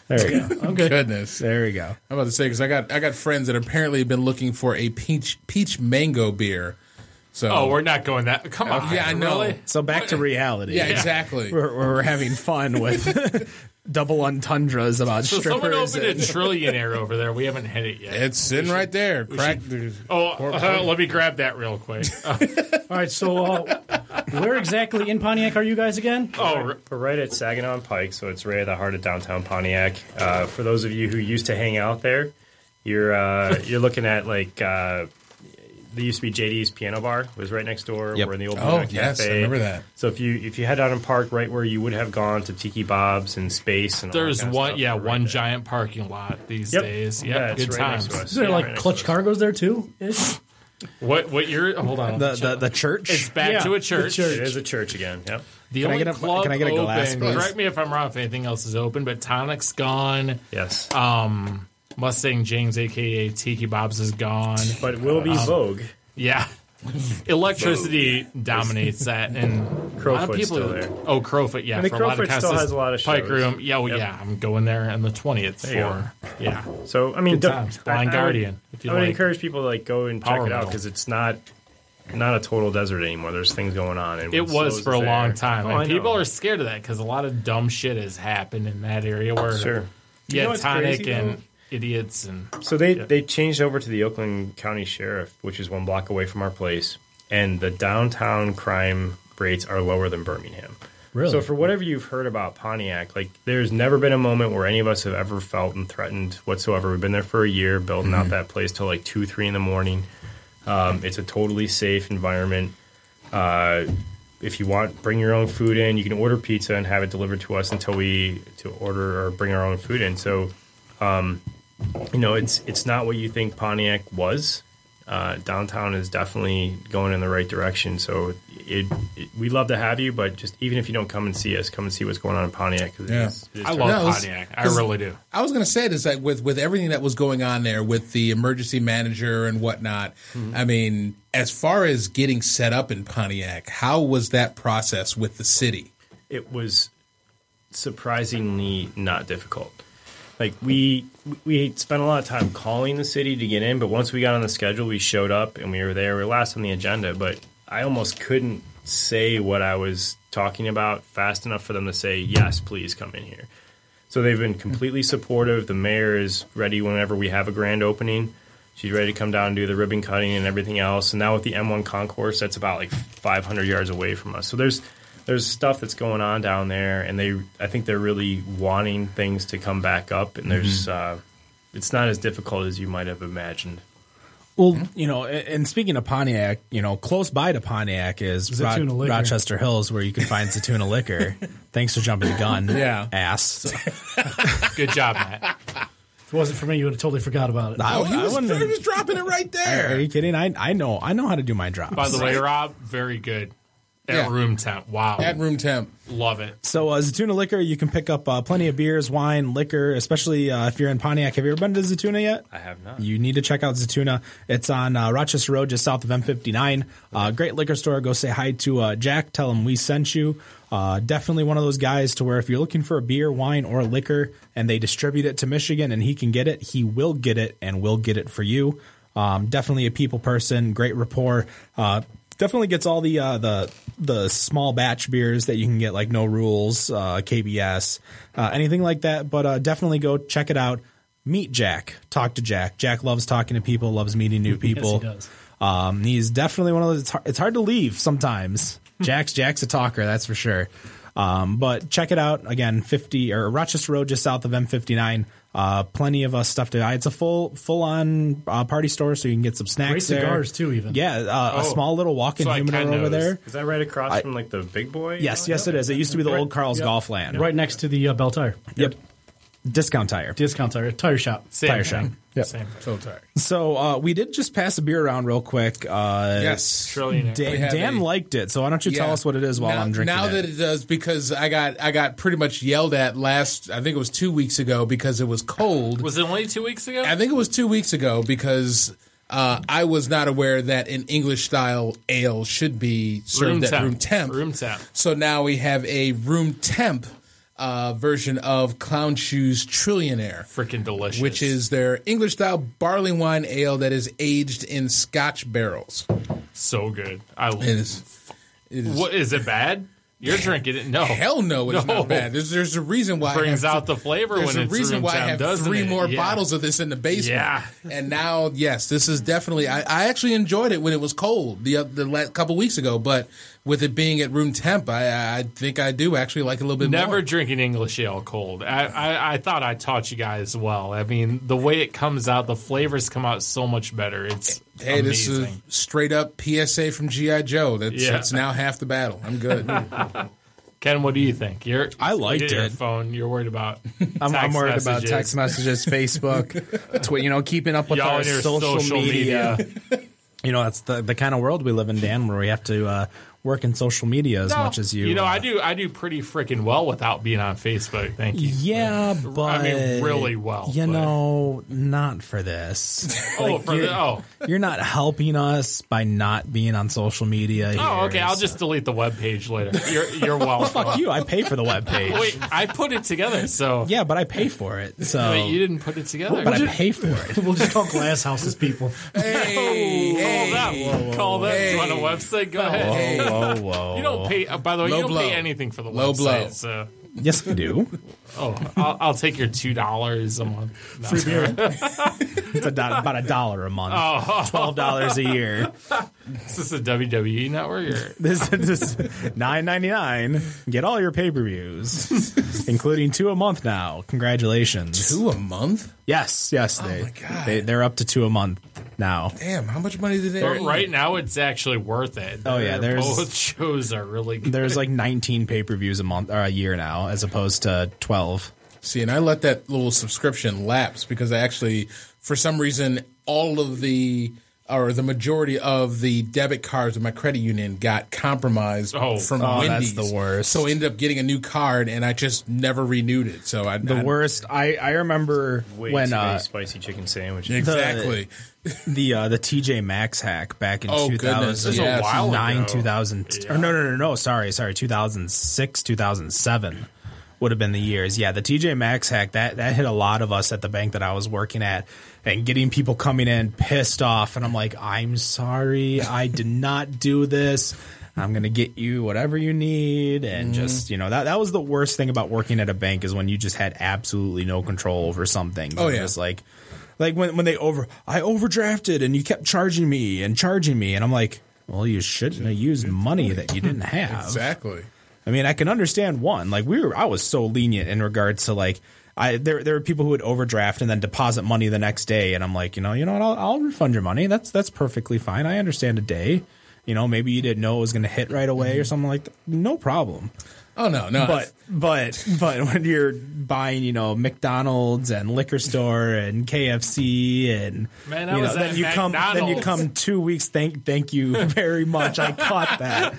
C: There we go.
E: I'm good.
F: Goodness.
C: There we go.
F: I'm about to say because I got I got friends that apparently have been looking for a peach peach mango beer. So
D: Oh, we're not going that. Come on.
F: yeah, I know.
D: Really?
C: So back to reality.
F: yeah, exactly.
C: We're, we're having fun with double entendres about
D: So someone
C: strippers.
D: opened a trillionaire over there. We haven't hit it yet.
F: It's sitting right there. Crack.
D: Oh, uh, let me grab that real quick. Uh,
E: [laughs] All right. So, uh, where exactly in Pontiac are you guys again?
D: oh, r-
G: We're right at Saginaw and Pike, so it's right at the heart of downtown Pontiac. Uh, for those of you who used to hang out there, you're uh, you're looking at like uh, there used to be JD's Piano Bar was right next door.
C: Yep.
G: We're in the old
F: Oh,
G: Pontiac
F: yes, I
G: Cafe.
F: remember that.
G: So if you if you head out and park right where you would have gone to Tiki Bob's and Space, and all that
D: there's
G: kind of
D: one.
G: stuff,
D: Yeah,
G: we're right
D: one
G: there.
D: giant parking lot these
G: Yep.
D: days. Yep,
G: Yeah, it's
D: good
G: right
D: times.
G: next to us.
E: Is there
G: Yeah,
E: like
G: right next
E: clutch
G: to us.
E: cargos there too?
D: What? What? You're hold on.
C: the, the the church.
D: it's back
E: Yeah,
D: to a
E: the
D: church.
E: church.
G: It is a church again. Yep.
D: The
C: Can I
D: only
C: get a-
D: club
C: can I get a
D: open.
C: glass, please?
D: correct me if I'm wrong. If anything else is open, but Tonic's gone.
G: Yes.
D: Um, Mustang James, aka Tiki Bob's, is gone.
G: but it will be Vogue.
D: Yeah. Electricity
G: [laughs]
D: dominates that, and a lot of
G: Crowfoot's
D: people.
G: still there.
D: Oh, Crowfoot, yeah.
G: And the
D: for a lot of
G: Crowfoot still
D: concerts.
G: has a lot of
D: Pike
G: shows.
D: Room, yeah, well,
G: Yep.
D: yeah. I'm going there on the twentieth
G: you go.
D: for
G: [laughs]
D: yeah.
G: So I mean,
D: Good times. Blind Guardian,
G: I would,
D: if you
G: I would
D: like.
G: encourage people to like go and check
D: Power
G: it out
D: metal.
G: because it's not not a total desert anymore. There's things going on. And
D: It
G: when
D: was
G: Slows
D: for a
G: is there-
D: long time,
G: Oh, I
D: and
G: know.
D: people are scared of that because a lot of dumb shit has happened in that area where
G: Sure. You
D: yeah,
G: know what's
D: Tonic
G: crazy,
D: and
G: though?
D: idiots and
G: So they they changed over to the Oakland County Sheriff, which is one block away from our place, and the downtown crime rates are lower than Birmingham.
E: Really?
G: So for whatever you've heard about Pontiac, like there's never been a moment where any of us have ever felt and threatened whatsoever. We've been there for a year, building
D: Mm-hmm.
G: out that place till like two, three in the morning. Um, it's a totally safe environment. Uh, if you want, bring your own food in. You can order pizza and have it delivered to us until we to order or bring our own food in. So um, you know, it's it's not what you think Pontiac was. Uh, downtown is definitely going in the right direction. So it, it we love to have you, but just even if you don't come and see us, come and see what's going on in Pontiac. 'cause
F: Yeah.
G: it's- it's-
D: I love
F: No, it's-
D: Pontiac. I really do.
F: I was going to say this like with with everything that was going on there with the emergency manager and whatnot.
D: Mm-hmm.
F: I mean, as far as getting set up in Pontiac, how was that process with the city?
G: it was surprisingly not difficult. Like we we spent a lot of time calling the city to get in, but once we got on the schedule, we showed up and we were there. We were last on the agenda, but I almost couldn't say what I was talking about fast enough for them to say yes, please come in here. So they've been completely supportive. The mayor is ready whenever we have a grand opening. She's ready to come down and do the ribbon cutting and everything else. And now with the M1 concourse, that's about like 500 yards away from us. So there's there's stuff that's going on down there, and they I think they're really wanting things to come back up. And there's
C: Mm-hmm.
G: uh, it's not as difficult as you might have imagined.
C: Well, you know, a- and speaking of Pontiac, you know, close by to Pontiac is Ro-
E: Zatuna Liquor.
C: Rochester Hills, where you can find Zatuna Liquor. Thanks for jumping the gun,
F: Yeah.
C: ass.
D: Good job,
G: [laughs]
D: Matt.
E: If it wasn't for me, you would have totally forgot about it.
C: I-
F: [laughs] Oh, he
C: I
F: was,
C: wouldn't-
F: he was dropping it right
C: Are
F: there.
C: you kidding? I I know I know how to do my drops.
D: By the way, Rob, very good. At
F: Yeah.
D: room temp. Wow.
F: At room temp.
D: Love it.
C: So, uh, Zatuna Liquor, you can pick up uh, plenty of beers, wine, liquor, especially uh, if you're in Pontiac. Have you ever been to Zatuna yet?
G: I have not.
C: You need to check out Zatuna. It's on uh, Rochester Road, just south of M59. Uh, great liquor store. Go say hi to uh, Jack. Tell him we sent you. Uh, definitely one of those guys to where if you're looking for a beer, wine, or liquor, and they distribute it to Michigan, and he can get it, he will get it, and will get it for you. Um, definitely a people person. Great rapport. Uh, definitely gets all the uh, the the small batch beers that you can get, like No Rules, uh, KBS, uh, anything like that. But uh, definitely go check it out meet Jack, talk to Jack. Jack loves talking to people, loves meeting new people.
E: does.
C: Um,
E: [laughs]
C: he's definitely one of those. It's hard, it's hard to leave sometimes. Jack's Jack's a talker, that's for sure. Um, but check it out again, 50 or Rochester Road, just south of M59. Uh, plenty of us stuff to buy. It's a full full on uh, party store, so you can get some snacks,
E: Great
C: there.
E: cigars, too, even.
C: Yeah, uh, a
G: Oh.
C: small little walk-in
D: So I
C: humidor
D: can
C: over
D: notice.
C: there.
G: Is that right across from like the big boy?
C: Yes, yes, it is. It used to be the old Carl's Golf Land.
E: Right next to the uh, Bell Tire.
C: Yep. Discount tire.
E: Discount tire, tire shop.
D: Same
C: Tire
D: thing.
C: shop. Yep.
D: Same thing.
F: So tired.
C: So uh, we did just pass a beer around real quick. Uh,
F: Yes.
D: Trillionaire.
F: We
C: Dan,
F: have
C: Dan
F: a-
C: liked it, so why don't you tell
F: Yeah.
C: us what it is while
F: now,
C: I'm drinking
F: Now
C: it?
F: that it does, because I got I got pretty much yelled at last. I think it was two weeks ago because it was cold.
D: Was it only two weeks ago?
F: I think it was two weeks ago because uh, I was not aware that an English style ale should be served
D: room
F: at
D: temp.
F: room temp.
D: Room temp.
F: So now we have a room temp uh, version of Clown Shoes Trillionaire.
D: Freaking delicious.
F: Which is their English style barley wine ale that is aged in Scotch barrels.
D: so good. I
F: It is
D: What is it bad?
F: [laughs]
D: You're drinking it. No.
F: hell no, it's
D: Oh. No.
F: not bad. There's, there's a reason why I
D: brings
F: have
D: out the flavor
F: There's
D: when
F: a
D: it's
F: reason
D: room
F: why I
D: temp,
F: have
D: doesn't
F: three
D: it?
F: more
D: Yeah.
F: bottles of this in the basement.
D: Yeah.
F: and now yes, this is definitely. I, I actually enjoyed it when it was cold the oth- the la- couple weeks ago, but with it being at room temp, I I think I do actually like it a little bit
D: Never
F: more.
D: drinking English ale cold. I, I, I thought I taught you guys well. I mean, the way it comes out, the flavors come out so much better. It's
F: Hey, this
D: amazing.
F: is straight up PSA from GI Joe. That's
D: Yeah.
F: that's now half the battle.
D: [laughs]
F: I'm good.
D: Ken, what do you think? You're
C: I liked
D: look at your
C: it.
D: phone. You're worried
F: [laughs]
D: about.
H: I'm, I'm
D: text
H: worried about
D: messages.
H: text
D: [laughs]
H: messages, Facebook, twi- you know, keeping up with
D: Y'all
H: our
D: and your
H: social,
D: social
H: media.
C: [laughs] you know, that's the, the kind of world we live in, Dan, where we have to uh, work in social media as
D: No.
C: much as you.
D: know,
C: uh,
D: I do. I do pretty freaking well without being on Facebook. Thank
F: [laughs]
D: you.
C: Yeah, but
D: I mean, really well,
C: You
D: but-
C: know, not for
D: [laughs]
C: this.
D: oh, for the, oh,
C: You're not helping us by not being on social media.
D: oh, okay. I'll just delete the web page later. You're
F: [laughs]
D: you're welcome.
C: fuck you. I pay for the
D: [laughs]
C: webpage.
D: Wait, I put it together. So
C: Yeah, but I pay for it. So,
D: Wait, you didn't put it together.
C: but I pay for it.
E: We'll just call glass houses people.
F: hey, hey,
D: Call them. Call them. Do you want a website? Go ahead.
C: [laughs] Whoa, whoa, whoa.
D: You don't pay. Uh, by the way,
F: Low
D: you don't
F: blow.
D: pay anything for the
F: Low
D: website.
F: blow.
D: So,
C: Yes, we do.
D: oh, I'll, I'll take your two dollars a month. No.
C: It's a do- about a dollar a month. Twelve dollars a year.
D: Is this a WWE network? Or?
C: This is nine ninety nine. Get all your pay per views, including two a month now. Congratulations.
F: two a month?
C: Yes, yes. They,
F: God.
C: they they're up to two a month now.
F: Damn, how much money did they?
D: But right now, it's actually worth it.
C: Oh, yeah,
D: They're-
C: there's-
D: both [laughs] shows are really good.
C: There's like nineteen pay per views a month or a year now, as opposed to twelve.
F: See, and I let that little subscription lapse because I actually, for some reason, all of the or the majority of the debit cards of my credit union got compromised
D: Oh.
F: from
C: Oh, that's
F: Wendy's.
C: the worst.
F: So I ended up getting a new card, and I just never renewed it. So I
C: The
F: I-
C: worst. I I remember
G: Way
C: when
G: too
C: uh,
G: many spicy chicken sandwiches.
F: exactly.
C: the uh, the TJ Maxx hack back in
F: Oh,
C: two
F: goodness.
C: thousand
F: This was a while
C: nine,
D: ago.
C: two thousand, or no, no, no, no, sorry, sorry, two thousand six, two thousand seven would have been the years. Yeah, the TJ Maxx hack that that hit a lot of us at the bank that I was working at, and getting people coming in pissed off, and I'm like, I'm sorry, I did not do this. I'm gonna get you whatever you need, and
F: Mm-hmm.
C: just you know that that was the worst thing about working at a bank is when you just had absolutely no control over something.
F: Oh, yeah.
C: just like like when when they over I overdrafted and you kept charging me and charging me and I'm like, well, you shouldn't have used money that you didn't have.
F: exactly.
C: I mean, I can understand one. Like we were, I was so lenient in regards to like. I, there, there were people who would overdraft and then deposit money the next day, and I'm like, you know, you know what? I'll, I'll refund your money. That's that's perfectly fine. I understand a day. You know, maybe you didn't know it was going to hit right away or something like that. No problem
F: Oh no, no.
C: but but but when you're buying, you know, McDonald's and liquor store and KFC and
D: Man, I
C: you know,
D: was
C: then
D: at
C: you come then you
D: McDonald's.
C: come two weeks. Thank thank you
D: [laughs]
C: very much. I caught that.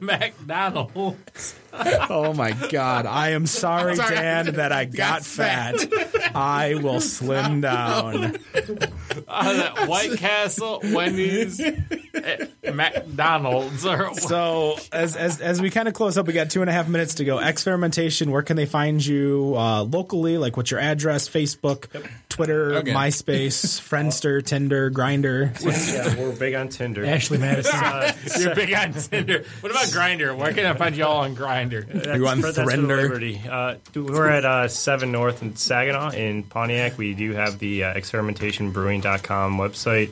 D: McDonald's. [laughs]
C: Oh my god, I am sorry, Dan, that I [laughs] got Oh fat. I will [laughs] slim down.
D: Uh, that White Castle, Wendy's, eh, McDonald's. Or, [laughs]
C: So as as as we kind of close up, we got two and a half minutes to go. Experimentation. Where can they find you uh, locally? Like, what's your address? Facebook, Twitter,
D: [laughs]
F: Okay.
C: MySpace, Friendster, Tinder, Grinder.
G: [laughs] yeah, we're big on Tinder.
E: Ashley Madison.
D: you're big on Tinder. What about Grinder? Where can I find y'all on Grinder?
G: That's
C: You on
G: for- that's for the
C: Thrender?
G: Liberty. Uh, dude, we're at uh, 7 North in Saginaw in Pontiac. We do have the uh, experimentionbrewing.com website.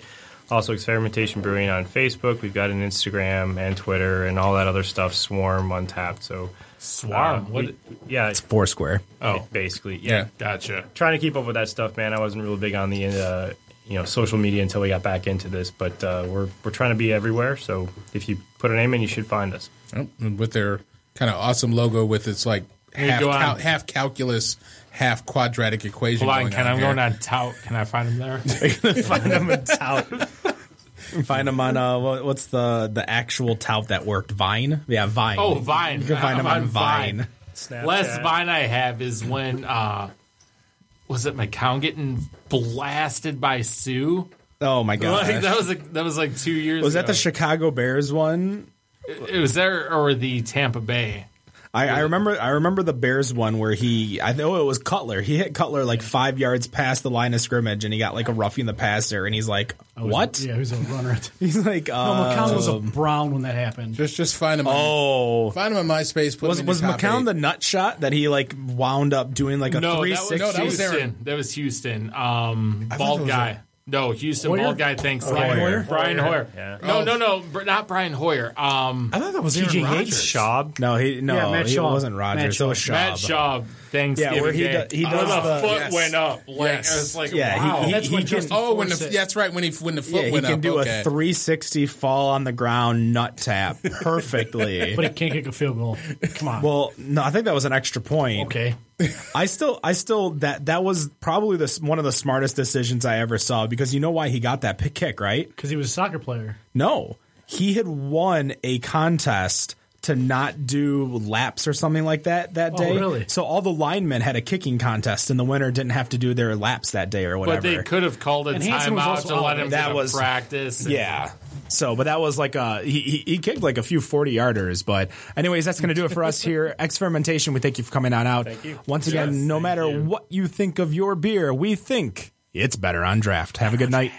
G: Also, Experimentation Brewing on Facebook. We've got an Instagram and Twitter and all that other stuff. Swarm Untapped. So
D: Swarm.
G: uh,
D: what?
G: we- yeah.
C: Foursquare.
G: Oh, basically,
F: Yeah.
G: yeah.
D: gotcha.
G: Trying to keep up with that stuff, man. I wasn't really big on the uh, you know social media until we got back into this, but uh, we're we're trying to be everywhere. So if you put a name in, you should find us.
F: Oh, and with their kind of awesome logo with its like
D: you
F: half,
D: go
F: cal-
D: on.
F: half calculus, half quadratic equation.
D: Hold on,
F: going
D: Ken.
F: on
D: I'm
F: here.
D: going on tout. Can I find him there?
C: Find them in tout. Find them on uh, what- what's the the actual tout that worked? Vine. Yeah, Vine.
D: Oh, Vine.
C: You can find
D: I'm
C: them on
D: on
C: Vine.
D: [laughs] Vine.
G: Snapchat.
D: Last vine I have is when uh was it McCown getting blasted by Sue?
C: Oh my god.
D: Like that was like that was like two years.
C: was that
D: ago.
C: the Chicago Bears one?
D: It was there or the Tampa Bay?
C: I, I remember I remember the Bears one where he I know it was Cutler. He hit Cutler like five yards past the line of scrimmage and he got like a roughing the passer and he's like, What?
E: Yeah, who's a runner? At the-
C: [laughs] He's like
E: no, McCown
C: uh,
E: was a brown when that happened.
F: Just just find them. On,
C: Oh
F: find them on MySpace. Put
C: was
F: them in
C: was
F: your top
C: McCown
F: eight.
C: the nut shot that he like wound up doing like a
D: No,
C: three
D: that was,
C: sixty?
F: no, that was
D: Houston.
F: there.
D: That was Houston. Um,
F: thought that
D: bald
F: was
D: guy. No, Houston
E: Hoyer?
D: bald guy. Thanksgiving.
C: Brian Hoyer?
D: Brian Hoyer. No, no, no, br- not Brian Hoyer. Um,
C: I thought that was
G: T.J. Yates, Schaub.
C: No, he no,
E: Yeah, Matt
C: he
E: Schaub.
C: wasn't Rogers.
E: Matt
C: it was Schaub.
D: Matt Shaw. Thanksgiving.
C: Yeah, where he
D: Day.
C: do- he
D: Uh,
C: does
D: the,
C: the-
D: foot
F: yes.
D: went up. Like
F: Yes.
D: I was like,
C: Yeah, he-
D: wow.
C: he-
E: That's when
C: he can-
E: Justin
F: Oh, when the
E: Forsett-
F: that's right when he when the foot
C: Yeah, he
F: went
C: can
F: up.
C: do
F: okay.
C: a 360 fall on the ground nut
E: [laughs]
C: tap perfectly.
E: but he can't kick a field goal. Come on.
C: well, no, I think that was an extra point.
E: okay.
C: I still, I still that that was probably the one of the smartest decisions I ever saw because you know why he got that pick kick, right?
E: Because he was a soccer player.
C: No, he had won a contest to not do laps or something like that that
E: Oh,
C: day.
E: really?
C: So all the linemen had a kicking contest, and the winner didn't have to do their laps that day or whatever.
D: But they could have called a
E: And Hanson was
D: timeout
E: also
D: to
E: out.
D: let him
C: That
D: that
C: was-
D: was, practice. and-
C: Yeah. So, but that was like a he, he he kicked like a few forty yarders. But anyways, that's gonna do it for us [laughs] here. Experimentation. We thank you for coming on out. Thank you. Once again, no matter what you think of your beer, we think it's better on draft. Have a good night.